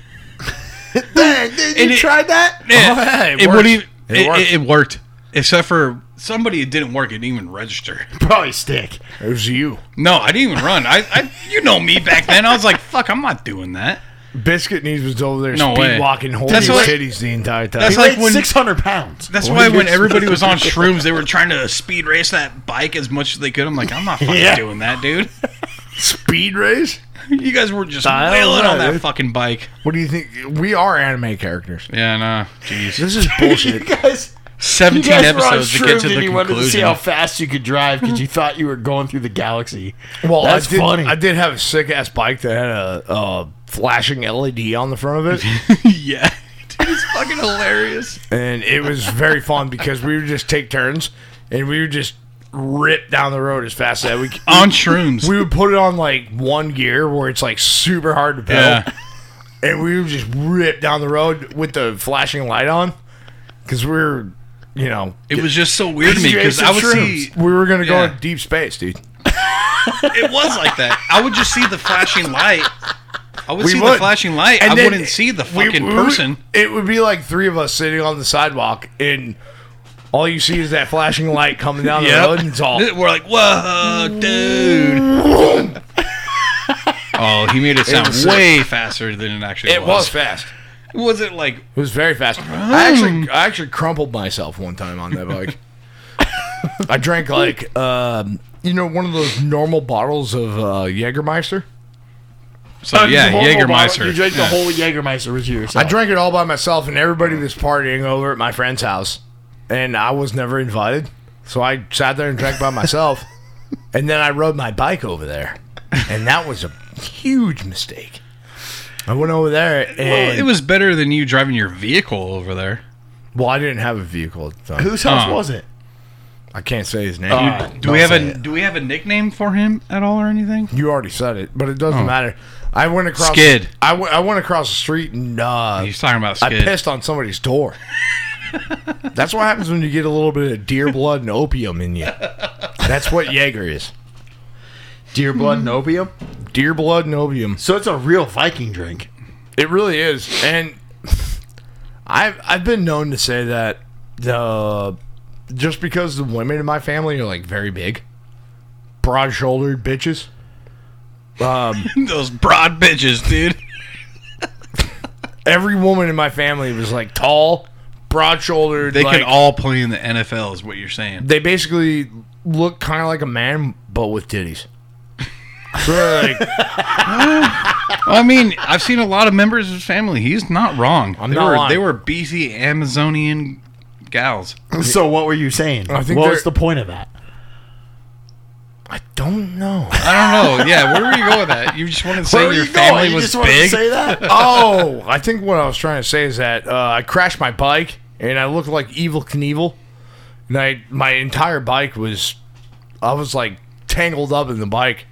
[SPEAKER 1] you
[SPEAKER 4] it-
[SPEAKER 1] tried that?
[SPEAKER 4] Yeah,
[SPEAKER 1] Oh, it
[SPEAKER 4] it,
[SPEAKER 1] worked.
[SPEAKER 4] wouldn't even-
[SPEAKER 1] It
[SPEAKER 4] it,
[SPEAKER 1] worked.
[SPEAKER 4] it- it worked. Except for somebody, it didn't work. It didn't even register.
[SPEAKER 2] probably stick.
[SPEAKER 1] It was you.
[SPEAKER 4] No, I didn't even run. I, I you know me back then. I was like, fuck, I'm not doing that.
[SPEAKER 1] Biscuit Knees was over there
[SPEAKER 4] No
[SPEAKER 1] speed
[SPEAKER 4] way.
[SPEAKER 1] walking holding
[SPEAKER 4] That's what-
[SPEAKER 1] titties the entire time.
[SPEAKER 4] That's
[SPEAKER 2] He
[SPEAKER 4] like
[SPEAKER 2] weighed
[SPEAKER 4] when-
[SPEAKER 2] 600 pounds.
[SPEAKER 4] That's why when everybody was on shrooms, they were trying to speed race that bike as much as they could. I'm like, I'm not fucking
[SPEAKER 2] Yeah.
[SPEAKER 4] doing that, dude.
[SPEAKER 1] speed race?
[SPEAKER 4] You guys were just
[SPEAKER 1] I don't
[SPEAKER 4] wailing
[SPEAKER 1] know,
[SPEAKER 4] on that
[SPEAKER 1] dude.
[SPEAKER 4] fucking bike.
[SPEAKER 1] What do you think? We are anime characters.
[SPEAKER 4] Yeah, nah. Jeez.
[SPEAKER 1] This is bullshit.
[SPEAKER 2] guys. You
[SPEAKER 4] 17
[SPEAKER 2] guys were on
[SPEAKER 4] episodes to get
[SPEAKER 2] shrooms
[SPEAKER 4] to
[SPEAKER 2] and
[SPEAKER 4] the
[SPEAKER 2] you wanted to see
[SPEAKER 4] conclusion.
[SPEAKER 2] how fast you could drive because you thought you were going through the galaxy.
[SPEAKER 1] Well,
[SPEAKER 2] that's
[SPEAKER 1] I did,
[SPEAKER 2] funny.
[SPEAKER 1] I did have a sick ass bike that had a, a flashing LED on the front of it,
[SPEAKER 4] yeah. Dude, it's fucking hilarious.
[SPEAKER 1] and it was very fun because we would just take turns and we would just rip down the road as fast as we. c-
[SPEAKER 4] On shrooms.
[SPEAKER 1] We would put it on like one gear where it's like super hard to pedal,
[SPEAKER 4] yeah.
[SPEAKER 1] and we would just rip down the road with the flashing light on because we were, you know,
[SPEAKER 4] It was just so weird to me because I would see
[SPEAKER 1] we were gonna go
[SPEAKER 4] Yeah.
[SPEAKER 1] in deep space, dude.
[SPEAKER 4] it was like that. I would just see the flashing light. I would
[SPEAKER 1] We
[SPEAKER 4] see the
[SPEAKER 1] would.
[SPEAKER 4] flashing light. I
[SPEAKER 1] then
[SPEAKER 4] wouldn't see the
[SPEAKER 1] we-
[SPEAKER 4] fucking
[SPEAKER 1] we-
[SPEAKER 4] person.
[SPEAKER 1] It would be like three of us sitting on the sidewalk, and all you see is that flashing light coming down the road, and it's all.
[SPEAKER 4] We're like, whoa, dude. oh, he made it sound
[SPEAKER 1] was sick.
[SPEAKER 4] way faster than it actually
[SPEAKER 1] It was
[SPEAKER 4] was.
[SPEAKER 1] fast.
[SPEAKER 4] Was it like
[SPEAKER 1] It was very fast. I actually, I actually crumpled myself one time on that bike. I drank like, um, you know, one of those normal bottles of uh, Jägermeister.
[SPEAKER 4] so? Yeah,
[SPEAKER 2] You drank the whole bottle- You
[SPEAKER 4] Jägermeister.
[SPEAKER 2] drank the whole Jägermeister with you.
[SPEAKER 1] I drank it all by myself, and everybody was partying over at my friend's house, and I was never invited. So I sat there and drank by myself, and then I rode my bike over there, and that was a huge mistake. I went over there, and
[SPEAKER 4] Well,
[SPEAKER 1] well,
[SPEAKER 4] it was better than you driving your vehicle over there.
[SPEAKER 1] I didn't have a vehicle at the time.
[SPEAKER 2] Whose house
[SPEAKER 4] Oh.
[SPEAKER 2] was it?
[SPEAKER 1] I can't say his name.
[SPEAKER 4] Uh, Do we have a do we have a nickname for him at all or anything?
[SPEAKER 1] You already said it, but it doesn't matter. I went across.
[SPEAKER 4] Oh. Skid.
[SPEAKER 1] I went- I went across the street and uh,
[SPEAKER 4] He's talking about
[SPEAKER 1] I
[SPEAKER 4] skid.
[SPEAKER 1] pissed on somebody's door. That's what happens when you get a little bit of deer blood and opium in you. That's what Jaeger is.
[SPEAKER 2] Deer blood and opium.
[SPEAKER 1] Deer blood and opium.
[SPEAKER 2] Hmm. So it's a real Viking drink.
[SPEAKER 1] It really is. And I've I've been known to say that the just because the women in my family are like very big, broad shouldered bitches. um,
[SPEAKER 4] Those broad bitches, dude.
[SPEAKER 1] Every woman in my family was like tall, broad shouldered.
[SPEAKER 4] They
[SPEAKER 1] like,
[SPEAKER 4] could all play in the NFL, is what you're saying.
[SPEAKER 1] they basically look kind of like a man but with titties. So they're like,
[SPEAKER 4] I mean, I've seen a lot of members of his family. He's not wrong.
[SPEAKER 1] I'm
[SPEAKER 4] they
[SPEAKER 1] not
[SPEAKER 4] were
[SPEAKER 1] lying.
[SPEAKER 4] they were BC Amazonian gals.
[SPEAKER 2] So what were you saying?
[SPEAKER 1] I think
[SPEAKER 2] what
[SPEAKER 1] they're-
[SPEAKER 2] was the point of that?
[SPEAKER 1] I don't know.
[SPEAKER 4] I don't know. Yeah, where were you going with that? You just wanted to say
[SPEAKER 2] were
[SPEAKER 4] your
[SPEAKER 2] you going?
[SPEAKER 4] family
[SPEAKER 2] You
[SPEAKER 4] was
[SPEAKER 2] just wanted
[SPEAKER 4] big.
[SPEAKER 2] To say that.
[SPEAKER 1] oh, I think what I was trying to say is that uh, I crashed my bike and I looked like Evil Knievel. And I, my entire bike was, I was like tangled up in the bike.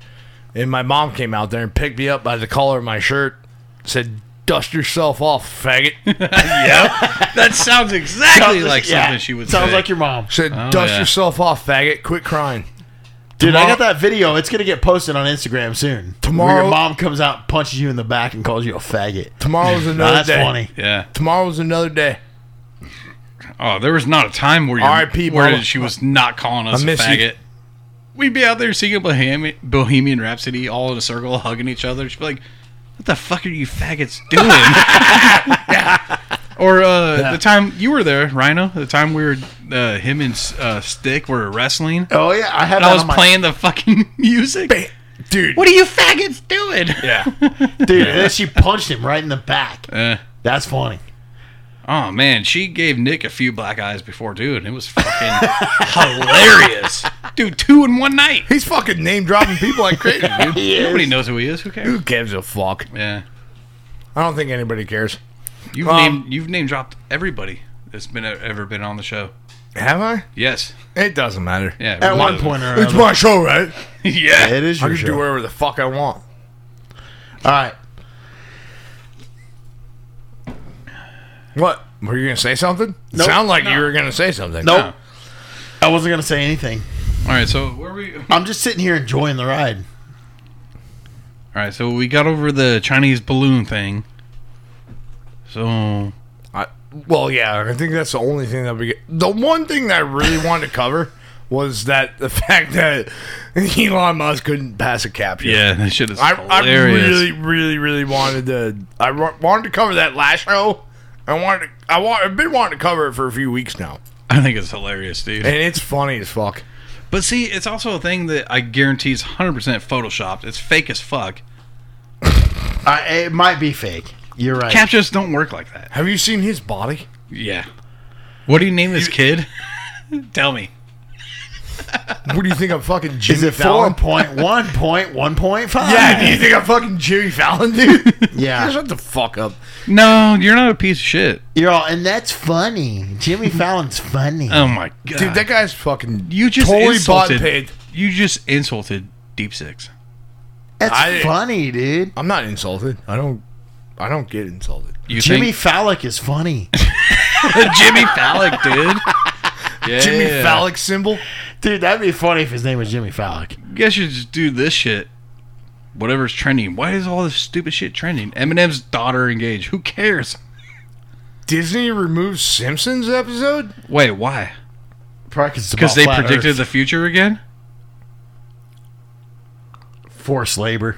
[SPEAKER 1] And my mom came out there and picked me up by the collar of my shirt, said, Dust yourself off, faggot.
[SPEAKER 4] That sounds exactly like
[SPEAKER 2] Yeah.
[SPEAKER 4] something she would
[SPEAKER 2] Sounds
[SPEAKER 4] say.
[SPEAKER 2] like your mom.
[SPEAKER 1] Said,
[SPEAKER 4] Oh,
[SPEAKER 1] Dust
[SPEAKER 4] yeah.
[SPEAKER 1] yourself off, faggot. Quit crying.
[SPEAKER 2] Dude, I got
[SPEAKER 4] Tomorrow-
[SPEAKER 2] that video. It's gonna get posted on Instagram soon.
[SPEAKER 1] Tomorrow-
[SPEAKER 2] where your mom comes out, and punches you in the back, and calls you a faggot.
[SPEAKER 1] Tomorrow's
[SPEAKER 2] Now,
[SPEAKER 1] another
[SPEAKER 2] that's
[SPEAKER 1] day.
[SPEAKER 2] funny.
[SPEAKER 4] yeah.
[SPEAKER 1] Tomorrow's another day.
[SPEAKER 4] Oh, there was not a time where your,
[SPEAKER 1] R.I.P.,
[SPEAKER 4] where
[SPEAKER 1] mama.
[SPEAKER 4] she was not calling us
[SPEAKER 1] I
[SPEAKER 4] a
[SPEAKER 1] miss you.
[SPEAKER 4] faggot. We'd be out there singing Bohemian, Bohemian Rhapsody all in a circle, hugging each other. She'd be like, "What the fuck are you faggots doing?" Or uh, the time you were there, Rhino. The time we were uh, him and uh, Stick were wrestling.
[SPEAKER 2] Oh yeah, I had.
[SPEAKER 4] I
[SPEAKER 2] that
[SPEAKER 4] was
[SPEAKER 2] on my-
[SPEAKER 4] playing the fucking music.
[SPEAKER 1] dude.
[SPEAKER 4] What are you faggots doing?
[SPEAKER 1] Yeah. Eh.
[SPEAKER 2] Dude, and then she punched him right in the back.
[SPEAKER 4] Uh,
[SPEAKER 2] That's funny.
[SPEAKER 4] oh man, she gave Nick a few black eyes before, dude, and it was fucking hilarious, dude. Two in one night.
[SPEAKER 1] He's fucking name dropping people like crazy, dude.
[SPEAKER 4] Nobody knows who he is. Who cares?
[SPEAKER 1] Who gives a fuck?
[SPEAKER 4] Yeah,
[SPEAKER 1] I don't think anybody cares.
[SPEAKER 4] you've
[SPEAKER 1] Um,
[SPEAKER 4] named you've name dropped everybody that's been ever been on the show.
[SPEAKER 1] Have I?
[SPEAKER 4] Yes.
[SPEAKER 1] It doesn't matter.
[SPEAKER 4] Yeah.
[SPEAKER 2] At
[SPEAKER 4] really.
[SPEAKER 2] one point or
[SPEAKER 1] It's
[SPEAKER 2] another.
[SPEAKER 1] my show, right?
[SPEAKER 4] yeah.
[SPEAKER 2] It is
[SPEAKER 1] I
[SPEAKER 2] your
[SPEAKER 1] can do
[SPEAKER 2] show. All
[SPEAKER 1] whatever the fuck I want.
[SPEAKER 2] right.
[SPEAKER 1] What? Were you gonna say something?
[SPEAKER 2] Nope.
[SPEAKER 1] Sound like you were gonna say something.
[SPEAKER 2] Nope. I wasn't going to say anything.
[SPEAKER 4] All right. So where we? All
[SPEAKER 2] I'm just sitting here enjoying the ride.
[SPEAKER 4] right. So we got over the Chinese balloon thing. So
[SPEAKER 1] I, well, yeah, I think that's the only thing that we get. The one thing that I really wanted to cover was that the fact that Elon Musk couldn't pass a capture.
[SPEAKER 4] yeah, that shit is
[SPEAKER 1] I, I
[SPEAKER 4] hilarious.
[SPEAKER 1] really, really, really wanted to. I wa- wanted to cover that last show. I wanted. To, I want. I've been wanting to cover it for a few weeks now,
[SPEAKER 4] I think it's hilarious, dude.
[SPEAKER 1] and it's funny as fuck.
[SPEAKER 4] But see, it's also a thing that I guarantee is 100% photoshopped. It's fake as fuck.
[SPEAKER 2] I, it might be fake. You're right.
[SPEAKER 4] Captchas don't work like that.
[SPEAKER 1] Have you seen his body?
[SPEAKER 4] Yeah. What do you name this kid? Tell me.
[SPEAKER 1] What do you think I'm fucking Jimmy
[SPEAKER 2] is it
[SPEAKER 1] Fallon?
[SPEAKER 2] 4.1.1.5?
[SPEAKER 1] Yeah, do you think I'm fucking Jimmy Fallon, dude?
[SPEAKER 2] Yeah.
[SPEAKER 1] Shut the fuck up.
[SPEAKER 4] No, you're not a piece of shit.
[SPEAKER 2] You're all, and that's funny. Jimmy Fallon's funny.
[SPEAKER 1] Um,
[SPEAKER 4] Oh my god.
[SPEAKER 1] Dude, that guy's fucking.
[SPEAKER 4] you just
[SPEAKER 1] totally
[SPEAKER 4] insulted.
[SPEAKER 1] bought paid.
[SPEAKER 4] You just insulted Deep Six.
[SPEAKER 2] that's
[SPEAKER 1] I-
[SPEAKER 2] funny, dude.
[SPEAKER 1] I'm not insulted. I don't. I don't get insulted.
[SPEAKER 4] You
[SPEAKER 2] Jimmy
[SPEAKER 4] think
[SPEAKER 2] Fallick is funny.
[SPEAKER 4] Jimmy Fallick, dude? Yeah.
[SPEAKER 1] Jimmy Fallon symbol.
[SPEAKER 2] Dude, that'd be funny if his name was Jimmy Fallick.
[SPEAKER 4] Guess you just do this shit. Whatever's trending. Why is all this stupid shit trending? Eminem's daughter engaged. Who cares?
[SPEAKER 1] Disney removed Simpsons episode.
[SPEAKER 4] Wait, why?
[SPEAKER 2] Probably
[SPEAKER 4] Because they predicted the future again?
[SPEAKER 2] forced labor.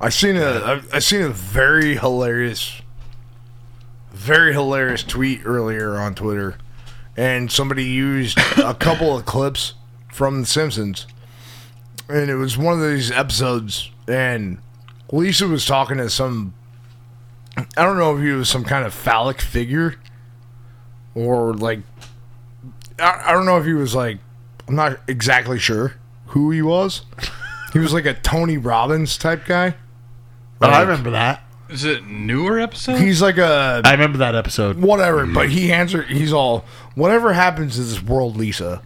[SPEAKER 1] I seen a. I've- I seen a very hilarious, very hilarious tweet earlier on Twitter, and somebody used a couple of clips from The Simpsons, and it was one of these episodes, and Lisa was talking to some. I don't know if he was some kind of phallic figure, or like, I, I don't know if he was like, I'm not exactly sure who he was. He was like a Tony Robbins type guy.
[SPEAKER 2] Oh, I
[SPEAKER 1] Like,
[SPEAKER 2] remember that.
[SPEAKER 4] Is it newer episode?
[SPEAKER 1] He's like a
[SPEAKER 2] I remember that episode.
[SPEAKER 1] whatever, but he answered. He's all whatever happens to this world, Lisa.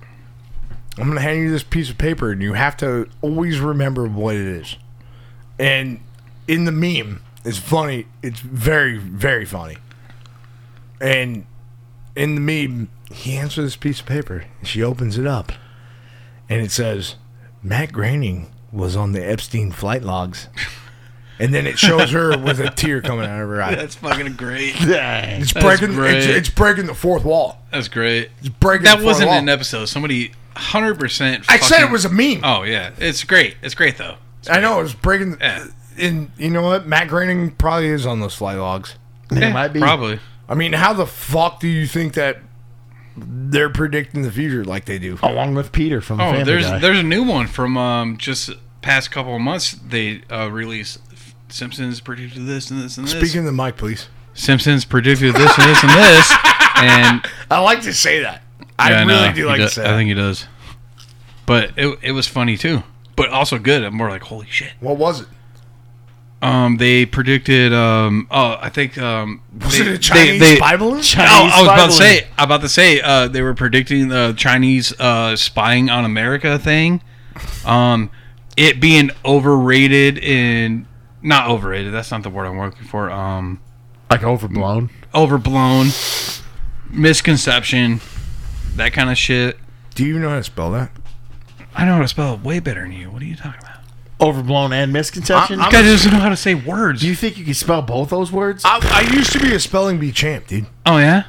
[SPEAKER 1] I'm gonna hand you this piece of paper, and you have to always remember what it is. And in the meme, it's funny. It's very, very funny. And in the meme, he hands her this piece of paper. And she opens it up, and it says, "Matt Groening was on the Epstein flight logs." And then it shows her with a tear coming out of her eye.
[SPEAKER 4] That's fucking great.
[SPEAKER 2] Dang.
[SPEAKER 1] It's
[SPEAKER 4] That's
[SPEAKER 1] breaking.
[SPEAKER 4] great.
[SPEAKER 1] It's, it's breaking the fourth wall.
[SPEAKER 4] That's great.
[SPEAKER 1] It's breaking.
[SPEAKER 4] That
[SPEAKER 1] the fourth
[SPEAKER 4] wasn't
[SPEAKER 1] wall.
[SPEAKER 4] an episode. Somebody 100%.
[SPEAKER 1] I said it
[SPEAKER 4] fucking-
[SPEAKER 1] was a meme.
[SPEAKER 4] Oh, yeah. It's great. It's great, though. Eh.
[SPEAKER 1] I know it was breaking.
[SPEAKER 4] Yeah.
[SPEAKER 1] And you know what? Matt Groening probably is on those fly logs.
[SPEAKER 2] It might be.
[SPEAKER 4] Eh, Probably.
[SPEAKER 1] I mean, how the fuck do you think that they're predicting the future like they do?
[SPEAKER 2] Along with Peter from
[SPEAKER 4] Oh,
[SPEAKER 2] Family
[SPEAKER 4] there's
[SPEAKER 2] Guy.
[SPEAKER 4] there's a new one from um, just past couple of months. They uh, released Simpsons predicted this and this and this.
[SPEAKER 1] Speaking to the mic, please.
[SPEAKER 4] Simpsons predicted this and this and this. And
[SPEAKER 1] I like to say that. I
[SPEAKER 4] Yeah,
[SPEAKER 1] really
[SPEAKER 4] no,
[SPEAKER 1] do
[SPEAKER 4] he
[SPEAKER 1] like to
[SPEAKER 4] does-
[SPEAKER 1] say.
[SPEAKER 4] I
[SPEAKER 1] that.
[SPEAKER 4] think he does. But it, it was funny, too. But also good. I'm more like, holy shit.
[SPEAKER 1] what was it?
[SPEAKER 4] Um, they predicted. Um, oh, I think. Um,
[SPEAKER 1] Was
[SPEAKER 4] they,
[SPEAKER 1] it a
[SPEAKER 4] they-
[SPEAKER 1] Chinese
[SPEAKER 4] they-
[SPEAKER 1] Bible?
[SPEAKER 4] Oh, I was about to
[SPEAKER 2] spy
[SPEAKER 4] say. I about to say. Uh, they were predicting the Chinese uh, spying on America thing. Um, it being overrated and not overrated. That's not the word I'm looking for. Um,
[SPEAKER 2] like overblown.
[SPEAKER 4] overblown, misconception, that kind of shit.
[SPEAKER 1] Do you know how to spell that?
[SPEAKER 4] I know how to spell it way better than you. What are you talking about?
[SPEAKER 2] Overblown and misconception.
[SPEAKER 1] I'm-
[SPEAKER 4] Guy doesn't know how to say words.
[SPEAKER 2] do you think you can spell both those words?
[SPEAKER 1] I, I used to be a spelling bee champ, dude.
[SPEAKER 4] oh yeah.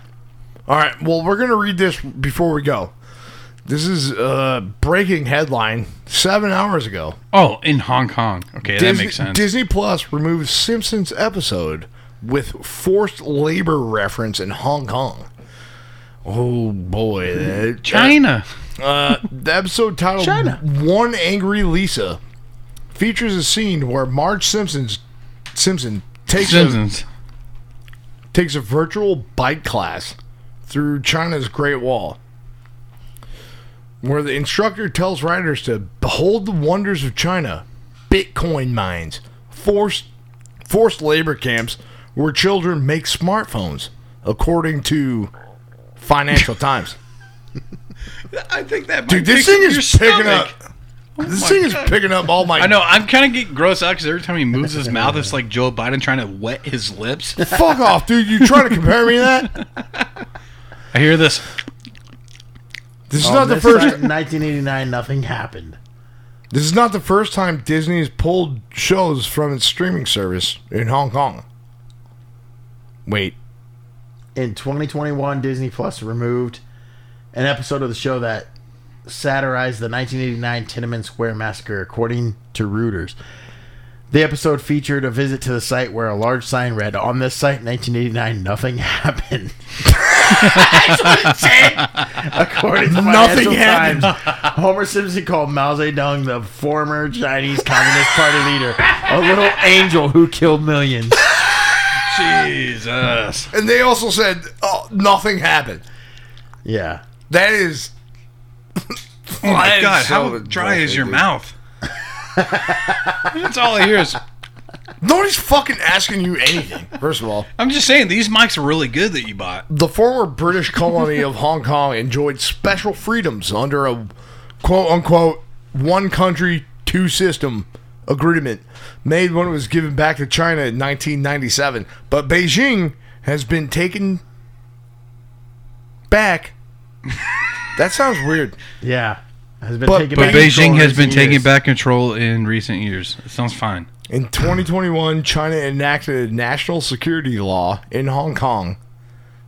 [SPEAKER 1] All right. Well, we're going to read this before we go. This is a breaking headline seven hours ago.
[SPEAKER 4] Oh, in Hong Kong. Okay, that makes sense.
[SPEAKER 1] Disney Plus removes Simpsons episode with forced labor reference in Hong Kong. Oh boy, that-
[SPEAKER 4] China.
[SPEAKER 1] Uh, the episode titled
[SPEAKER 2] China.
[SPEAKER 1] "One Angry Lisa" features a scene where Marge Simpson's Simpson takes a,
[SPEAKER 4] Simpsons.
[SPEAKER 1] takes a virtual bike class through China's Great Wall, where the instructor tells riders to behold the wonders of China, Bitcoin mines, forced forced labor camps where children make smartphones, according to Financial Times.
[SPEAKER 4] I think that
[SPEAKER 1] Dude,
[SPEAKER 4] might
[SPEAKER 1] this
[SPEAKER 4] fix
[SPEAKER 1] thing
[SPEAKER 4] your
[SPEAKER 1] is picking up.
[SPEAKER 4] stomach.
[SPEAKER 1] This
[SPEAKER 4] Oh my
[SPEAKER 1] thing is
[SPEAKER 4] God.
[SPEAKER 1] picking up all my.
[SPEAKER 4] I know. I'm kind of getting grossed out because every time he moves his mouth, it's like Joe Biden trying to wet his lips.
[SPEAKER 1] Fuck off, dude. You trying to compare me to that?
[SPEAKER 4] I hear this.
[SPEAKER 1] This is
[SPEAKER 4] Oh,
[SPEAKER 2] On
[SPEAKER 1] not the
[SPEAKER 2] this
[SPEAKER 1] first.
[SPEAKER 2] night in 1989, nothing happened.
[SPEAKER 1] This is not the first time Disney has pulled shows from its streaming service in Hong Kong. Wait.
[SPEAKER 2] In 2021, Disney Plus removed an episode of the show that satirized the 1989 Tiananmen Square massacre, according to Reuters. The episode featured a visit to the site where a large sign read, "On this site, in 1989, nothing happened." According to
[SPEAKER 1] Nothing
[SPEAKER 2] Financial Times, Homer Simpson called Mao Zedong, the former Chinese Communist Party leader, a little angel who killed millions.
[SPEAKER 4] Jesus.
[SPEAKER 1] And they also said oh, nothing happened.
[SPEAKER 2] Yeah.
[SPEAKER 1] That is.
[SPEAKER 4] Oh my
[SPEAKER 1] is
[SPEAKER 4] God.
[SPEAKER 1] so
[SPEAKER 4] How dry
[SPEAKER 1] disgusting,
[SPEAKER 4] is your
[SPEAKER 1] dude.
[SPEAKER 4] mouth? That's all I hear is.
[SPEAKER 1] Nobody's fucking asking you anything, first of all.
[SPEAKER 4] I'm just saying, these mics are really good that you bought.
[SPEAKER 1] The former British colony of Hong Kong enjoyed special freedoms under a quote unquote one country, two system agreement made when it was given back to China in 1997. But Beijing has been taken back. that sounds weird.
[SPEAKER 2] Yeah. Has been
[SPEAKER 1] But-
[SPEAKER 2] taken
[SPEAKER 1] but
[SPEAKER 4] But
[SPEAKER 2] back control
[SPEAKER 4] Beijing
[SPEAKER 2] in
[SPEAKER 4] has been
[SPEAKER 2] recent
[SPEAKER 4] taking
[SPEAKER 2] years.
[SPEAKER 4] back control in recent years. It sounds fine.
[SPEAKER 1] In 2021, China enacted a national security law in Hong Kong,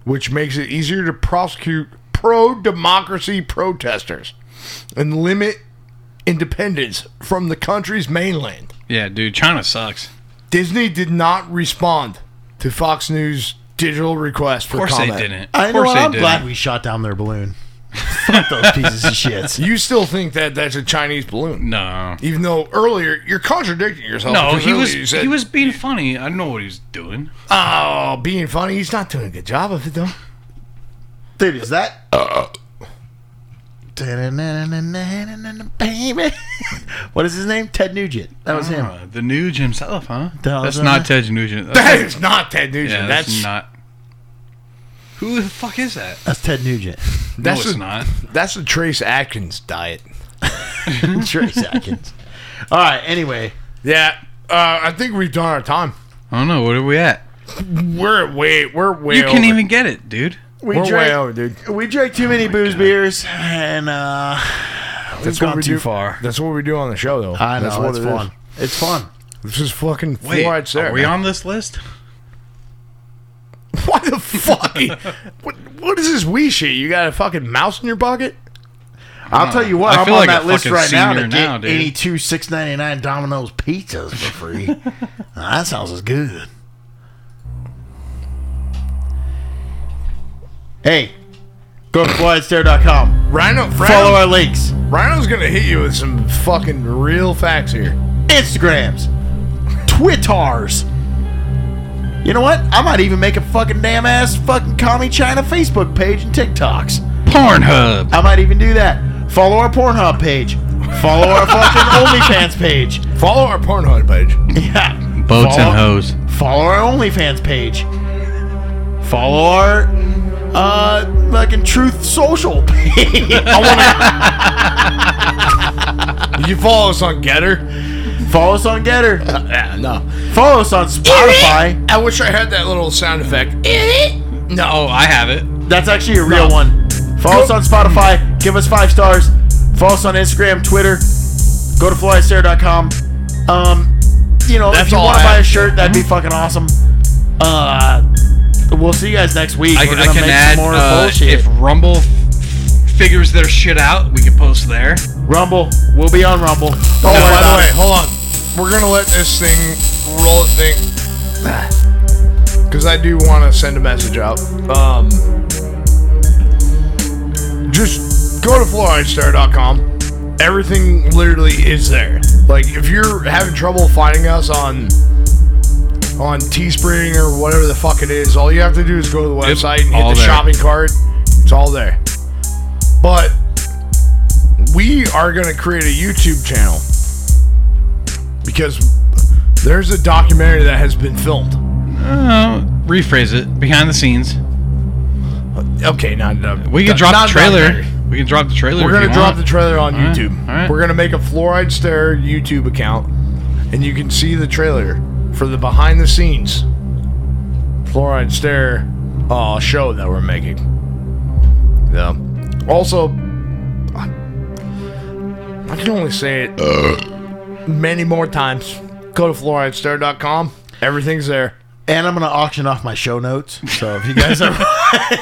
[SPEAKER 1] which makes it easier to prosecute pro democracy protesters and limit independence from the country's mainland.
[SPEAKER 4] Yeah, dude, China sucks.
[SPEAKER 1] Disney did not respond to Fox News' digital request for
[SPEAKER 4] Of course
[SPEAKER 1] comment.
[SPEAKER 4] they didn't.
[SPEAKER 2] I
[SPEAKER 4] Of
[SPEAKER 2] know.
[SPEAKER 4] course
[SPEAKER 2] what,
[SPEAKER 4] they
[SPEAKER 2] I'm
[SPEAKER 4] didn't.
[SPEAKER 2] glad we shot down their balloon. Fuck those pieces of shit.
[SPEAKER 1] You still think that that's a Chinese balloon?
[SPEAKER 4] No.
[SPEAKER 1] Even though earlier you're contradicting yourself.
[SPEAKER 4] No,
[SPEAKER 1] because
[SPEAKER 4] he
[SPEAKER 1] earlier
[SPEAKER 4] was
[SPEAKER 1] you said,
[SPEAKER 4] he was being funny. I know what he was doing.
[SPEAKER 1] oh being funny. He's not doing a good job of it though.
[SPEAKER 2] Dude, is that? Baby, what is his name? Ted Nugent. That was
[SPEAKER 1] Uh-huh.
[SPEAKER 2] him.
[SPEAKER 4] Uh, the Nuge himself, huh?
[SPEAKER 2] That was
[SPEAKER 4] That's
[SPEAKER 2] him.
[SPEAKER 4] not Ted Nugent. That's,
[SPEAKER 1] That is not Ted Nugent.
[SPEAKER 4] yeah,
[SPEAKER 1] that's,
[SPEAKER 4] that's, not. Who the fuck is that?
[SPEAKER 2] That's Ted Nugent.
[SPEAKER 1] That's
[SPEAKER 4] no, it's
[SPEAKER 1] a-
[SPEAKER 4] not.
[SPEAKER 1] That's the Trace Atkins diet.
[SPEAKER 2] Trace Atkins. All right. Anyway,
[SPEAKER 1] Yeah, uh, I think we've done our time.
[SPEAKER 4] I don't know. What are we at?
[SPEAKER 1] We're way, we're way.
[SPEAKER 4] You can't
[SPEAKER 1] over.
[SPEAKER 4] even get it, dude.
[SPEAKER 2] we
[SPEAKER 1] We're way Oh
[SPEAKER 2] drank
[SPEAKER 1] over, dude.
[SPEAKER 2] we drank too many booze beers, and uh,
[SPEAKER 1] That's
[SPEAKER 2] gone
[SPEAKER 1] we
[SPEAKER 2] too
[SPEAKER 1] do.
[SPEAKER 2] far.
[SPEAKER 1] That's what we do on the show, though.
[SPEAKER 2] I know
[SPEAKER 1] that's what
[SPEAKER 2] it's
[SPEAKER 1] it is.
[SPEAKER 2] fun. It's fun.
[SPEAKER 1] This is fucking
[SPEAKER 4] Wait,
[SPEAKER 1] fluoride syrup.
[SPEAKER 4] are we
[SPEAKER 1] man.
[SPEAKER 4] on this list?
[SPEAKER 1] What the fuck? what, what is this wee shit? You got a fucking mouse in your pocket?
[SPEAKER 2] I'll tell you what,
[SPEAKER 4] I
[SPEAKER 2] I'm
[SPEAKER 4] feel
[SPEAKER 2] on
[SPEAKER 4] like a
[SPEAKER 2] that list
[SPEAKER 4] fucking
[SPEAKER 2] right now to
[SPEAKER 4] senior
[SPEAKER 2] get
[SPEAKER 4] now, dude.
[SPEAKER 2] 82 six ninety nine Domino's pizzas for free. Now, that sounds as good. Hey, go to FlyItStare.com.
[SPEAKER 1] Rhino,
[SPEAKER 2] Follow
[SPEAKER 1] Rhino
[SPEAKER 2] our links.
[SPEAKER 1] Rhino's gonna hit you with some fucking real facts here.
[SPEAKER 2] Instagrams. Twitters. You know what? I might even make a fucking damn ass fucking Commie China Facebook page and TikToks.
[SPEAKER 4] Pornhub.
[SPEAKER 2] I might even do that. Follow our Pornhub page. Follow our fucking OnlyFans page.
[SPEAKER 1] Follow our Pornhub page.
[SPEAKER 2] Yeah.
[SPEAKER 4] Boats
[SPEAKER 2] follow,
[SPEAKER 4] and hoes.
[SPEAKER 2] Follow our OnlyFans page. Follow our uh fucking Truth Social page.
[SPEAKER 1] You follow us on Getter?
[SPEAKER 2] follow us on Getter. Uh,
[SPEAKER 1] Yeah, no.
[SPEAKER 2] Follow us on Spotify.
[SPEAKER 1] I wish I had that little sound effect.
[SPEAKER 4] No, I have it.
[SPEAKER 2] That's actually a real one. Follow us on Spotify. Give us five stars. Follow us on Instagram, Twitter. Go to flyastair.com. Um, you know,
[SPEAKER 1] That's
[SPEAKER 2] if you
[SPEAKER 1] all
[SPEAKER 2] want
[SPEAKER 1] I
[SPEAKER 2] to buy a
[SPEAKER 1] have. Mm-hmm.
[SPEAKER 2] shirt, that'd be fucking awesome. Uh, we'll see you guys next week.
[SPEAKER 4] I,
[SPEAKER 2] We're
[SPEAKER 4] I
[SPEAKER 2] gonna
[SPEAKER 4] can
[SPEAKER 2] make
[SPEAKER 4] add
[SPEAKER 2] some more
[SPEAKER 4] uh,
[SPEAKER 2] bullshit.
[SPEAKER 4] if Rumble f- figures their shit out, we can post there.
[SPEAKER 2] Rumble, we'll be on Rumble. Don't
[SPEAKER 1] Oh,
[SPEAKER 2] worry
[SPEAKER 1] by
[SPEAKER 2] about
[SPEAKER 1] the
[SPEAKER 2] it.
[SPEAKER 1] way, hold on. We're gonna let this thing roll it thing because I do want to send a message out. Um, just go to floridstar.com. Everything literally is there. Like if you're having trouble finding us on on Teespring or whatever the fuck it is, all you have to do is go to the
[SPEAKER 4] Yep,
[SPEAKER 1] website and hit
[SPEAKER 4] all
[SPEAKER 1] the
[SPEAKER 4] there.
[SPEAKER 1] shopping cart. It's all there. But we are going to create a YouTube channel because there's a documentary that has been filmed.
[SPEAKER 4] Uh, rephrase it. Behind the scenes,
[SPEAKER 1] Okay, not uh,
[SPEAKER 4] we can drop
[SPEAKER 1] not
[SPEAKER 4] the trailer.
[SPEAKER 1] documentary.
[SPEAKER 4] We can drop the trailer.
[SPEAKER 1] We're
[SPEAKER 4] if
[SPEAKER 1] gonna
[SPEAKER 4] you
[SPEAKER 1] drop
[SPEAKER 4] want.
[SPEAKER 1] the trailer on
[SPEAKER 4] right,
[SPEAKER 1] YouTube.
[SPEAKER 4] all right.
[SPEAKER 1] We're gonna make a Fluoride Stare YouTube account, and you can see the trailer for the behind the scenes Fluoride Stare uh, show that we're making. Yeah. Also, I, I can only say it
[SPEAKER 4] Uh.
[SPEAKER 1] many more times. Go to fluoridestare.com. Everything's there.
[SPEAKER 2] And I'm gonna auction off my show notes. So if you guys are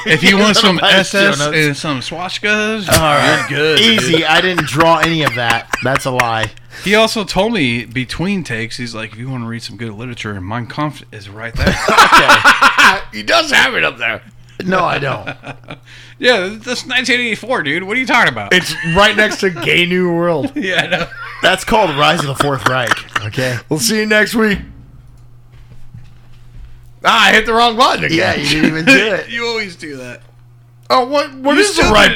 [SPEAKER 4] If you want some
[SPEAKER 2] Everybody's
[SPEAKER 4] SS
[SPEAKER 2] doing it.
[SPEAKER 4] and some swastikas, you're good. dude.
[SPEAKER 2] easy, I didn't draw any of that. That's a lie.
[SPEAKER 4] He also told me between takes, he's like, if you want to read some good literature, Mein Kampf is right there.
[SPEAKER 1] He does have it up there.
[SPEAKER 2] No, I don't.
[SPEAKER 4] yeah, that's 1984, dude. What are you talking about?
[SPEAKER 1] It's right next to Gay New World.
[SPEAKER 4] yeah, I know.
[SPEAKER 2] That's called Rise of the Fourth Reich. Okay.
[SPEAKER 1] We'll see you next week. Ah, I hit the wrong button again.
[SPEAKER 2] Yeah, you didn't even do it.
[SPEAKER 4] you always do that.
[SPEAKER 1] Oh, what? What
[SPEAKER 4] You
[SPEAKER 1] is the
[SPEAKER 4] still
[SPEAKER 1] right
[SPEAKER 4] did it.